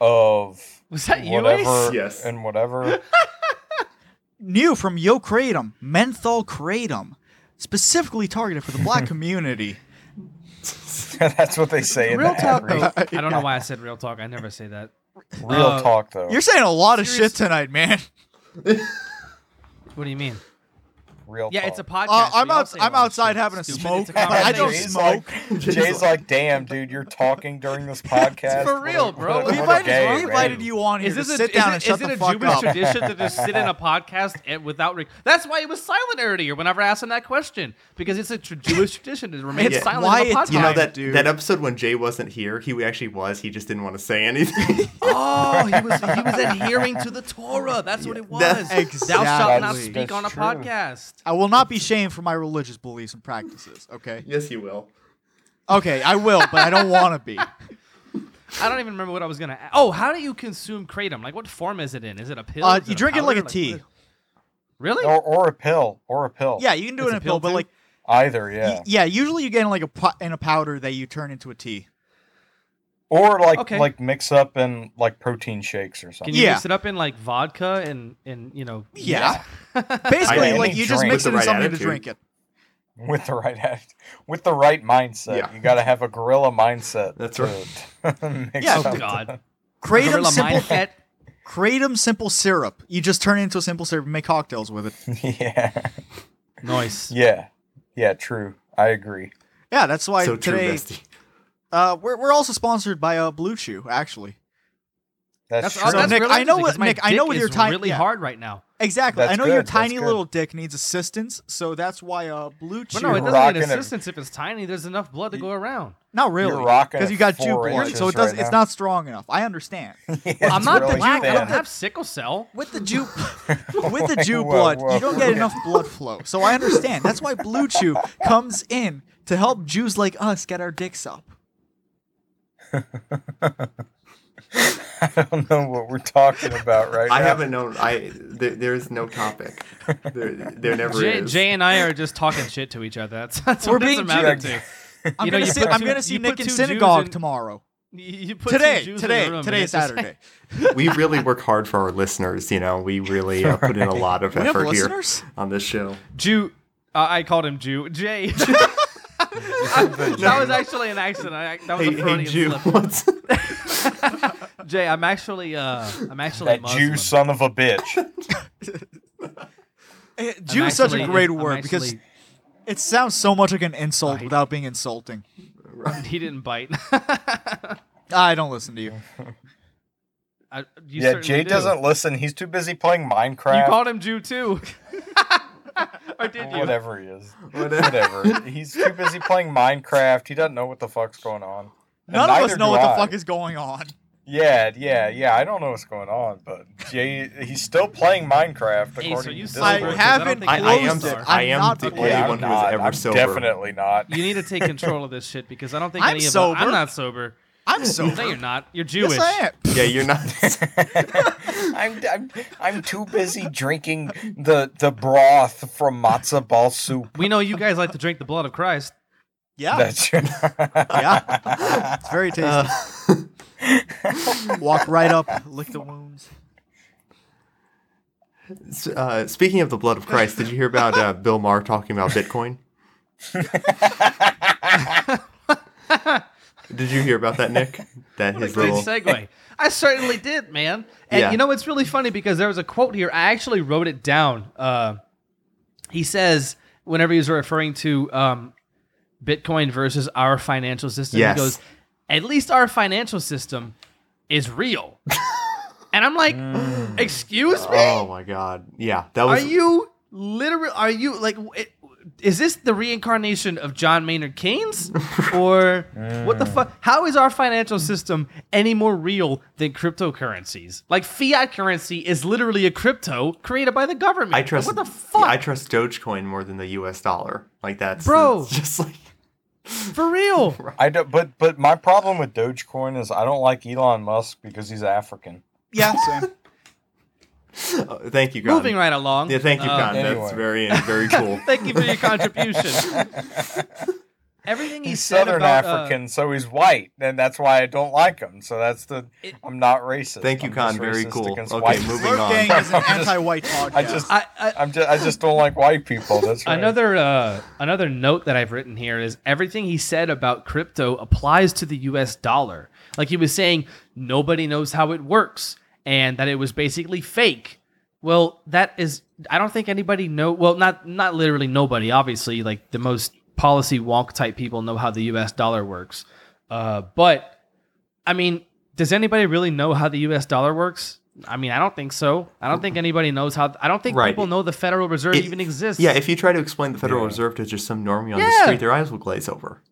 [SPEAKER 5] of
[SPEAKER 1] Was that you, Ace?
[SPEAKER 5] whatever
[SPEAKER 6] Yes.
[SPEAKER 5] and whatever.
[SPEAKER 7] new from Yo Kratom, menthol kratom, specifically targeted for the black community.
[SPEAKER 5] That's what they say in
[SPEAKER 1] Real
[SPEAKER 5] the
[SPEAKER 1] talk,
[SPEAKER 5] ad
[SPEAKER 1] though.
[SPEAKER 5] read.
[SPEAKER 1] I don't know why I said real talk. I never say that.
[SPEAKER 5] Real
[SPEAKER 1] Uh,
[SPEAKER 5] talk though.
[SPEAKER 7] You're saying a lot of shit tonight, man.
[SPEAKER 1] What do you mean?
[SPEAKER 5] Real
[SPEAKER 1] Yeah,
[SPEAKER 5] talk.
[SPEAKER 1] it's a podcast.
[SPEAKER 7] Uh, I'm
[SPEAKER 1] we all
[SPEAKER 7] out,
[SPEAKER 1] say a
[SPEAKER 7] I'm
[SPEAKER 1] lot of
[SPEAKER 7] outside
[SPEAKER 1] shit.
[SPEAKER 7] having a
[SPEAKER 1] Stupid.
[SPEAKER 7] smoke.
[SPEAKER 1] It's
[SPEAKER 7] but I
[SPEAKER 1] conversation.
[SPEAKER 7] don't
[SPEAKER 5] Jay's
[SPEAKER 7] smoke.
[SPEAKER 5] Like, Jay's like, damn, dude, you're talking during this podcast.
[SPEAKER 1] For real, bro.
[SPEAKER 5] What a-
[SPEAKER 7] we
[SPEAKER 5] what a
[SPEAKER 7] invited,
[SPEAKER 5] gay
[SPEAKER 7] we
[SPEAKER 5] man.
[SPEAKER 7] invited you on here
[SPEAKER 1] Is this
[SPEAKER 7] to
[SPEAKER 1] a,
[SPEAKER 7] sit
[SPEAKER 1] is
[SPEAKER 7] down
[SPEAKER 1] it-
[SPEAKER 7] and shut
[SPEAKER 1] is it
[SPEAKER 7] the
[SPEAKER 1] a
[SPEAKER 7] fuck
[SPEAKER 1] Jewish
[SPEAKER 7] up.
[SPEAKER 1] tradition to just sit in a podcast and without? Rec- That's why it was silent earlier whenever I asked him that question because it's a tr- Jewish tradition to remain
[SPEAKER 7] It's
[SPEAKER 1] silent
[SPEAKER 7] why
[SPEAKER 1] in a
[SPEAKER 7] it's-
[SPEAKER 1] podcast.
[SPEAKER 6] You know that
[SPEAKER 7] dude.
[SPEAKER 6] that episode when Jay wasn't here, he actually was. He just didn't want to say anything.
[SPEAKER 1] oh, he was he was adhering to the Torah. That's what it was.
[SPEAKER 6] That-
[SPEAKER 1] Thou shalt not
[SPEAKER 7] Exactly.
[SPEAKER 1] speak on a
[SPEAKER 5] That's true.
[SPEAKER 1] podcast.
[SPEAKER 7] I will not be shamed for my religious beliefs and practices. Okay.
[SPEAKER 6] yes, he will.
[SPEAKER 7] Okay, I will, but I don't want to be.
[SPEAKER 1] I don't even remember what I was gonna. a- Oh, how do you consume kratom? Like, what form is it in? Is it a pill?
[SPEAKER 7] Uh,
[SPEAKER 1] Is
[SPEAKER 7] you
[SPEAKER 1] a
[SPEAKER 7] drink it like
[SPEAKER 1] powder?
[SPEAKER 7] a tea.
[SPEAKER 1] what- Really?
[SPEAKER 5] Or, or a pill. Or a pill.
[SPEAKER 7] Yeah, you can do
[SPEAKER 1] It's
[SPEAKER 7] it in
[SPEAKER 1] a
[SPEAKER 7] a pill,
[SPEAKER 1] pill,
[SPEAKER 7] but
[SPEAKER 1] too?
[SPEAKER 7] like,
[SPEAKER 5] Either,
[SPEAKER 7] y-
[SPEAKER 5] yeah.
[SPEAKER 7] yeah, usually you get in like a pot in a powder that you turn into a tea.
[SPEAKER 5] Or like
[SPEAKER 1] Okay.
[SPEAKER 5] like mix up in like protein shakes or
[SPEAKER 1] Can
[SPEAKER 5] something.
[SPEAKER 1] you
[SPEAKER 7] Yeah.
[SPEAKER 1] mix it up in like vodka and and you know?
[SPEAKER 7] Yeah.
[SPEAKER 5] I
[SPEAKER 7] Basically,
[SPEAKER 5] mean,
[SPEAKER 7] like
[SPEAKER 5] any
[SPEAKER 7] you just
[SPEAKER 5] drink.
[SPEAKER 7] mix it
[SPEAKER 6] With the
[SPEAKER 7] in
[SPEAKER 6] right
[SPEAKER 7] something to
[SPEAKER 6] attitude.
[SPEAKER 7] drink it.
[SPEAKER 5] with the right act, with the right mindset.
[SPEAKER 6] Yeah.
[SPEAKER 5] You got to have a gorilla mindset.
[SPEAKER 6] That's
[SPEAKER 5] to- to mix
[SPEAKER 7] Yeah,
[SPEAKER 5] up
[SPEAKER 1] Oh
[SPEAKER 5] the-
[SPEAKER 1] God.
[SPEAKER 7] Kratom
[SPEAKER 1] Gorilla
[SPEAKER 7] simple,
[SPEAKER 1] mindset.
[SPEAKER 7] kratom simple syrup. You just turn it into a simple syrup and make cocktails with it.
[SPEAKER 5] yeah,
[SPEAKER 1] Nice.
[SPEAKER 5] yeah, yeah. True. I agree.
[SPEAKER 7] Yeah, that's why
[SPEAKER 6] so true,
[SPEAKER 7] today
[SPEAKER 6] Bestie.
[SPEAKER 7] uh, we're we're also sponsored by uh, Blue Chew actually.
[SPEAKER 5] That's,
[SPEAKER 7] So,
[SPEAKER 5] true.
[SPEAKER 7] Nick, I know what- Nick, I know what your
[SPEAKER 1] your
[SPEAKER 7] time-
[SPEAKER 1] really
[SPEAKER 7] yeah.
[SPEAKER 1] hard right now.
[SPEAKER 7] Exactly.
[SPEAKER 5] That's
[SPEAKER 7] I know
[SPEAKER 5] good,
[SPEAKER 7] your
[SPEAKER 5] that's
[SPEAKER 7] tiny
[SPEAKER 5] good.
[SPEAKER 7] little dick needs assistance, so that's why uh, Blue Chew.
[SPEAKER 1] But no, it doesn't
[SPEAKER 5] rocking
[SPEAKER 1] need
[SPEAKER 5] it.
[SPEAKER 1] assistance if it's tiny. There's enough blood to go around.
[SPEAKER 7] not really,
[SPEAKER 5] rocking
[SPEAKER 7] because
[SPEAKER 5] it
[SPEAKER 7] you got Jew
[SPEAKER 5] four
[SPEAKER 7] blood,
[SPEAKER 5] inches
[SPEAKER 7] so it does.
[SPEAKER 5] right
[SPEAKER 7] it's
[SPEAKER 5] now.
[SPEAKER 7] not strong enough. I understand.
[SPEAKER 1] I'm
[SPEAKER 5] It's
[SPEAKER 1] not
[SPEAKER 5] really
[SPEAKER 1] black. I don't
[SPEAKER 5] thin.
[SPEAKER 1] have sickle cell.
[SPEAKER 7] With the Jew, with the Jew
[SPEAKER 5] Whoa,
[SPEAKER 7] blood,
[SPEAKER 5] whoa,
[SPEAKER 7] you don't get enough blood flow. So I understand. That's why Blue Chew comes in to help Jews like us get our dicks up.
[SPEAKER 5] I don't know what we're talking about right
[SPEAKER 6] I
[SPEAKER 5] now.
[SPEAKER 6] haven't known. I there, there is no topic. There, there never
[SPEAKER 1] Jay,
[SPEAKER 6] is.
[SPEAKER 1] Jay and I are just talking shit to each other. That's, that's
[SPEAKER 7] We're
[SPEAKER 1] what
[SPEAKER 7] being
[SPEAKER 1] this amounted
[SPEAKER 5] Jew-
[SPEAKER 1] to.
[SPEAKER 7] I'm
[SPEAKER 1] You know,
[SPEAKER 7] gonna
[SPEAKER 1] you
[SPEAKER 7] see.
[SPEAKER 1] put
[SPEAKER 7] I'm
[SPEAKER 1] two-
[SPEAKER 7] gonna see
[SPEAKER 1] you put
[SPEAKER 7] Nick in
[SPEAKER 1] two Jews
[SPEAKER 7] synagogue
[SPEAKER 1] in-
[SPEAKER 7] tomorrow.
[SPEAKER 1] You, you put two
[SPEAKER 7] Today,
[SPEAKER 1] Jews in a
[SPEAKER 7] today,
[SPEAKER 1] room
[SPEAKER 7] today
[SPEAKER 1] and
[SPEAKER 7] is
[SPEAKER 1] it's just like-
[SPEAKER 7] Saturday.
[SPEAKER 6] we really work hard for our listeners. You know, we really uh, put in a lot of
[SPEAKER 7] We have
[SPEAKER 6] effort here
[SPEAKER 7] listeners?
[SPEAKER 6] on this show.
[SPEAKER 1] Jew. Uh, I called him Jew. Jay. that was actually an accident. I, that was
[SPEAKER 6] Hey,
[SPEAKER 1] a
[SPEAKER 6] hey
[SPEAKER 1] Freudian
[SPEAKER 6] Jew,
[SPEAKER 1] slip.
[SPEAKER 6] what's
[SPEAKER 1] Jay, I'm actually, uh, I'm actually
[SPEAKER 5] that
[SPEAKER 1] Muslim.
[SPEAKER 5] Jew son of a bitch.
[SPEAKER 7] Eh,
[SPEAKER 1] I'm
[SPEAKER 7] Jew is such a
[SPEAKER 1] actually-
[SPEAKER 7] great
[SPEAKER 1] I'm
[SPEAKER 7] word because
[SPEAKER 1] actually-
[SPEAKER 7] it sounds so much like an insult without being insulting.
[SPEAKER 1] he didn't bite.
[SPEAKER 7] I don't listen to you.
[SPEAKER 1] I, you
[SPEAKER 5] yeah,
[SPEAKER 1] certainly
[SPEAKER 5] Jay
[SPEAKER 1] do.
[SPEAKER 5] doesn't listen. He's too busy playing
[SPEAKER 1] You
[SPEAKER 5] Minecraft.
[SPEAKER 1] called him Jew too. or did you?
[SPEAKER 5] Whatever he is, whatever. He's too busy playing Minecraft. He doesn't know what the fuck's going on. And
[SPEAKER 7] None of us
[SPEAKER 5] neither
[SPEAKER 7] know
[SPEAKER 5] do
[SPEAKER 7] what the
[SPEAKER 5] I.
[SPEAKER 7] fuck is going on.
[SPEAKER 5] Yeah, yeah, yeah. I don't know what's going on, but Jay, he's still playing Minecraft. According
[SPEAKER 1] Hey, so you
[SPEAKER 5] to
[SPEAKER 1] sober,
[SPEAKER 5] Discord.
[SPEAKER 7] I
[SPEAKER 1] 'cause don't
[SPEAKER 7] haven't
[SPEAKER 1] think
[SPEAKER 6] I, I am.
[SPEAKER 7] Closed it.
[SPEAKER 6] I
[SPEAKER 7] I'm
[SPEAKER 6] am
[SPEAKER 7] not
[SPEAKER 6] the
[SPEAKER 7] the
[SPEAKER 6] only
[SPEAKER 7] only
[SPEAKER 5] I'm
[SPEAKER 6] one who
[SPEAKER 5] not.
[SPEAKER 6] is ever
[SPEAKER 5] I'm
[SPEAKER 6] sober.
[SPEAKER 5] Definitely not.
[SPEAKER 1] You need to take control of this shit because I don't think
[SPEAKER 7] I'm
[SPEAKER 1] any of
[SPEAKER 7] sober.
[SPEAKER 1] us. I'm not sober.
[SPEAKER 7] I'm sober.
[SPEAKER 1] No, you're not. You're Jewish.
[SPEAKER 7] Yes, I am.
[SPEAKER 6] Yeah, you're not.
[SPEAKER 5] I'm, I'm I'm too busy drinking the the broth from matzo ball soup.
[SPEAKER 1] We know you guys like to drink the blood of Christ.
[SPEAKER 7] Yeah,
[SPEAKER 5] That's
[SPEAKER 7] yeah. It's very tasty. Walk right up, lick the wounds.
[SPEAKER 6] S- Uh, speaking of the blood of Christ, did you hear about uh, Bill Maher talking about Bitcoin? did you hear about that, Nick? That his
[SPEAKER 1] Good
[SPEAKER 6] little
[SPEAKER 1] segue. I certainly did, man. And
[SPEAKER 6] Yeah.
[SPEAKER 1] you know, it's really funny because there was a quote here. I actually wrote it down. Uh, he says, whenever he was referring to um, Bitcoin versus our financial system,
[SPEAKER 6] Yes.
[SPEAKER 1] he goes, at least our financial system is real. and I'm like, excuse me?
[SPEAKER 6] Oh my god! Yeah, that
[SPEAKER 1] Are
[SPEAKER 6] was
[SPEAKER 1] you literal? Are you like? w- it- Is this the reincarnation of John Maynard Keynes, or
[SPEAKER 5] Uh.
[SPEAKER 1] what the fuck? How is our financial system any more real than cryptocurrencies? Like fiat currency is literally a crypto created by the government.
[SPEAKER 6] I
[SPEAKER 1] Like,
[SPEAKER 6] trust
[SPEAKER 1] what the fuck,
[SPEAKER 6] I trust Dogecoin more than the U.S. dollar. Like that's
[SPEAKER 1] Bro.
[SPEAKER 6] it's Just like
[SPEAKER 1] for real?
[SPEAKER 5] I don't, but but my problem with Dogecoin is I don't like Elon Musk because he's African.
[SPEAKER 7] Yeah, same.
[SPEAKER 6] oh, thank you, God.
[SPEAKER 1] Moving right along.
[SPEAKER 6] Yeah, thank you,
[SPEAKER 1] Uh,
[SPEAKER 6] God.
[SPEAKER 5] Oh, anyway.
[SPEAKER 6] That's very very cool.
[SPEAKER 1] Thank you for your contribution. Everything he
[SPEAKER 5] He's
[SPEAKER 1] said
[SPEAKER 5] Southern
[SPEAKER 1] about, uh,
[SPEAKER 5] African, so he's white, and that's why I don't like him. So that's the
[SPEAKER 1] It-
[SPEAKER 5] I'm not racist.
[SPEAKER 6] Thank you,
[SPEAKER 5] I'm
[SPEAKER 6] Khan.
[SPEAKER 5] just
[SPEAKER 6] Very
[SPEAKER 5] racist
[SPEAKER 6] cool.
[SPEAKER 5] against
[SPEAKER 6] Okay,
[SPEAKER 5] white
[SPEAKER 6] moving
[SPEAKER 5] people.
[SPEAKER 6] on.
[SPEAKER 7] Gang is an
[SPEAKER 5] I'm just-
[SPEAKER 7] anti-white podcast.
[SPEAKER 5] I just
[SPEAKER 1] I, I,
[SPEAKER 5] I'm just I just don't like white people. That's right.
[SPEAKER 1] Another uh, another note that I've written here is everything he said about crypto applies to the U.S. dollar. Like he was saying, nobody knows how it works, and that it was basically fake. Well, that is, I don't think anybody know. Well, not not literally nobody. Obviously, like the most policy wonk type people know how the U.S. dollar works. Uh, but I mean, does anybody really know how the U.S. dollar works? I mean, I don't think so. I don't think anybody knows how. I don't think
[SPEAKER 6] Right.
[SPEAKER 1] people know the Federal Reserve
[SPEAKER 6] It-
[SPEAKER 1] even exists.
[SPEAKER 6] Yeah, if you try to explain the Federal
[SPEAKER 5] Yeah.
[SPEAKER 6] Reserve to just some normie on
[SPEAKER 1] Yeah.
[SPEAKER 6] the street, their eyes will glaze over.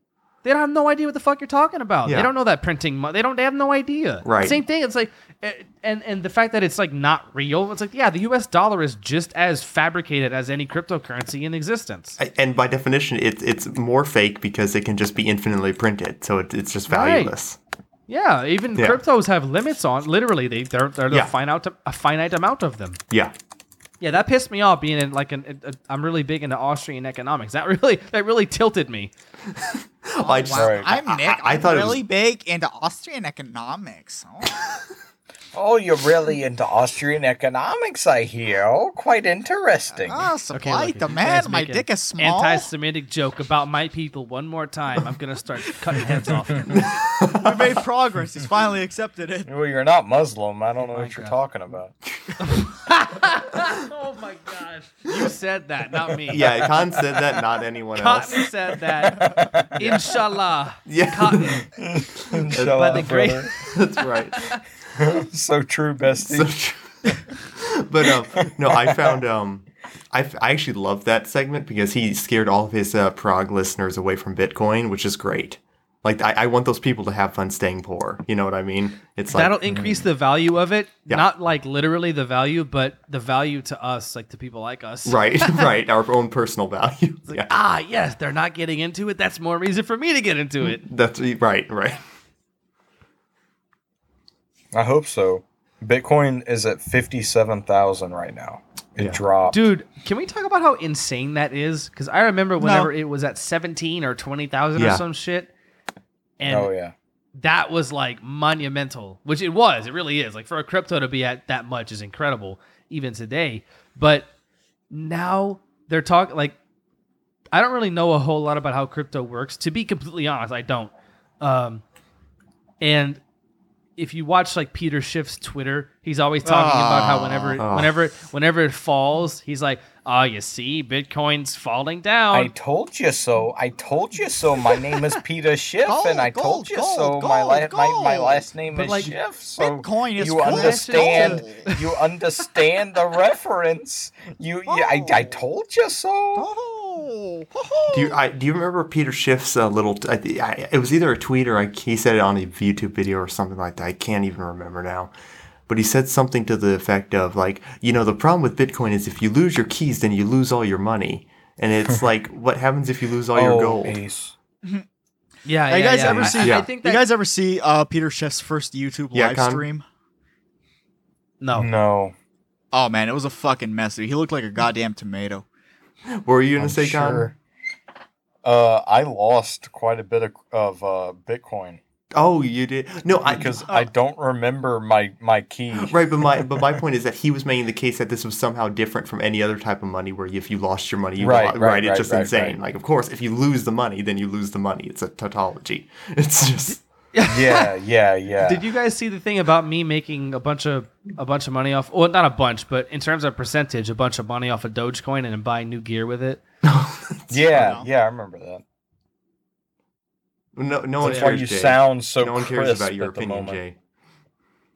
[SPEAKER 1] They don't have no idea what the fuck you're talking about.
[SPEAKER 6] Yeah.
[SPEAKER 1] They don't know that printing money. They don't. They have no idea.
[SPEAKER 6] Right.
[SPEAKER 1] Same thing. It's like, eh, and and the fact that it's like not real. It's like, yeah, the U.S. dollar is just as fabricated as any cryptocurrency in existence.
[SPEAKER 6] I- And by definition, it's it's more fake because it can just be infinitely printed, so it, it's just valueless.
[SPEAKER 1] yeah. Even
[SPEAKER 6] Yeah.
[SPEAKER 1] cryptos have limits on. Literally, they they're they're
[SPEAKER 6] Yeah.
[SPEAKER 1] a finite a finite amount of them.
[SPEAKER 6] Yeah,
[SPEAKER 1] Yeah, that pissed me off. Being in like an, i I'm really big into Austrian economics. That really that really tilted me.
[SPEAKER 6] I just
[SPEAKER 5] Right.
[SPEAKER 7] Oh, I'm Nick.
[SPEAKER 6] I-
[SPEAKER 7] I,
[SPEAKER 6] I thought it
[SPEAKER 7] am
[SPEAKER 6] was-
[SPEAKER 7] really big into Austrian economics. Oh.
[SPEAKER 10] Oh, you're really into Austrian economics, I hear. Oh, quite interesting.
[SPEAKER 7] Ah, supply
[SPEAKER 1] Loki,
[SPEAKER 7] demand.
[SPEAKER 1] let's
[SPEAKER 7] My
[SPEAKER 1] make an
[SPEAKER 7] dick is small.
[SPEAKER 1] Anti-Semitic joke about my people one more time. I'm gonna start cutting heads off.
[SPEAKER 7] we made progress. He's finally accepted it.
[SPEAKER 5] Well, you're not Muslim. I don't know what you're
[SPEAKER 1] God.
[SPEAKER 5] talking about.
[SPEAKER 1] Oh my gosh. You said that, not me.
[SPEAKER 6] yeah. Khan said that, not anyone else.
[SPEAKER 1] Cotton said that. Inshallah.
[SPEAKER 6] Yeah,
[SPEAKER 1] Cotton.
[SPEAKER 5] Shut
[SPEAKER 1] By
[SPEAKER 5] up,
[SPEAKER 1] the great
[SPEAKER 5] brother.
[SPEAKER 6] that's right.
[SPEAKER 5] So true, bestie.
[SPEAKER 6] So true. but um, no, I found um, I, f- I actually loved that segment because he scared all of his uh, Prague listeners away from Bitcoin, which is great. Like I, I want those people to have fun staying poor. You know what I mean? It's like
[SPEAKER 1] That'll increase the value of it.
[SPEAKER 6] mm. Yeah.
[SPEAKER 1] Not like literally the value, but the value to us, like to people like us.
[SPEAKER 6] right, right, our own personal value. yeah,
[SPEAKER 1] Ah, yes, they're not getting into it. That's more reason for me to get into it.
[SPEAKER 6] that's right, right.
[SPEAKER 5] I hope so. Bitcoin is at fifty-seven thousand right now. It
[SPEAKER 6] Yeah.
[SPEAKER 5] dropped.
[SPEAKER 1] Dude, can we talk about how insane that is? Because I remember whenever it was at 17 or 20,000
[SPEAKER 6] Yeah.
[SPEAKER 1] or some shit. And
[SPEAKER 5] oh yeah.
[SPEAKER 1] that was like monumental, which it was. It really is. Like for a crypto to be at that much is incredible, even today. But now they're talking like I don't really know a whole lot about how crypto works. To be completely honest, I don't. Um, and if you watch like Peter Schiff's Twitter, he's always talking about how whenever
[SPEAKER 6] Oh.
[SPEAKER 1] whenever whenever it falls, he's like, "Oh, you see, Bitcoin's falling down."
[SPEAKER 7] Um,
[SPEAKER 5] I told you so. I told you so. My name is Peter Schiff,
[SPEAKER 7] Gold,
[SPEAKER 5] and I
[SPEAKER 7] gold,
[SPEAKER 5] told you
[SPEAKER 7] gold,
[SPEAKER 5] so. my, la-
[SPEAKER 7] gold,
[SPEAKER 5] my my
[SPEAKER 7] gold.
[SPEAKER 5] last name
[SPEAKER 1] But,
[SPEAKER 5] is
[SPEAKER 1] like,
[SPEAKER 5] Schiff. So
[SPEAKER 7] Bitcoin is
[SPEAKER 5] you
[SPEAKER 7] cool.
[SPEAKER 5] understand.
[SPEAKER 7] Gold.
[SPEAKER 5] You understand the reference. You, you I, I told you so.
[SPEAKER 7] Oh,
[SPEAKER 6] Do you I, do you remember Peter Schiff's uh, little? I, thi- I, it was either a tweet or I, he said it on a YouTube video or something like that. I can't even remember now. But he said something to the effect of like, you know, the problem with Bitcoin is if you lose your keys, then you lose all your money. And it's like, what happens if you lose all Oh, your gold?
[SPEAKER 5] Oh, Ace.
[SPEAKER 1] yeah,
[SPEAKER 7] Have you
[SPEAKER 1] yeah,
[SPEAKER 7] guys
[SPEAKER 1] yeah.
[SPEAKER 7] ever
[SPEAKER 1] I-
[SPEAKER 7] seen-
[SPEAKER 1] I,
[SPEAKER 6] Yeah.
[SPEAKER 1] I think
[SPEAKER 7] you
[SPEAKER 1] that
[SPEAKER 7] guys ever see uh, Peter Schiff's first YouTube
[SPEAKER 6] Yeah,
[SPEAKER 7] live
[SPEAKER 6] Con.
[SPEAKER 7] stream?
[SPEAKER 1] no.
[SPEAKER 5] No,
[SPEAKER 7] Oh man, it was a fucking mess. dude. He looked like a goddamn tomato.
[SPEAKER 6] What were you gonna
[SPEAKER 5] I'm
[SPEAKER 6] say, Con?
[SPEAKER 5] sure. Uh, I lost quite a bit of, of uh, Bitcoin
[SPEAKER 6] Oh, you did no, I,
[SPEAKER 5] because
[SPEAKER 7] uh,
[SPEAKER 5] I don't remember my my key.
[SPEAKER 6] right. But my but my point is that he was making the case that this was somehow different from any other type of money, where if you lost your money, you
[SPEAKER 5] Right,
[SPEAKER 6] lost,
[SPEAKER 5] right,
[SPEAKER 6] It's
[SPEAKER 5] right,
[SPEAKER 6] just
[SPEAKER 5] right,
[SPEAKER 6] insane.
[SPEAKER 5] right.
[SPEAKER 6] Like, of course, if you lose the money, then you lose the money. It's a tautology. It's just
[SPEAKER 5] Yeah, yeah, yeah.
[SPEAKER 1] Did you guys see the thing about me making a bunch of a bunch of money off? Well, not a bunch, but in terms of percentage, a bunch of money off of Dogecoin and then buying new gear with it.
[SPEAKER 5] yeah, yeah. I remember that.
[SPEAKER 6] no no one
[SPEAKER 5] That's why
[SPEAKER 6] cares,
[SPEAKER 5] you
[SPEAKER 6] Jay.
[SPEAKER 5] sound so
[SPEAKER 6] no one cares
[SPEAKER 5] crisp
[SPEAKER 6] about your
[SPEAKER 5] at the
[SPEAKER 6] opinion,
[SPEAKER 5] moment.
[SPEAKER 6] Jay.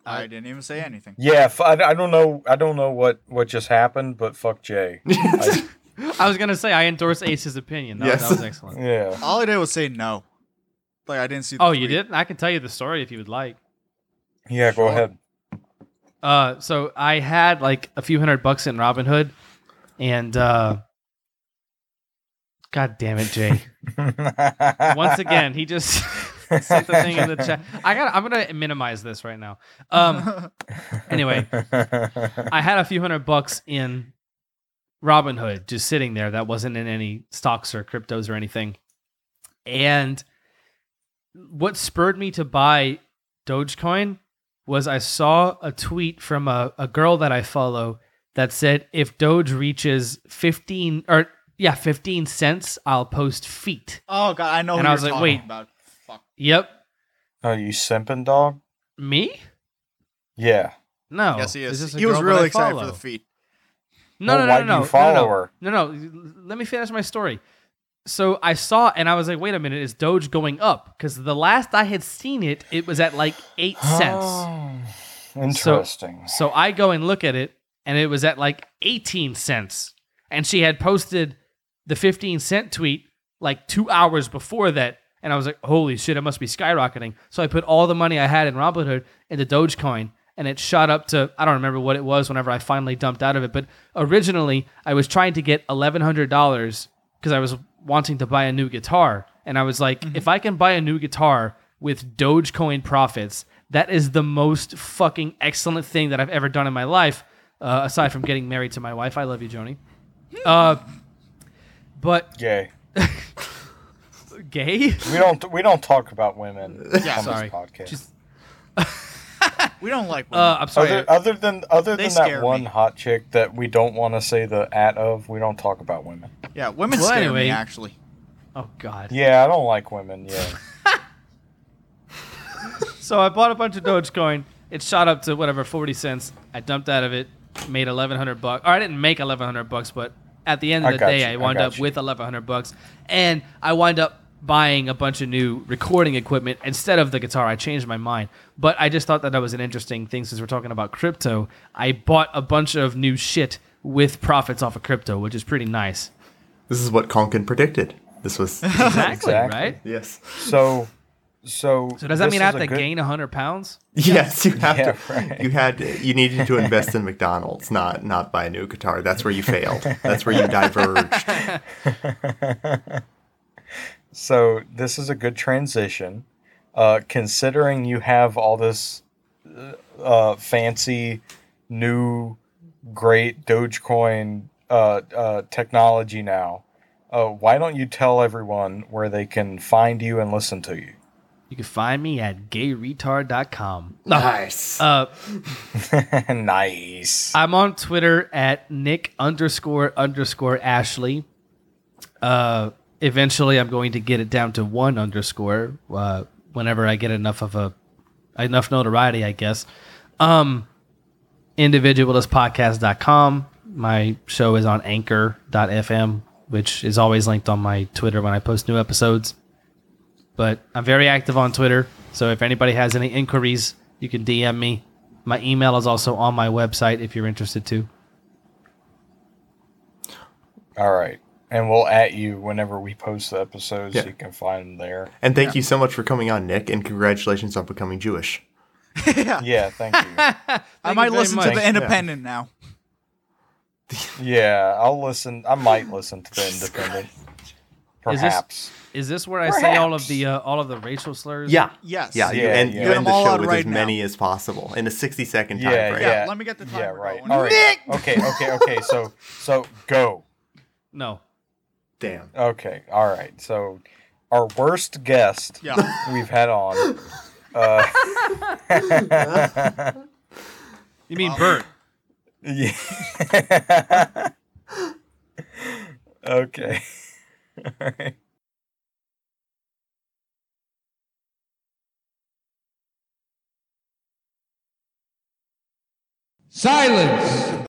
[SPEAKER 7] I didn't even say anything.
[SPEAKER 5] Yeah, f- I, I don't know. I don't know what what just happened, but fuck Jay. I-
[SPEAKER 1] I was gonna say I endorse Ace's opinion. That,
[SPEAKER 6] Yes.
[SPEAKER 1] that was excellent.
[SPEAKER 5] yeah.
[SPEAKER 7] All I did was say no. Like I didn't see. The
[SPEAKER 1] Oh, you
[SPEAKER 7] tweet.
[SPEAKER 1] did? I can tell you the story if you would like.
[SPEAKER 5] Yeah, go ahead.
[SPEAKER 1] Uh, so I had like a few hundred bucks in Robinhood, and uh, God damn it, Jay! Once again, he just sent the thing in the chat. I got. I'm gonna minimize this right now. Um, anyway, I had a few hundred bucks in Robinhood just sitting there that wasn't in any stocks or cryptos or anything. And what spurred me to buy Dogecoin was I saw a tweet from a, a girl that I follow that said if Doge reaches 15 or yeah, 15 cents, I'll post feet.
[SPEAKER 7] Oh god, I know.
[SPEAKER 1] And I
[SPEAKER 7] who you're
[SPEAKER 1] was like,
[SPEAKER 7] talking
[SPEAKER 1] wait.
[SPEAKER 7] about. Fuck.
[SPEAKER 1] Yep.
[SPEAKER 5] oh, you simping dog?
[SPEAKER 1] Me?
[SPEAKER 5] Yeah.
[SPEAKER 1] No.
[SPEAKER 7] yes, he
[SPEAKER 1] It's
[SPEAKER 7] is.
[SPEAKER 1] just a
[SPEAKER 7] He was
[SPEAKER 1] girl that I
[SPEAKER 7] really excited for
[SPEAKER 1] follow.
[SPEAKER 7] the feet.
[SPEAKER 1] No, no,
[SPEAKER 5] Well, Oh, why
[SPEAKER 1] no,
[SPEAKER 5] do
[SPEAKER 1] no,
[SPEAKER 5] you
[SPEAKER 1] no,
[SPEAKER 5] follow
[SPEAKER 1] no,
[SPEAKER 5] her?
[SPEAKER 1] no, no, no. Let me finish my story. So I saw and I was like, wait a minute, is Doge going up? Because the last I had seen it, it was at like eight cents.
[SPEAKER 5] Oh. Interesting.
[SPEAKER 1] So I go and look at it, and it was at like 18 cents. And she had posted the 15 cent tweet like two hours before that. And I was like, holy shit, it must be skyrocketing. So I put all the money I had in Robinhood into Dogecoin, and it shot up to, I don't remember what it was whenever I finally dumped out of it. But originally, I was trying to get $1,100 because I was wanting to buy a new guitar. And I was like, if I can buy a new guitar with Dogecoin profits, that is the most fucking excellent thing that I've ever done in my life, uh, aside from getting married to my wife. I love you, Joni. Uh, but
[SPEAKER 5] Gay.
[SPEAKER 1] gay?
[SPEAKER 5] We don't we don't talk about women on
[SPEAKER 1] sorry.
[SPEAKER 5] this podcast.
[SPEAKER 1] Just-
[SPEAKER 7] We don't like. women.
[SPEAKER 1] Uh, I'm sorry.
[SPEAKER 5] other, other than other
[SPEAKER 7] They
[SPEAKER 5] than
[SPEAKER 7] scare
[SPEAKER 5] that one
[SPEAKER 7] me.
[SPEAKER 5] hot chick that we don't want to say the at of, we don't talk about women.
[SPEAKER 7] yeah, women
[SPEAKER 1] well,
[SPEAKER 7] scare
[SPEAKER 1] anyway.
[SPEAKER 7] me actually.
[SPEAKER 1] oh God.
[SPEAKER 5] Yeah, I don't like women. Yeah,
[SPEAKER 1] So I bought a bunch of Dogecoin. It shot up to whatever forty cents. I dumped out of it, made eleven hundred bucks. Or I didn't make eleven hundred bucks, but at the end of
[SPEAKER 5] I
[SPEAKER 1] the
[SPEAKER 5] got
[SPEAKER 1] day,
[SPEAKER 5] you,
[SPEAKER 1] I
[SPEAKER 5] I
[SPEAKER 1] wound
[SPEAKER 5] got
[SPEAKER 1] up
[SPEAKER 5] you.
[SPEAKER 1] with eleven hundred bucks, and I wind up buying a bunch of new recording equipment instead of the guitar. I changed my mind, but I just thought that that was an interesting thing since we're talking about crypto. I bought a bunch of new shit with profits off of crypto, which is pretty nice.
[SPEAKER 6] This is what Conkin predicted. This was
[SPEAKER 1] Exactly,
[SPEAKER 5] Exactly.
[SPEAKER 1] right.
[SPEAKER 6] yes,
[SPEAKER 5] so so.
[SPEAKER 1] So does that
[SPEAKER 5] this
[SPEAKER 1] mean I
[SPEAKER 5] is
[SPEAKER 1] have
[SPEAKER 5] a
[SPEAKER 1] to
[SPEAKER 5] good-
[SPEAKER 1] gain gain hundred pounds?
[SPEAKER 6] yes. You have
[SPEAKER 5] Yeah,
[SPEAKER 6] to.
[SPEAKER 5] right.
[SPEAKER 6] You had. You needed to invest in McDonald's, not not buy a new guitar. That's where you failed. That's where you diverged.
[SPEAKER 5] So this is a good transition, uh, considering you have all this uh, fancy, new, great Dogecoin uh, uh, technology now. Uh, why don't you tell everyone where they can find you and listen to you?
[SPEAKER 1] You can find me at gayretard.com.
[SPEAKER 6] Nice.
[SPEAKER 1] Uh,
[SPEAKER 5] nice.
[SPEAKER 1] I'm on Twitter at Nick underscore underscore Ashley. Uh, eventually, I'm going to get it down to one underscore uh, whenever I get enough of a enough notoriety, I guess. Um, individualistpodcast.com. My show is on anchor.fm, which is always linked on my Twitter when I post new episodes. But I'm very active on Twitter, so if anybody has any inquiries, you can DM me. My email is also on my website if you're interested too.
[SPEAKER 5] All right. And we'll at you whenever we post the episodes.
[SPEAKER 6] Yeah.
[SPEAKER 5] You can find them there.
[SPEAKER 6] And thank you so much for coming on, Nick, and congratulations on becoming Jewish.
[SPEAKER 5] Yeah, thank you.
[SPEAKER 7] I
[SPEAKER 1] very
[SPEAKER 7] might listen
[SPEAKER 1] much.
[SPEAKER 7] to the Independent now.
[SPEAKER 5] yeah, I'll listen. I might listen to the Independent.
[SPEAKER 1] Is this-
[SPEAKER 5] Perhaps.
[SPEAKER 1] Is this where I say all of the uh, all of the racial slurs?
[SPEAKER 7] Yes.
[SPEAKER 6] Yeah, you
[SPEAKER 5] Yeah,
[SPEAKER 6] end,
[SPEAKER 5] yeah.
[SPEAKER 6] You
[SPEAKER 5] Get
[SPEAKER 6] end
[SPEAKER 7] them
[SPEAKER 6] the
[SPEAKER 7] all
[SPEAKER 6] show
[SPEAKER 7] out
[SPEAKER 6] with as
[SPEAKER 7] right now.
[SPEAKER 6] many as possible in a 60 second time
[SPEAKER 5] Yeah,
[SPEAKER 6] frame.
[SPEAKER 5] yeah.
[SPEAKER 7] Yeah, let me get the timer
[SPEAKER 5] Yeah, right.
[SPEAKER 7] going.
[SPEAKER 5] All right. Okay, okay, okay. So, so go.
[SPEAKER 1] No.
[SPEAKER 6] Damn.
[SPEAKER 5] Okay. All right. So, our worst guest
[SPEAKER 7] Yeah.
[SPEAKER 5] we've had on. Uh,
[SPEAKER 1] You mean Bert?
[SPEAKER 5] yeah. okay. All right.
[SPEAKER 2] Silence!